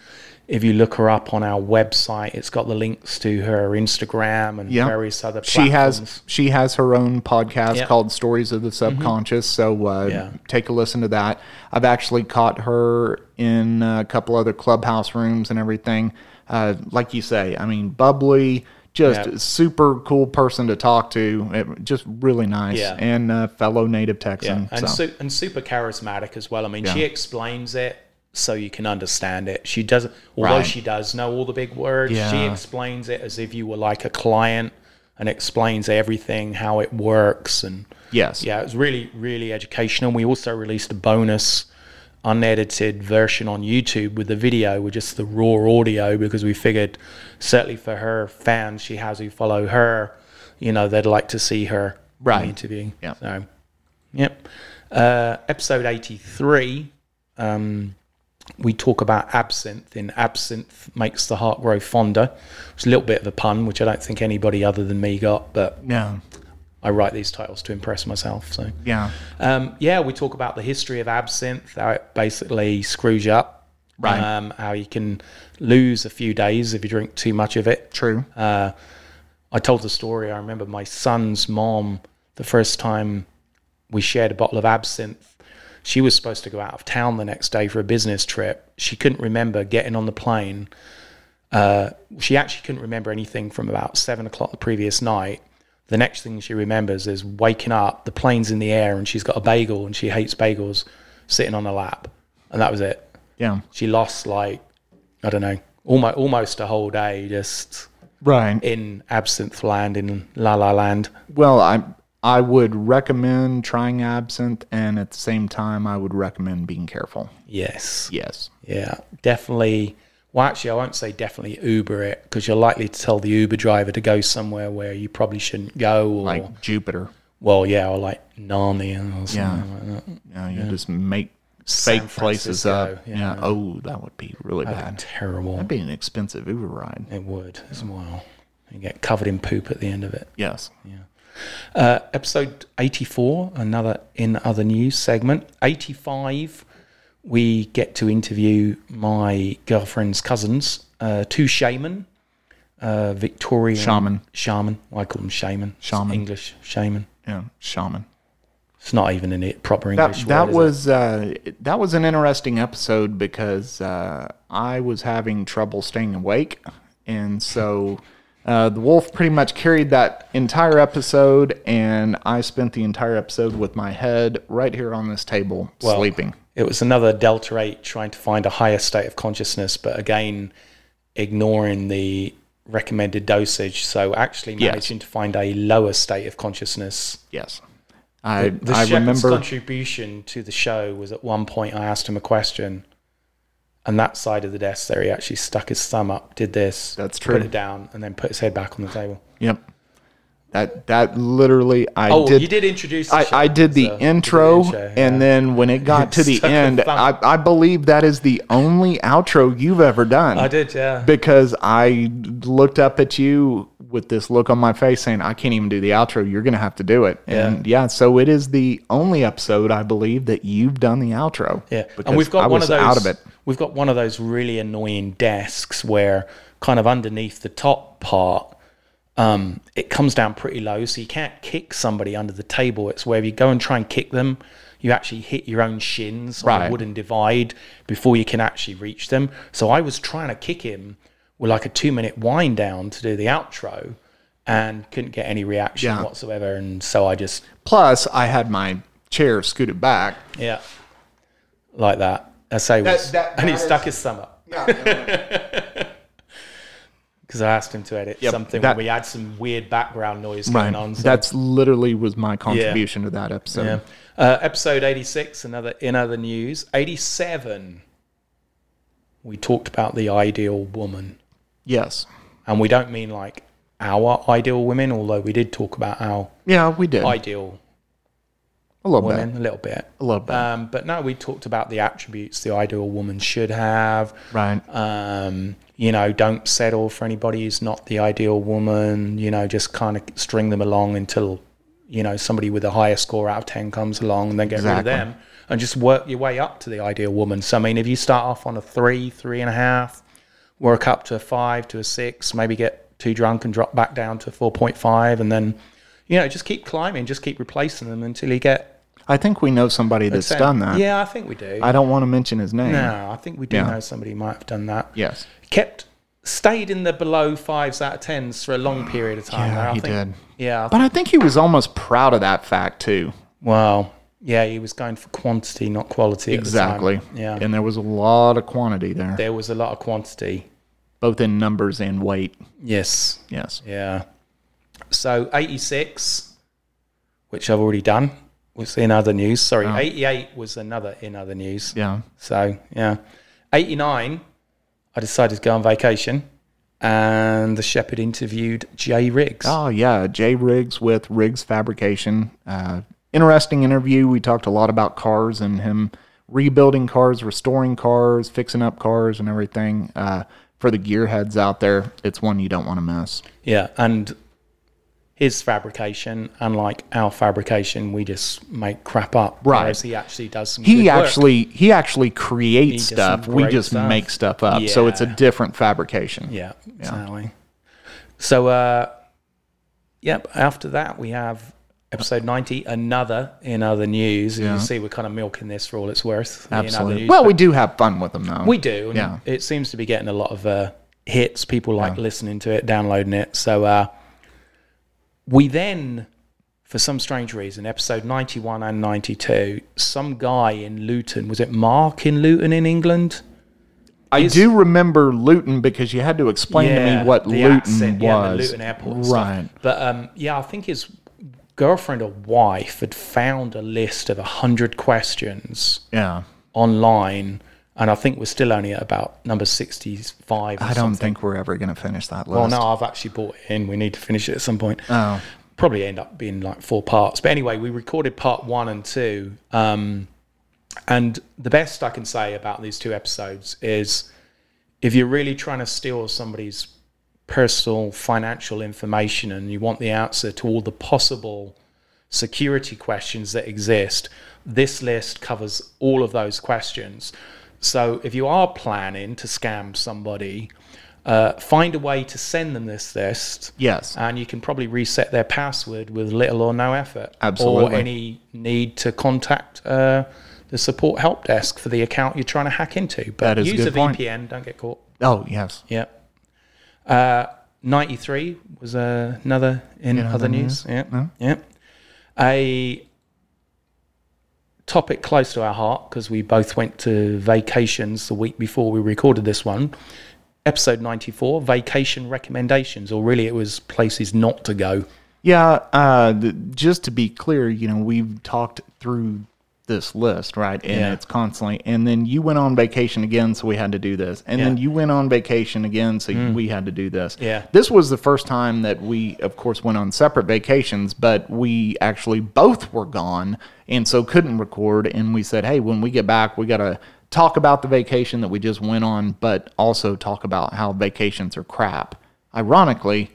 if you look her up on our website, it's got the links to her Instagram and Yeah. various other She platforms. has she has her own podcast Yeah. Mm-hmm. called Stories of the Subconscious. So uh, Yeah. take a listen to that. I've actually caught her in a couple other clubhouse rooms and everything. Uh, like you say, I mean, bubbly, just Yeah. super cool person to talk to. It- just really nice Yeah. and a fellow native Texan. Yeah, and so. su- and super charismatic as well. I mean, Yeah. she explains it so you can understand it. She doesn't, although Right. she does know all the big words. She Yeah. explains it as if you were like a client and explains everything, how it works, and yes, yeah, it was really really educational. We also released a bonus. Unedited version on YouTube with the video with just the raw audio because we figured, certainly for her fans she has who follow her, you know, they'd like to see her in the Right. interview. Yeah. So, yep. Uh, episode 83, um, we talk about absinthe, and absinthe makes the heart grow fonder. It's a little bit of a pun, which I don't think anybody other than me got, but yeah, I write these titles to impress myself. So, yeah, um, yeah, we talk about the history of absinthe, how it basically screws you up, Right. Um, how you can lose a few days if you drink too much of it. true. I told the story. I remember my son's mom, the first time we shared a bottle of absinthe, she was supposed to go out of town the next day for a business trip. She couldn't remember getting on the plane. Uh, she actually couldn't remember anything from about seven o'clock the previous night. The next thing she remembers is waking up, the plane's in the air, and she's got a bagel and she hates bagels sitting on her lap. And that was it. yeah, She lost, like, I don't know, almost, almost a whole day just right. in Absinthe Land in La La Land. Well, I I would recommend trying absinthe, and at the same time, I would recommend being careful. Yes. Yes. Yeah. Definitely. Well, actually, I won't say definitely Uber it because you're likely to tell the Uber driver to go somewhere where you probably shouldn't go, or Like Jupiter. well, yeah, or like Narnia or something Yeah. like that. You, know, you just make San fake places up. Francisco, Yeah. Oh, that would be really bad. Terrible. That'd be an expensive Uber ride. It would as well. You get covered in poop at the end of it. Yes. Uh, episode 84, another in other news segment. 85, we get to interview my girlfriend's cousins, uh, two shaman, uh, Victorian Shaman. shaman. I call them shaman. It's Shaman. English shaman. Yeah. Shaman. It's not even in it proper That, English. word, that is it? was uh, that was an interesting episode because uh, I was having trouble staying awake, and so uh, the wolf pretty much carried that entire episode, and I spent the entire episode with my head right here on this table sleeping. It was another Delta 8 trying to find a higher state of consciousness, but again, ignoring the recommended dosage. So actually Yes. managing to find a lower state of consciousness. Yes, I The I shepherd's remember. contribution to the show was at one point I asked him a question, and that side of the desk there, he actually stuck his thumb up, did this, That's put true. it down, and then put his head back on the table. Yep, that that literally I Oh, did. you did introduce. The I, show, I did the so- intro, you did the intro, yeah. and then when it got to the Sucker end, I, thumb. I believe that is the only outro you've ever done. I did, yeah. because I looked up at you with this look on my face saying, I can't even do the outro. You're going to have to do it. And yeah, so it is the only episode, I believe, that you've done the outro. Yeah, Because and we've got I one was of those. out of it. We've got one of those really annoying desks where, kind of underneath the top part, um, it comes down pretty low, so you can't kick somebody under the table. It's where if you go and try and kick them, you actually hit your own shins on Right. a wooden divide before you can actually reach them. So I was trying to kick him with like a two minute wind down to do the outro and couldn't get any reaction Yeah. whatsoever. And so I just, Plus, I had my chair scooted back. yeah, like that. I say, was, that- and he that stuck is- his thumb up. Yeah, Because I asked him to edit something that- where we had some weird background noise going right. on. so- That's literally was my contribution to that episode. Yeah. Uh, episode 86, another in other news. 87, we talked about the ideal woman. Yes. And we don't mean like our ideal women, although we did talk about our Yeah, we did ideal a little women bit. a little bit. A little bit. Um, but now we talked about the attributes the ideal woman should have. right. Um, you know, don't settle for anybody who's not the ideal woman. You know, just kind of string them along until, you know, somebody with a higher score out of 10 comes along and then get Exactly. rid of them and just work your way up to the ideal woman. So, I mean, if you start off on a three, three and a half, work up to a five, to a six, maybe get too drunk and drop back down to 4.5, and then, you know, just keep climbing, just keep replacing them until you get. I think we know somebody that's ten. done that. Yeah, I think we do. I don't want to mention his name. no, I think we do Yeah. know somebody who might have done that Yes. kept stayed in the below fives out of tens for a long period of time. Yeah, I he think, did. Yeah. I But I think he was almost proud of that fact too. think- well, yeah, he was going for quantity, not quality. At Exactly. The time. Yeah. And there was a lot of quantity there, there was a lot of quantity. both in numbers and weight. Yes. Yes. Yeah. So eighty six, which I've already done, was in other news. Sorry, eighty eight was another in other news. Oh. Yeah. So yeah, eighty nine. I decided to go on vacation, and the Shepherd interviewed Jay Riggs. Oh yeah, Jay Riggs with Riggs Fabrication. Uh, interesting interview. We talked a lot about cars and him rebuilding cars, restoring cars, fixing up cars, and everything. Uh, for the gearheads out there, it's one you don't want to miss. Yeah, and his fabrication, unlike our fabrication, we just make crap up. Right. Whereas he actually does some. He good work. actually he actually creates does some stuff. We great just stuff. make stuff up, so it's a Yeah. different fabrication. Yeah, exactly. So, uh, yep. After that, we have episode ninety. Another in other news. And You see, we're kind of milking this for all it's worth. in other Absolutely. news, Well, but we do have fun with them though. we do. And Yeah. It seems to be getting a lot of uh, hits. People like listening to it, downloading it. So, uh, we then for some strange reason, episode 91 and 92, some guy in Luton, was it Mark in Luton in England? I do remember Luton because you had to explain to me what the Luton accent, was. Yeah, the Luton airport. and stuff. right. But um, yeah, I think his girlfriend or wife had found a list of 100 questions Yeah. online. And I think we're still only at about number 65. Or I don't think we're ever going to finish that list. Oh no, I've actually bought it in. We need to finish it at some point. Oh. Probably end up being like four parts. But anyway, we recorded part one and two. Um, and the best I can say about these two episodes is if you're really trying to steal somebody's personal financial information and you want the answer to all the possible security questions that exist, this list covers all of those questions. So if you are planning to scam somebody, uh, find a way to send them this list. Yes. And you can probably reset their password with little or no effort. Absolutely. Or any need to contact uh, the support help desk for the account you're trying to hack into. But That is a use good a point. VPN, don't get caught. Oh yes. Yeah. Uh, 93 was uh, another in other news. Yeah. Yeah. A topic close to our heart because we both went to vacations the week before we recorded this one. Episode 94 vacation recommendations, or really it was places not to go. Yeah. Uh, th- just to be clear, you know, we've talked through this list, right? And Yeah. it's constantly. And then you went on vacation again, so we had to do this. And then Yeah. Mm. you went on vacation again, so we had to do this. Yeah. This was the first time that we, of course, went on separate vacations, but we actually both were gone, and so couldn't record. And we said, hey, when we get back, we got to talk about the vacation that we just went on, but also talk about how vacations are crap. Ironically.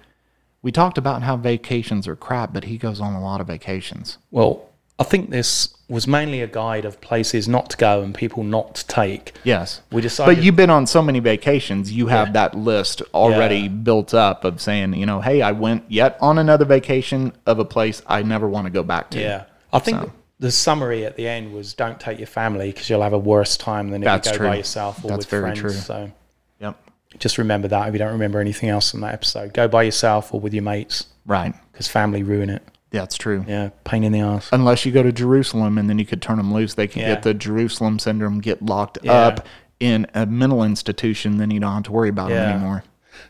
We talked about how vacations are crap, but he goes on a lot of vacations. Well, I think this was mainly a guide of places not to go and people not to take. Yes. We decided- But you've been on so many vacations, you have that list already Yeah. built up of saying, you know, hey, I went yet on another vacation of a place I never want to go back to. Yeah, I think the summary at the end was don't take your family because you'll have a worse time than if That's you go true. by yourself or That's with very friends. true. So Yep. Just remember that if you don't remember anything else from that episode. Go by yourself or with your mates Right. because family ruin it. That's true. Yeah, pain in the ass. Unless you go to Jerusalem and then you could turn them loose. They could Yeah. get the Jerusalem syndrome, get locked up in a mental institution. Then you don't have to worry about Yeah. them anymore.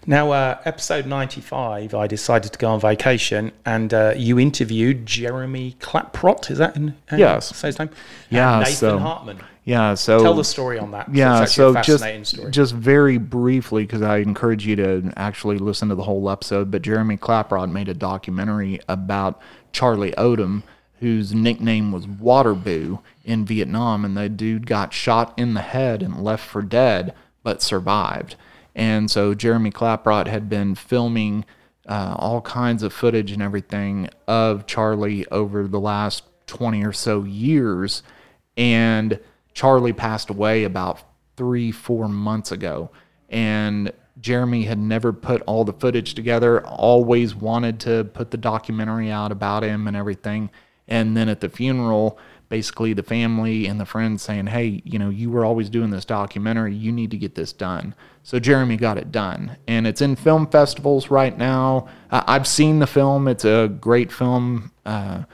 Now, uh, episode 95, I decided to go on vacation and uh, you interviewed Jeremy Claprot. Is that in, how you Yes. say his name? Yeah, And Nathan so- Hartman. Yeah. So Tell the story on that. 'cause Yeah, it's actually so a just fascinating story. just very briefly, because I encourage you to actually listen to the whole episode. But Jeremy Claprod made a documentary about Charlie Odom, whose nickname was Water Boo in Vietnam, and the dude got shot in the head and left for dead, but survived. And so Jeremy Claprod had been filming uh, all kinds of footage and everything of Charlie over the last 20 or so years. And Charlie passed away about three, four months ago. And Jeremy had never put all the footage together, always wanted to put the documentary out about him and everything. And then at the funeral, basically the family and the friends saying, Hey, you know, you were always doing this documentary. You need to get this done. So Jeremy got it done. And it's in film festivals right now. Uh, I've seen the film, it's a great film. Uh,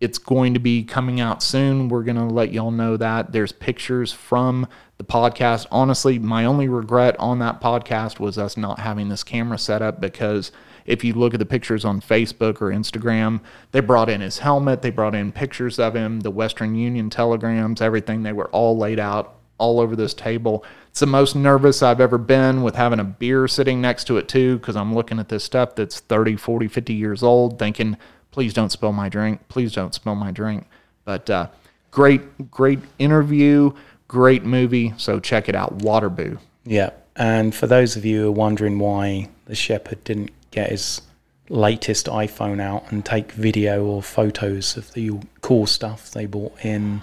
it's going to be coming out soon. We're going to let y'all know that. There's pictures from the podcast. Honestly, my only regret on that podcast was us not having this camera set up because if you look at the pictures on Facebook or Instagram, they brought in his helmet, they brought in pictures of him, the Western Union telegrams, everything. They were all laid out all over this table. It's the most nervous I've ever been with having a beer sitting next to it too cuz I'm looking at this stuff that's 30, 40, 50 years old thinking please don't spill my drink please don't spill my drink but uh, great great interview great movie so check it out water boo Yeah. And for those of you who are wondering why the shepherd didn't get his latest iPhone out and take video or photos of the cool stuff they bought in,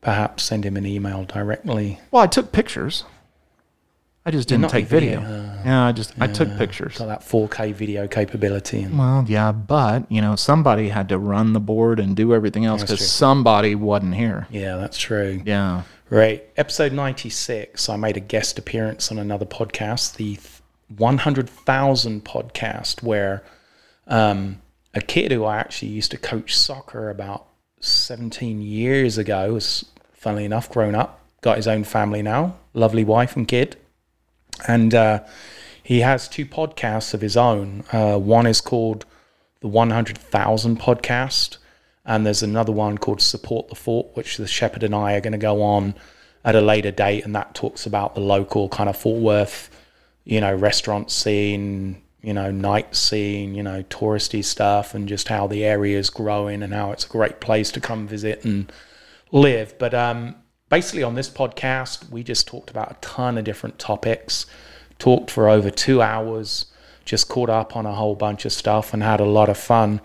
perhaps send him an email directly. well i took pictures i just didn't not Uh, take the video. video, yeah i just i took pictures Got that 4K video capability. And well yeah but you know somebody had to run the board and do everything else because somebody wasn't here yeah, that's true. yeah Right. Episode 96, I made a guest appearance on another podcast, the th- 100,000 podcast, where um, a kid who I actually used to coach soccer about 17 years ago was, funnily enough, grown up, got his own family now, lovely wife and kid. And uh, he has two podcasts of his own. Uh, one is called the 100,000 podcast. And there's another one called Support the Fort, which the Shepherd and I are going to go on at a later date. And that talks about the local kind of Fort Worth, you know, restaurant scene, you know, night scene, you know, touristy stuff, and just how the area is growing and how it's a great place to come visit and live. But um, basically, on this podcast, we just talked about a ton of different topics, talked for over two hours, just caught up on a whole bunch of stuff and had a lot of fun.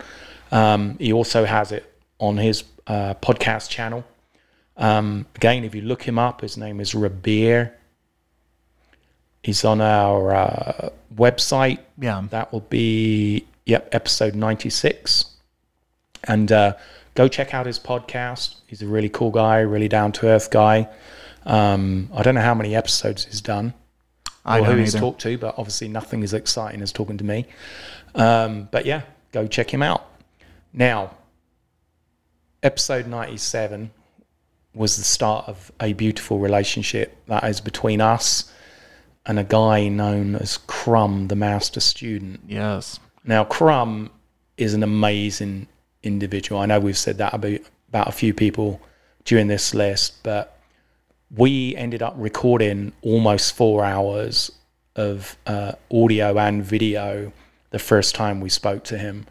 Um, he also has it on his uh, podcast channel. Um, again, if you look him up, his name is Rabir. He's on our uh, website. yeah That will be, yep, episode 96. And uh, go check out his podcast. He's a really cool guy, really down to earth guy. Um, I don't know how many episodes he's done i or who don't he's either talked to, but obviously nothing is exciting as talking to me. Um, but yeah, go check him out. Now, episode 97 was the start of a beautiful relationship that is between us and a guy known as Crumb, the master student. yes Now, Crumb is an amazing individual. I know we've said that about, about a few people during this list, but we ended up recording almost four hours of uh, audio and video the first time we spoke to him.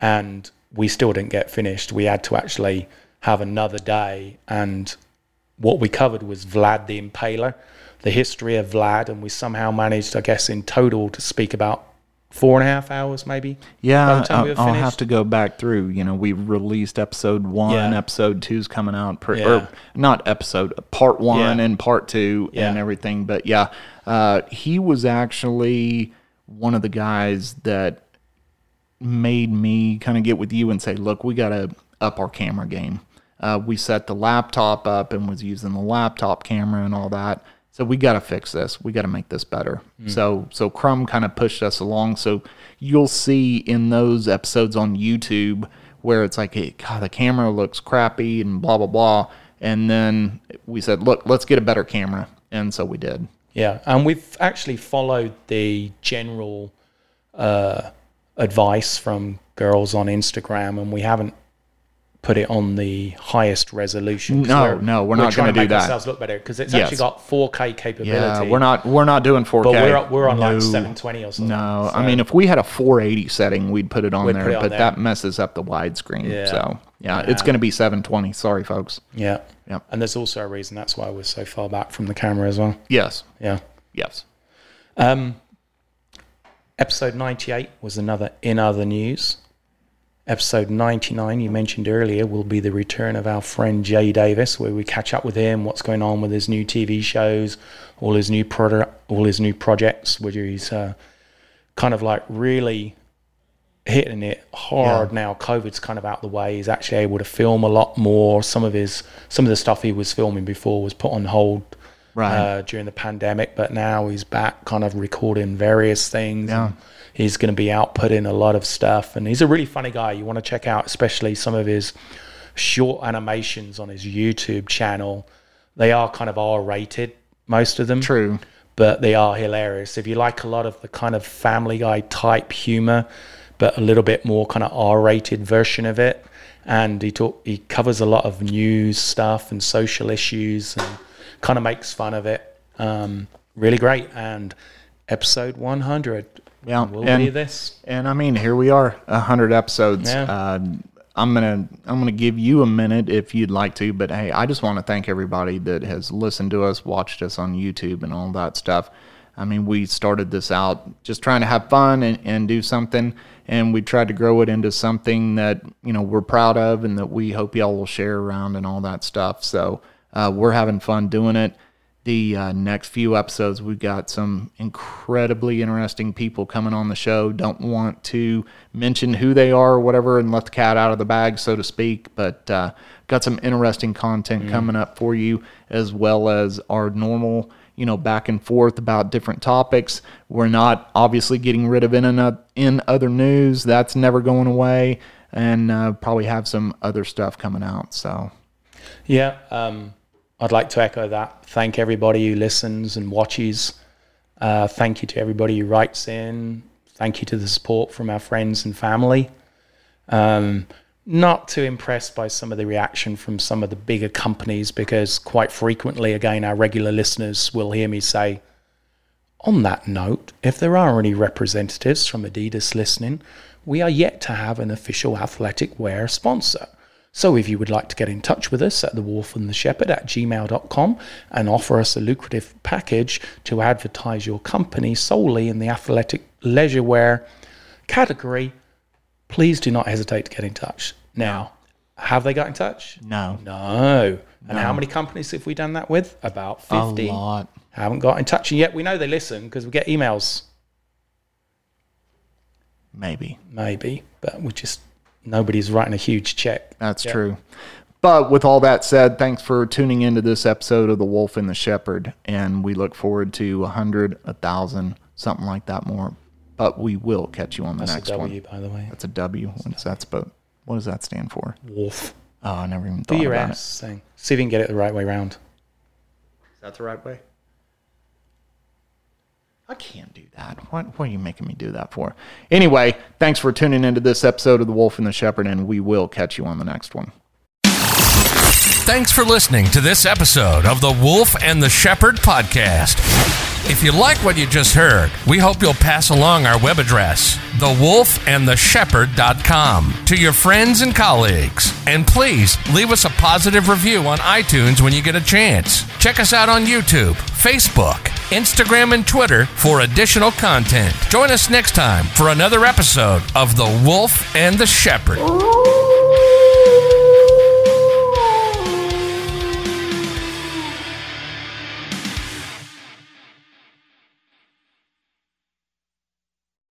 And we still didn't get finished. We had to actually have another day. And what we covered was Vlad the Impaler, the history of Vlad. And we somehow managed, I guess, in total to speak about four and a half hours, maybe. by Yeah, the time we I, were I'll have finished. to go back through. You know, we released episode one, Yeah. episode two's coming out, per, Yeah. or not episode, part one Yeah. and part two and Yeah. everything. But yeah, uh, he was actually one of the guys that made me kind of get with you and say, look, we got to up our camera game. Uh, we set the laptop up and was using the laptop camera and all that. So we got to fix this. We got to make this better. Mm. So so Crumb kind of pushed us along. So you'll see in those episodes on YouTube where it's like, hey, God, the camera looks crappy and blah blah blah. And then we said, look, let's get a better camera, and so we did. Yeah, and we've actually followed the general uh, advice from girls on Instagram, and we haven't put it on the highest resolution. 'cause No, no, we're not trying gonna do make that. Ourselves look better because it's Yes. actually got 4K capability. Yeah, we're not we're not doing 4K. But we're up- we're on like No. 720 or something. No, I mean if we had a 480 setting, we'd put it on there, put it on but there. that messes up the widescreen. Yeah. So yeah, it's going to be 720. Sorry, folks. Yeah. Yep. And there's also a reason that's why we're so far back from the camera as well. Yes, Yeah. yes. Episode 98 was another In Other News. Episode 99, you mentioned earlier, will be the return of our friend Jay Davis, where we catch up with him, what's going on with his new TV shows, all his new product, all his new projects, where he's uh, kind of like really hitting it hard now. COVID's kind of out the way. He's actually able to film a lot more. Some of his some of the stuff he was filming before was put on hold Right. uh, during the pandemic, but now he's back kind of recording various things. and He's going to be outputting a lot of stuff, and he's a really funny guy. You want to check out, especially some of his short animations on his YouTube channel. They are kind of R rated, most of them. True. But they are hilarious. If you like a lot of the kind of family guy type humor, but a little bit more kind of R rated version of it. And he talk he covers a lot of news stuff and social issues and kind of makes fun of it. Um, really great. And episode one hundred Yeah, will and- be this. And I mean, here we are, hundred episodes. Yeah. Uh, I'm gonna I'm gonna give you a minute if you'd like to, but hey, I just want to thank everybody that has listened to us, watched us on YouTube, and all that stuff. I mean, we started this out just trying to have fun and, and do something, and we tried to grow it into something that you know we're proud of and that we hope y'all will share around and all that stuff. So uh, we're having fun doing it the uh, next few episodes we've got some incredibly interesting people coming on the show don't want to mention who they are or whatever and let the cat out of the bag so to speak but uh, got some interesting content coming up for you as well as our normal you know back and forth about different topics we're not obviously getting rid of in, and oth- in other news that's never going away and uh, probably have some other stuff coming out so Yeah, um, I'd like to echo that. Thank everybody who listens and watches. Uh, thank you to everybody who writes in. Thank you to the support from our friends and family. Um, not too impressed by some of the reaction from some of the bigger companies because quite frequently, again, our regular listeners will hear me say, on that note, if there are any representatives from Adidas listening, we are yet to have an official athletic wear sponsor. So if you would like to get in touch with us at the wharf and the shepherd at gmail.com and offer us a lucrative package to advertise your company solely in the athletic leisure wear category, please do not hesitate to get in touch. Now, have they got in touch? no No. And how many companies have we done that with? About 50. a lot Haven't got in touch and yet. We know they listen because we get emails, maybe maybe, but we just nobody's writing a huge check. That's true. But with all that said, thanks for tuning into this episode of The Wolf and the Shepherd. And we look forward to a 100, a 1,000, something like that more. But we will catch you on the That's next a W, one. by the way. That's a W. What's that spo- what does that stand for? Wolf. Oh, I never even thought Do your about it. ass thing. See if you can get it the right way round. Is that the right way? I can't do that. What, what are you making me do that for? Anyway, thanks for tuning into this episode of The Wolf and the Shepherd, and we will catch you on the next one. Thanks for listening to this episode of the Wolf and the Shepherd podcast. If you like what you just heard, we hope you'll pass along our web address, thewolfandtheshepherd.com, to your friends and colleagues. And please leave us a positive review on iTunes when you get a chance. Check us out on YouTube, Facebook, Instagram, and Twitter for additional content. Join us next time for another episode of The Wolf and the Shepherd. Ooh.